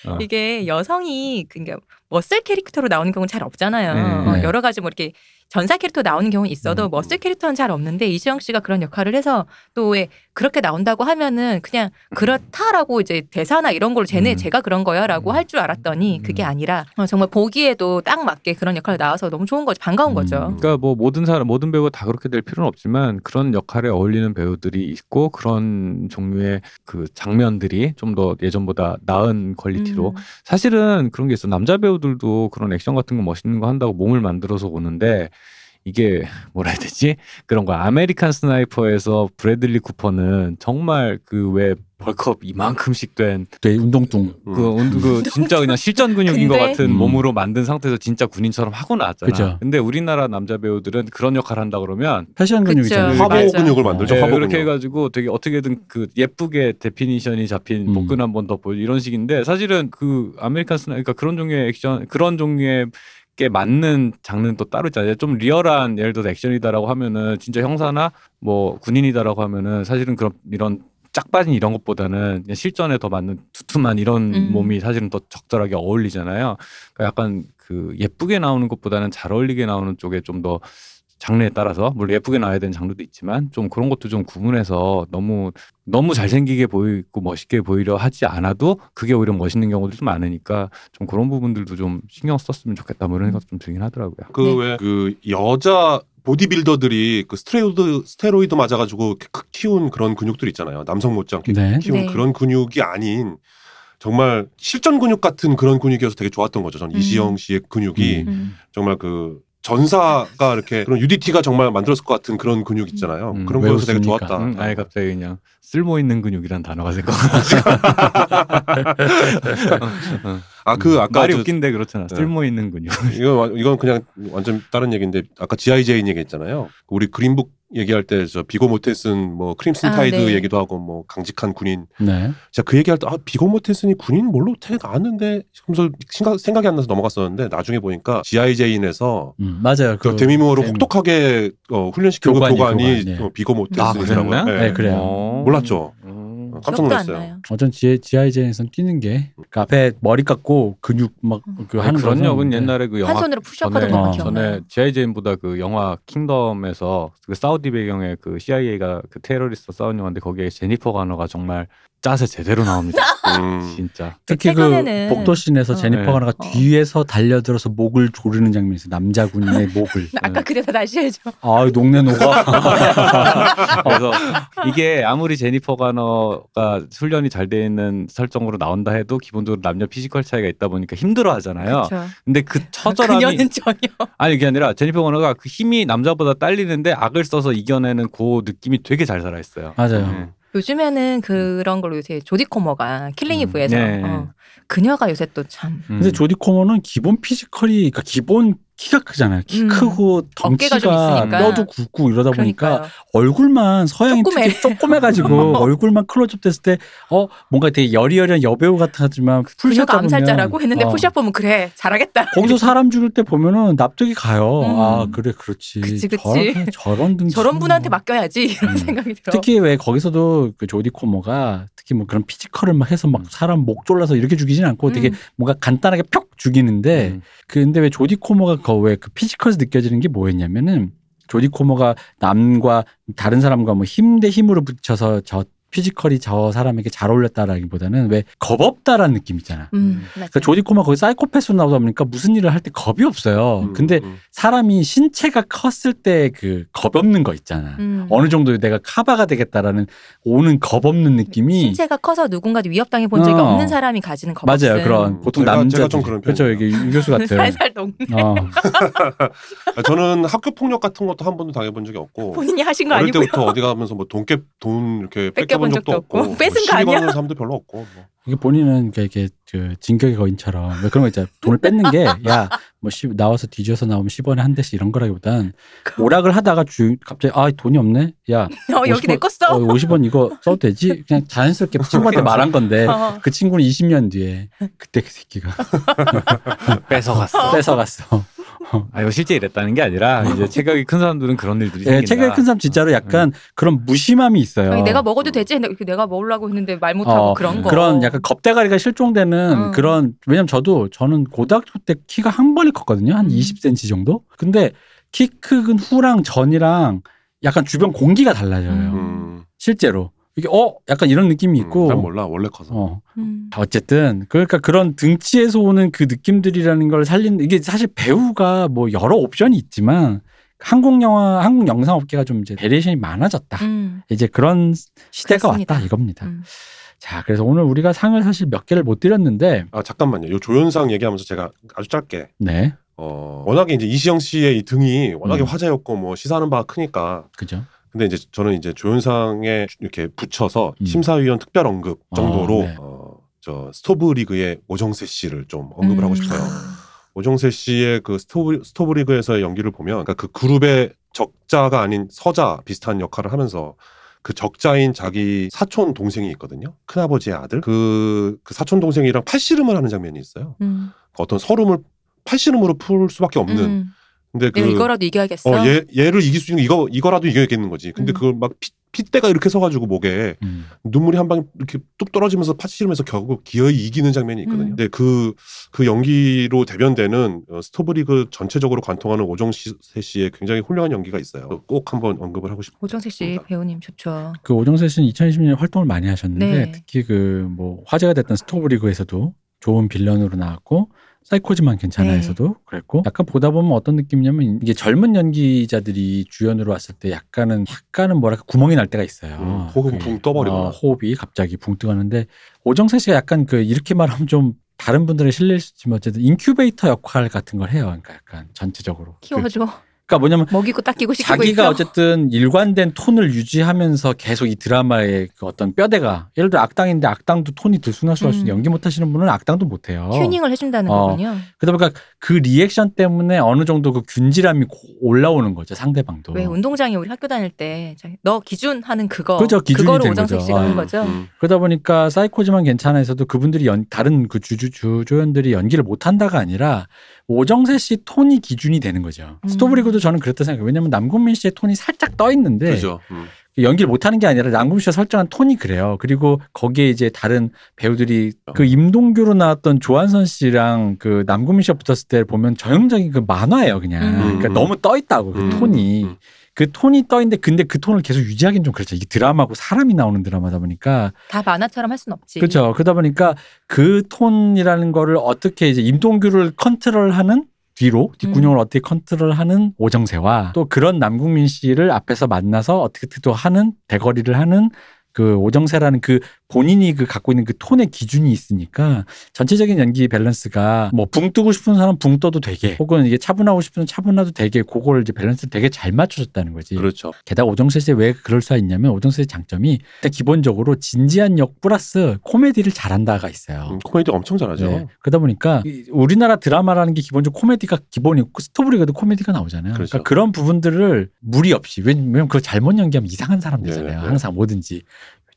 S4: 어.
S1: 이게 여성이 그러니까 머슬 캐릭터로 나오는 경우는 잘 없잖아요.
S4: 네,
S1: 어,
S2: 네.
S1: 여러 가지 뭐 이렇게 전사 캐릭터 나오는 경우는 있어도
S4: 음.
S1: 머슬 캐릭터는 잘 없는데 이지영 씨가 그런 역할을 해서 또 왜 그렇게 나온다고 하면은 그냥 그렇다라고 이제 대사나 이런 걸 쟤네
S4: 음.
S1: 제가 그런 거야라고
S4: 음.
S1: 할 줄 알았더니 그게
S4: 음.
S1: 아니라 어, 정말 보기에도 딱 맞게 그런 역할 나와서 너무 좋은 거죠. 반가운
S2: 음.
S1: 거죠.
S4: 그러니까 뭐 모든 사람 모든 배우가 다 그렇게 될 필요는 없지만 그런 역할에 어울리는 배우들이 있고 그런 종류의 그 장면들이 좀 더 예전보다 나은 퀄리티로
S1: 음.
S4: 사실은 그런 게 있어. 남자 배우들도 그런 액션 같은 거 멋있는 거 한다고 몸을 만들어서 오는데 이게 뭐라 해야 되지? 그런 거 아메리칸 스나이퍼에서 브래들리 쿠퍼는 정말 그 왜 벌크업 이만큼씩 된 그
S2: 네, 운동뚱.
S4: 운- 그 진짜 그냥 실전 근육인 것
S1: 근데?
S4: 같은
S2: 음.
S4: 몸으로 만든 상태에서 진짜 군인처럼 하고 나왔잖아.
S2: 그죠.
S4: 근데 우리나라 남자 배우들은 그런 역할을 한다 그러면
S2: 패션
S1: 그쵸.
S2: 근육이잖아요.
S1: 화보 맞아요.
S3: 근육을 만들죠.
S4: 네,
S3: 화보
S4: 그렇게
S3: 근육.
S4: 해가지고 되게 어떻게든 그 예쁘게 데피니션이 잡힌
S2: 음.
S4: 복근 한 번 더 보여 이런 식인데 사실은 그 아메리칸 스나 그러니까 그런 종류의 액션 그런 종류의 게 맞는 장르는 또 따로 있잖아요. 좀 리얼한 예를 들어 서 액션이다라고 하면은 진짜 형사나 뭐 군인이다라고 하면은 사실은 그런 이런 짝빠진 이런 것보다는 그냥 실전에 더 맞는 두툼한 이런
S1: 음.
S4: 몸이 사실은 더 적절하게 어울리잖아요. 그러니까 약간 그 예쁘게 나오는 것보다는 잘 어울리게 나오는 쪽에 좀 더 장르에 따라서 물론 예쁘게 나와야 되는 장르도 있지만 좀 그런 것도 좀 구분해서 너무 너무 잘생기게 보이고 멋있게 보이려 하지 않아도 그게 오히려 멋있는 경우도 좀 많으니까 좀 그런 부분들도 좀 신경 썼으면 좋겠다 뭐 이런 생각도 좀 들긴 하더라고요.
S1: 네.
S3: 그왜그 여자 보디빌더들이 그 스테로이드 스테로이드 맞아가지고 이렇게 크- 키운 그런 근육들 있잖아요. 남성 못지않게
S2: 네.
S3: 키운
S1: 네.
S3: 그런 근육이 아닌 정말 실전 근육 같은 그런 근육이어서 되게 좋았던 거죠. 전
S1: 음.
S3: 이지영 씨의 근육이
S2: 음.
S1: 음.
S3: 정말 그 전사가 이렇게 그런 UDT가 정말 만들었을 것 같은 그런 근육 있잖아요.
S4: 음.
S3: 그런
S2: 왜
S3: 거여서 되게
S2: 웃습니까?
S3: 좋았다.
S4: 음, 아예 갑자기 그냥 쓸모 있는 근육이란 단어가 생각나서
S3: 아 그 아까
S4: 말이
S3: 저-
S4: 웃긴데 그렇잖아.
S3: 네.
S4: 쓸모 있는 근육.
S3: 이건 완- 이건 그냥 완전 다른 얘기인데 아까 GIJ인 얘기했잖아요. 우리 그린북 얘기할 때 저 비고 모텐슨 뭐 크림슨
S1: 아,
S3: 타이드
S1: 네.
S3: 얘기도 하고 뭐 강직한 군인
S2: 네.
S3: 제가 그 얘기할 때 아 비고 모텐슨이 군인 뭘로 태가 아는데 하면서 생각, 생각이 안 나서 넘어갔었는데 나중에 보니까 GIJ인에서
S2: 음, 맞아요.
S3: 그 데미모어를
S2: 데미-
S3: 혹독하게 어, 훈련시킨
S2: 교관이,
S3: 교관이, 교관이
S2: 교관, 예.
S3: 어, 비고
S1: 아,
S3: 모텐슨이라고 예.
S4: 그랬나?
S2: 네, 그래요.
S4: 어.
S3: 몰랐죠.
S4: 음.
S3: 깜짝
S1: 기억도 안
S3: 놀랐어요.
S1: 나요.
S2: 어전 GIJ에선 뛰는 게, 그 앞에 머리 깎고 근육 막,
S1: 음.
S2: 그
S4: 아니,
S2: 하는
S4: 그런
S2: 거는-
S4: 역은
S2: 네.
S4: 옛날에 그
S1: 한
S4: 영화
S1: 손으로 푸시업하던
S2: 전에-
S1: 것만
S2: 어,
S1: 기억나요.
S4: 전에 제이제인보다 그 영화 킹덤에서 그 사우디 배경의 그 CIA가 그 테러리스트 싸운 영화인데 거기에 제니퍼 가너가 정말 짜세 제대로 나옵니다.
S3: 음.
S4: 진짜.
S2: 특히 그
S1: 최근에는-
S2: 복도씬에서
S1: 어.
S2: 제니퍼
S4: 네.
S2: 가나가
S1: 어.
S2: 뒤에서 달려들어서 목을 조르는 장면이 있어요. 남자 군인의 목을.
S4: 네.
S2: 네.
S1: 아까 그 대사 다시 해줘.
S2: 아, 녹네 녹아.
S4: 그래서 이게 아무리 제니퍼 가너가 훈련이 잘 돼 있는 설정으로 나온다 해도 기본적으로 남녀 피지컬 차이가 있다 보니까 힘들어 하잖아요.
S1: 그쵸.
S4: 근데 그 처절함이
S1: 그녀는 전혀.
S4: 아니 그게 아니라 제니퍼 가너가 그 힘이 남자보다 딸리는데 악을 써서 이겨내는 그 느낌이 되게 잘 살아 있어요. 음.
S2: 맞아요.
S3: 음.
S2: 음.
S1: 요즘에는 그런 걸로 요새 조디 코머가 킬링
S4: 음,
S1: 이브에서
S4: 네.
S1: 어. 그녀가 요새 또 참
S4: 음.
S2: 근데 조디 코머는 기본 피지컬이 그러니까 기본 키가 크잖아요. 키
S1: 음.
S2: 크고
S1: 어깨가 좀
S2: 덩치가
S1: 있으니까.
S2: 뼈도 굵고 이러다 보니까
S1: 그러니까요.
S2: 얼굴만 서양인
S1: 조그매.
S2: 특히 조그매가지고 얼굴만 클로즈업 됐을 때 어 뭔가 되게 여리여리한 여배우 같았지만 풀샷
S1: 그녀가
S2: 보면
S1: 암살자라고 했는데
S2: 어,
S1: 푸시업 보면 그래 잘하겠다.
S2: 거기서 사람 죽일 때 보면은 납득이 가요.
S1: 음.
S2: 아 그래 그렇지.
S1: 그치, 그치.
S2: 저런 저런 등
S1: 저런 분한테 맡겨야지 이런
S2: 음.
S1: 생각이 들어.
S2: 특히 왜 거기서도 그 조디 코머가 특히 뭐 그런 피지컬을 막 해서 막 사람 목 졸라서 이렇게 죽이진 않고 뭐 되게
S1: 음.
S2: 뭔가 간단하게
S1: 네.
S2: 푹 죽이는데
S4: 음.
S2: 근데 왜 조디 코머가 그 왜 그 피지컬에서 느껴지는 게 뭐였냐면은 조디 코머가 남과 다른 사람과 뭐 힘 대 힘으로 붙여서 저 피지컬이 저 사람에게 잘 어울렸다라기보다는 왜 겁없다라는 느낌 있잖아.
S1: 음, 맞아요.
S2: 그러니까 조디 코머 거기 사이코패스로 나오다 보니까 무슨 일을 할 때 겁이 없어요.
S3: 음,
S2: 근데
S3: 음.
S2: 사람이 신체가 컸을 때 그 겁 없는 거 있잖아.
S1: 음.
S2: 어느 정도 내가 카바가 되겠다라는 오는 겁 없는 느낌이
S1: 신체가 커서 누군가도 위협당해 본 적이
S2: 어.
S1: 없는 사람이 가지는 겁
S2: 맞아요.
S1: 없음.
S2: 그런 보통
S3: 제가- 제가
S2: 남자
S3: 좀 그런
S2: 그렇죠. 이게 유 교수 같아요.
S1: 살살 녹는
S2: 어.
S3: 아, 저는 학교 폭력 같은 것도 한 번도 당해본 적이 없고
S1: 본인이 하신 거
S3: 어릴
S1: 아니고요.
S3: 때부터 어디 가면서 뭐 돈깨 돈 이렇게 뺏겨본 적도 없고, 뭐
S1: 뺏은 거
S3: 시비
S1: 아니야?
S3: 거는 사람도 별로 없고 뭐.
S2: 이게 본인은 그러니까 이게 그 진격의 거인처럼 왜 그런 거 있잖아 돈을 뺏는 게야뭐 나와서 뒤져서 나오면 10원에 한 대씩 이런 거라기보단 오락을 하다가 주 갑자기 아 돈이 없네 야
S1: 어, 여기
S2: 50원
S1: 내 거 써.
S2: 어, 50원 이거 써도 되지 그냥 자연스럽게 친구한테 말한 건데
S1: 어.
S2: 그 친구는 20년 뒤에 그때 그 새끼가
S4: 뺏어갔어.
S2: 뺏어갔어
S4: 아, 이거 실제 이랬다는 게 아니라 이제 체격이 큰 사람들은 그런 일들이
S2: 예,
S4: 생긴다.
S2: 체격이 큰 사람
S3: 어,
S2: 진짜로 약간 그런 무심함이 있어요
S1: 아니, 내가 먹어도 되지? 했는데 이렇게 내가 먹으려고 했는데 말 못하고
S2: 어,
S1: 그런 거.
S2: 그런 약간 겁대가리가 실종되는
S1: 음.
S2: 그런 왜냐면 저도 저는 고등학교 때 키가 한 번이 컸거든요 한
S1: 음.
S2: 20cm 정도 근데 키 크긴 후랑 전이랑 약간 주변 공기가 달라져요
S1: 음.
S3: 음,
S2: 실제로 이게 어 약간 이런 느낌이
S3: 음,
S2: 있고
S3: 난 몰라 원래 커서
S2: 어
S1: 음.
S2: 어쨌든 그러니까 그런 등치에서 오는 그 느낌들이라는 걸 살린 이게 사실 배우가 뭐 여러 옵션이 있지만 한국 영화 한국 영상 업계가 좀 이제 베리에이션이 많아졌다
S1: 음.
S2: 이제 그런 시대가
S1: 그렇습니다.
S2: 왔다 이겁니다.
S1: 음.
S2: 자, 그래서 오늘 우리가 상을 사실 몇 개를 못 드렸는데,
S3: 아 잠깐만요. 요 조연상 얘기하면서 제가 아주 짧게
S2: 네.
S3: 어, 어, 워낙에 이제 이시영 씨의 이 등이 워낙에
S2: 음.
S3: 화제였고 뭐 시사하는 바가 크니까
S2: 그죠?
S3: 근데 이제 저는 이제 조윤상에 이렇게 붙여서
S2: 음.
S3: 심사위원 특별 언급 정도로
S2: 아, 네.
S3: 어, 저 스토브 리그의 오정세 씨를 좀 언급을 하고
S1: 음.
S3: 싶어요. 오정세 씨의 그 스토브, 스토브 리그에서의 연기를 보면 그러니까 그 그룹의 적자가 아닌 서자 비슷한 역할을 하면서 그 적자인 자기 사촌 동생이 있거든요. 큰아버지의 아들. 그, 그 사촌 동생이랑 팔씨름을 하는 장면이 있어요.
S1: 음.
S3: 어떤 서름을 팔씨름으로 풀 수밖에 없는.
S1: 음.
S3: 근데 그
S1: 내가 이거라도 이겨야겠어.
S2: 예.
S3: 어, 얘, 얘를 이길 수 있는 이거 이거라도 이겨야겠는 거지. 근데
S1: 음.
S3: 그걸 막 피, 핏대가 이렇게 서가지고 목에
S2: 음.
S3: 눈물이 한 방 이렇게 뚝 떨어지면서 파치시면서 결국 기어이 이기는 장면이 있거든요.
S1: 음.
S3: 근데 그, 그 연기로 대변되는 어, 스토브리그 전체적으로 관통하는 오정세 씨의 굉장히 훌륭한 연기가 있어요. 꼭 한번 언급을 하고 싶어요.
S1: 오정세 씨
S3: 그러니까.
S1: 배우님 좋죠.
S2: 그 오정세 씨는 2020년에 활동을 많이 하셨는데
S1: 네.
S2: 특히 그 뭐 화제가 됐던 스토브리그에서도 좋은 빌런으로 나왔고 사이코지만 괜찮아에서도 그랬고 약간 보다 보면 어떤 느낌이냐면 이게 젊은 연기자들이 주연으로 왔을 때 약간은 약간은 뭐랄까 구멍이 날 때가 있어요.
S3: 음, 호흡이
S2: 아, 그게,
S3: 붕 떠버리고.
S2: 어, 호흡이 갑자기 붕 뜨가는데 오정세 씨가 약간 그 이렇게 말하면 좀 다른 분들의 실례일 수 있지만 어쨌든 인큐베이터 역할 같은 걸 해요. 그러니까 약간 전체적으로. 그,
S1: 키워줘.
S2: 그러니까 뭐냐면
S1: 먹이고 닦이고 시키고
S2: 자기가
S1: 있어.
S2: 어쨌든 일관된 톤을 유지하면서 계속 이 드라마의 그 어떤 뼈대가 예를 들어 악당인데 악당도 톤이 들쑥날쑥할 수 있는
S1: 음.
S2: 연기 못하시는 분은 악당도 못해요.
S1: 튜닝을 해준다는
S2: 어.
S1: 거군요.
S2: 그러다 보니까 그 리액션 때문에 어느 정도 그 균질함이 고- 올라오는 거죠 상대방도.
S1: 왜 운동장에 우리 학교 다닐 때 너 기준 하는 그거
S2: 어. 그죠, 기준이
S1: 거를
S2: 된
S1: 오정세
S2: 거죠.
S1: 씨가 한
S2: 음,
S1: 거죠.
S3: 음.
S2: 그러다 보니까 사이코지만 괜찮아에서도 그분들이 연, 다른 그 주주 주조연들이 연기를 못한다가 아니라 오정세 씨 톤이 기준이 되는 거죠.
S1: 음.
S2: 스토브리그도 저는 그랬다 생각해요. 왜냐하면 남궁민 씨의 톤이 살짝 떠
S1: 네.
S2: 있는데
S3: 그죠. 음.
S2: 연기를 못하는 게 아니라 남궁 씨가 설정한 톤이 그래요. 그리고 거기에 이제 다른 배우들이 그 임동규로 나왔던 조한선 씨랑 그 남궁민 씨가 붙었을 때 보면 전형적인 그 만화예요, 그냥.
S1: 음.
S2: 그러니까 너무 떠 있다고 그
S3: 음.
S2: 톤이.
S3: 음.
S2: 그 톤이 떠 있는데 근데 그 톤을 계속 유지하기는 좀 그렇죠. 이게 드라마고 사람이 나오는 드라마다 보니까
S1: 다 만화처럼 할 순 없지.
S2: 그렇죠. 그러다 보니까 그 톤이라는 거를 어떻게 이제 임동규를 컨트롤하는 뒤로 뒷구녕을 어떻게 컨트롤하는 오정세와 또 그런 남궁민 씨를 앞에서 만나서 어떻게 또 하는 대거리를 하는 그 오정세라는 그 본인이 그 갖고 있는 그 톤의 기준이 있으니까 전체적인 연기 밸런스가 뭐 붕 뜨고 싶은 사람 붕 떠도 되게 혹은 이게 차분하고 싶은 사람 차분해도 되게 그거를 이제 밸런스를 되게 잘 맞춰줬다는 거지.
S3: 그렇죠.
S2: 게다가 오정세 씨 왜 그럴 수가 있냐면 오정세 씨 장점이 일단 기본적으로 진지한 역 플러스 코미디를 잘한다가 있어요.
S3: 음, 코미디 엄청 잘하죠.
S2: 네. 그러다 보니까 이 우리나라 드라마라는 게 기본적으로 코미디가 기본이고 스토브리그도 코미디가 나오잖아요. 그러니까
S3: 그렇죠.
S2: 그런 부분들을 무리 없이 왜냐면 그거 잘못 연기하면 이상한 사람 되잖아요.
S3: 네, 네.
S2: 항상 뭐든지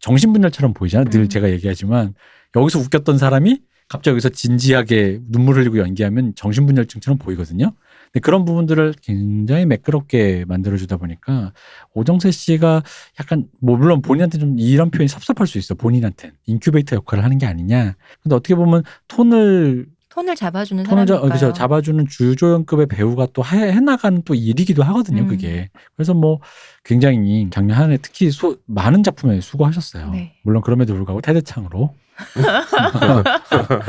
S2: 정신분열처럼 보이잖아요. 늘
S1: 음.
S2: 제가 얘기하지만 여기서 웃겼던 사람이 갑자기 여기서 진지하게 눈물 흘리고 연기하면 정신분열증처럼 보이거든요. 근데 그런 부분들을 굉장히 매끄럽게 만들어주다 보니까 오정세 씨가 약간 뭐 물론 본인한테 좀 이런 표현이 섭섭할 수 있어 본인한테 인큐베이터 역할을 하는 게 아니냐. 근데 어떻게 보면 톤을
S1: 톤을 잡아주는
S2: 톤을 잡,
S1: 사람이니까요.
S2: 어, 그죠, 잡아주는 주조연급의 배우가 또 해, 해나가는 또 일이기도 하거든요.
S1: 음.
S2: 그게 그래서 뭐 굉장히 작년 한 해 특히 수, 많은 작품에 수고하셨어요.
S1: 네.
S2: 물론 그럼에도 불구하고 테드창으로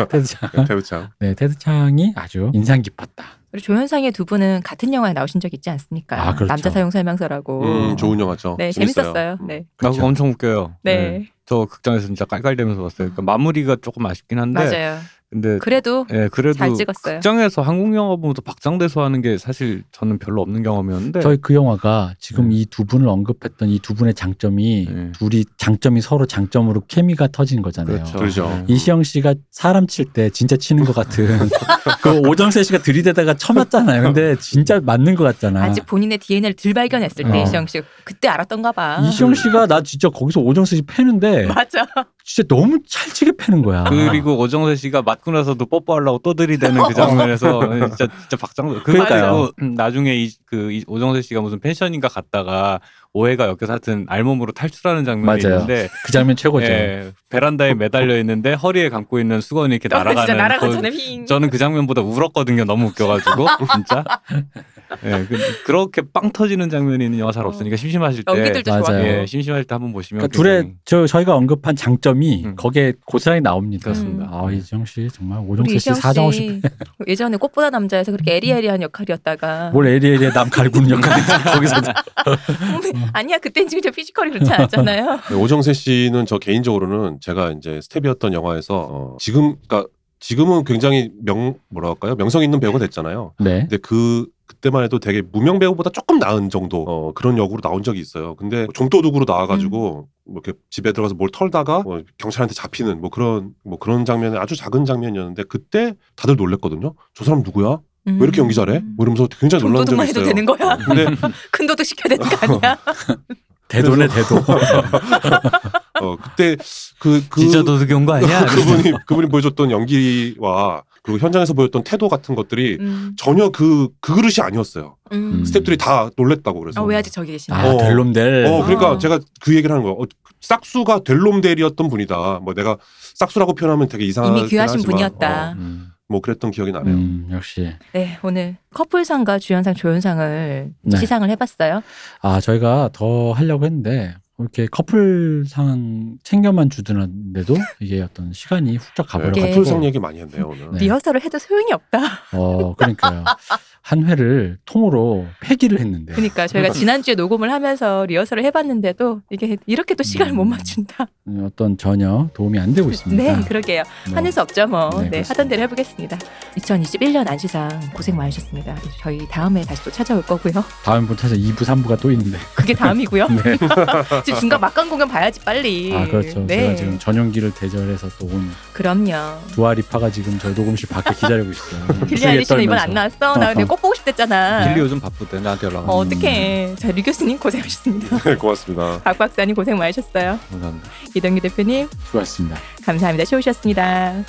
S2: 테드창
S3: 태우창.
S2: 네 테드창이 아주 인상 깊었다.
S1: 우리 조현상의 두 분은 같은 영화에 나오신 적 있지 않습니까?
S2: 아, 그렇죠.
S1: 남자 사용 설명서라고.
S3: 음, 좋은 영화죠. 음.
S1: 네, 재밌었어요. 네.
S4: 나
S2: 그렇죠.
S4: 아, 그거 엄청 웃겨요.
S1: 네.
S4: 저 극장에서 진짜 깔깔대면서 봤어요. 그러니까 마무리가 조금 아쉽긴 한데
S1: 맞아요.
S4: 근데
S1: 그래도
S4: 예, 그래도
S1: 잘 찍었어요.
S4: 극장에서 한국 영화 보면서 박장대소 하는 게 사실 저는 별로 없는 경험이었는데
S2: 저희 그 영화가 지금
S4: 네.
S2: 이 두 분을 언급했던 이 두 분의 장점이
S4: 네.
S2: 둘이 장점이 서로 장점으로 케미가 터진 거잖아요.
S4: 그렇죠.
S3: 그렇죠.
S4: 네.
S2: 이시영 씨가 사람 칠 때 진짜 치는 것 같은 그 오정세 씨가 들이대다가 쳐맞잖아요. 근데 진짜 맞는 것 같잖아.
S1: 아직 본인의 DNA를 덜 발견했을 때
S2: 어.
S1: 이시영 씨 그때 알았던가 봐.
S2: 이시영 씨가 나 진짜 거기서 오정세 씨 패는데
S1: 맞아.
S2: 진짜 너무 찰지게 패는 거야.
S4: 아. 그리고 오정세 씨가 맞고 나서도 뽀뽀하려고 또 들이대는 그 장면에서 진짜 진짜 박장대.
S2: 그러니까요.
S4: 그리고 나중에 이, 그 이- 오정세 씨가 무슨 펜션인가 갔다가 오해가 엮여서 하여튼 알몸으로 탈출하는 장면이
S2: 맞아요.
S4: 있는데
S2: 그 장면 최고죠.
S4: 예, 베란다에 매달려 있는데 허리에 감고 있는 수건이 이렇게
S1: 진짜
S4: 날아가는
S1: 날아가잖아.
S4: 그-
S1: 휘잉.
S4: 저는 그 장면보다 울었거든요. 너무 웃겨가지고 진짜. 예, 그, 렇게빵 터지는 장면이 있는 영화 잘 없으니까 심심하실 때,
S1: 연기들도 네.
S2: 맞아요.
S1: 좋아요.
S4: 예, 심심할 때 한번 보시면.
S2: 그러니까 둘의
S4: 굉장히-
S2: 저, 저희가 언급한 장점이
S4: 음.
S2: 거기에 고스란히 나옵니다.
S4: 그렇습니다. 음.
S2: 아 이시영 씨 정말
S1: 우리
S2: 오정세 씨
S1: 이시영
S2: 사정없이
S1: 씨 예전에 꽃보다 남자에서 그렇게 에리에리한 역할이었다가
S2: 뭘 에리에리에 남 갈구는 역할 거기서 음.
S1: 아니야 그땐 지금 저 피지컬이 그렇지 않았잖아요.
S3: 네, 오정세 씨는 저 개인적으로는 제가 이제 스텝이었던 영화에서 어, 지금 그러니까 지금은 굉장히 명 뭐랄까요 명성 있는 배우가 됐잖아요.
S2: 네.
S3: 근데 그 그때만 해도 되게 무명 배우보다 조금 나은 정도 어, 그런 역으로 나온 적이 있어요. 근데 좀도둑으로
S1: 음.
S3: 나와가지고 뭐 이렇게 집에 들어가서 뭘 털다가 뭐 경찰한테 잡히는 뭐 그런 뭐 그런 장면이 아주 작은 장면이었는데 그때 다들 놀랬거든요. 저 사람 누구야? 왜 이렇게
S1: 음.
S3: 연기 잘해? 뭐 이러면서 굉장히 놀란 적이
S1: 돈도둑만 해도
S3: 있어요.
S1: 되는 거야?
S3: 근데
S1: 큰 도둑 시켜야 되는 거 아니야?
S2: 대도네 대도.
S3: 어 그때 그, 그
S4: 진짜 도둑이 온 거 아니야?
S3: 그분이 그분이 보여줬던 연기와 그리고 현장에서 보였던 태도 같은 것들이
S1: 음,
S3: 전혀 그, 그 그릇이 아니었어요.
S1: 음.
S3: 스탭들이 다 놀랬다고 그래서.
S1: 아, 왜 아직 저기 계시나?
S2: 아
S3: 어.
S2: 델놈델.
S3: 어, 그러니까
S1: 아.
S3: 제가 그 얘기를 하는 거예요. 어, 싹수가 델놈델이었던 분이다. 뭐 내가 싹수라고 표현하면 되게
S2: 아,
S3: 이상하긴
S1: 이미 귀하신
S3: 하지만,
S1: 분이었다.
S3: 어,
S4: 음.
S3: 뭐 그랬던 기억이 나네요.
S2: 음, 역시.
S1: 네, 오늘 커플상과 주연상, 조연상을
S2: 네.
S1: 시상을 해봤어요.
S2: 아 저희가 더 하려고 했는데 이렇게 커플상 챙겨만 주드는데도 이게 어떤 시간이 훌쩍
S3: 네,
S2: 가버려가지고.
S3: 커플상 얘기 많이 했네요 오늘.
S2: 네.
S1: 리허설을 해도 소용이 없다.
S2: 어 그러니까요. 한 회를 통으로 폐기를 했는데.
S1: 그러니까 저희가
S2: 네.
S1: 지난주에 녹음을 하면서 리허설을 해봤는데도 이게 이렇게 또 시간을 못 맞춘다.
S2: 음, 어떤 전혀 도움이 안 되고 있습니다.
S1: 네, 그러게요.
S2: 뭐,
S1: 하는 수 없죠 뭐. 네,
S2: 네, 그렇습니다.
S1: 하던 대로 해보겠습니다. 2021년 안시상 고생 많으셨습니다. 저희 다음에 다시 또 찾아올 거고요.
S2: 다음 분 찾아 2부 3부가 또 있는데.
S1: 그게 다음이고요.
S2: 네.
S1: 지금 중간 막간 공연 봐야지 빨리.
S2: 아 그렇죠. 제가
S1: 네,
S2: 지금 전용기를 대절해서 또 오늘
S1: 그럼요.
S2: 두아리파가 지금 저희 녹음실 밖에 기다리고 있어요.
S1: 빌리 아일리시는 이번 안 나왔어. 나 근데 꼭 보고 싶댔잖아.
S4: 빌리 요즘 바쁘대 나한테 연락.
S1: 어, 어떡해. 자, 류 교수님 고생하셨습니다.
S3: 네, 고맙습니다.
S1: 박 박사님 고생 많으셨어요.
S4: 감사합니다.
S1: 이동규 대표님
S2: 수고하셨습니다.
S1: 감사합니다. 쉬우셨습니다.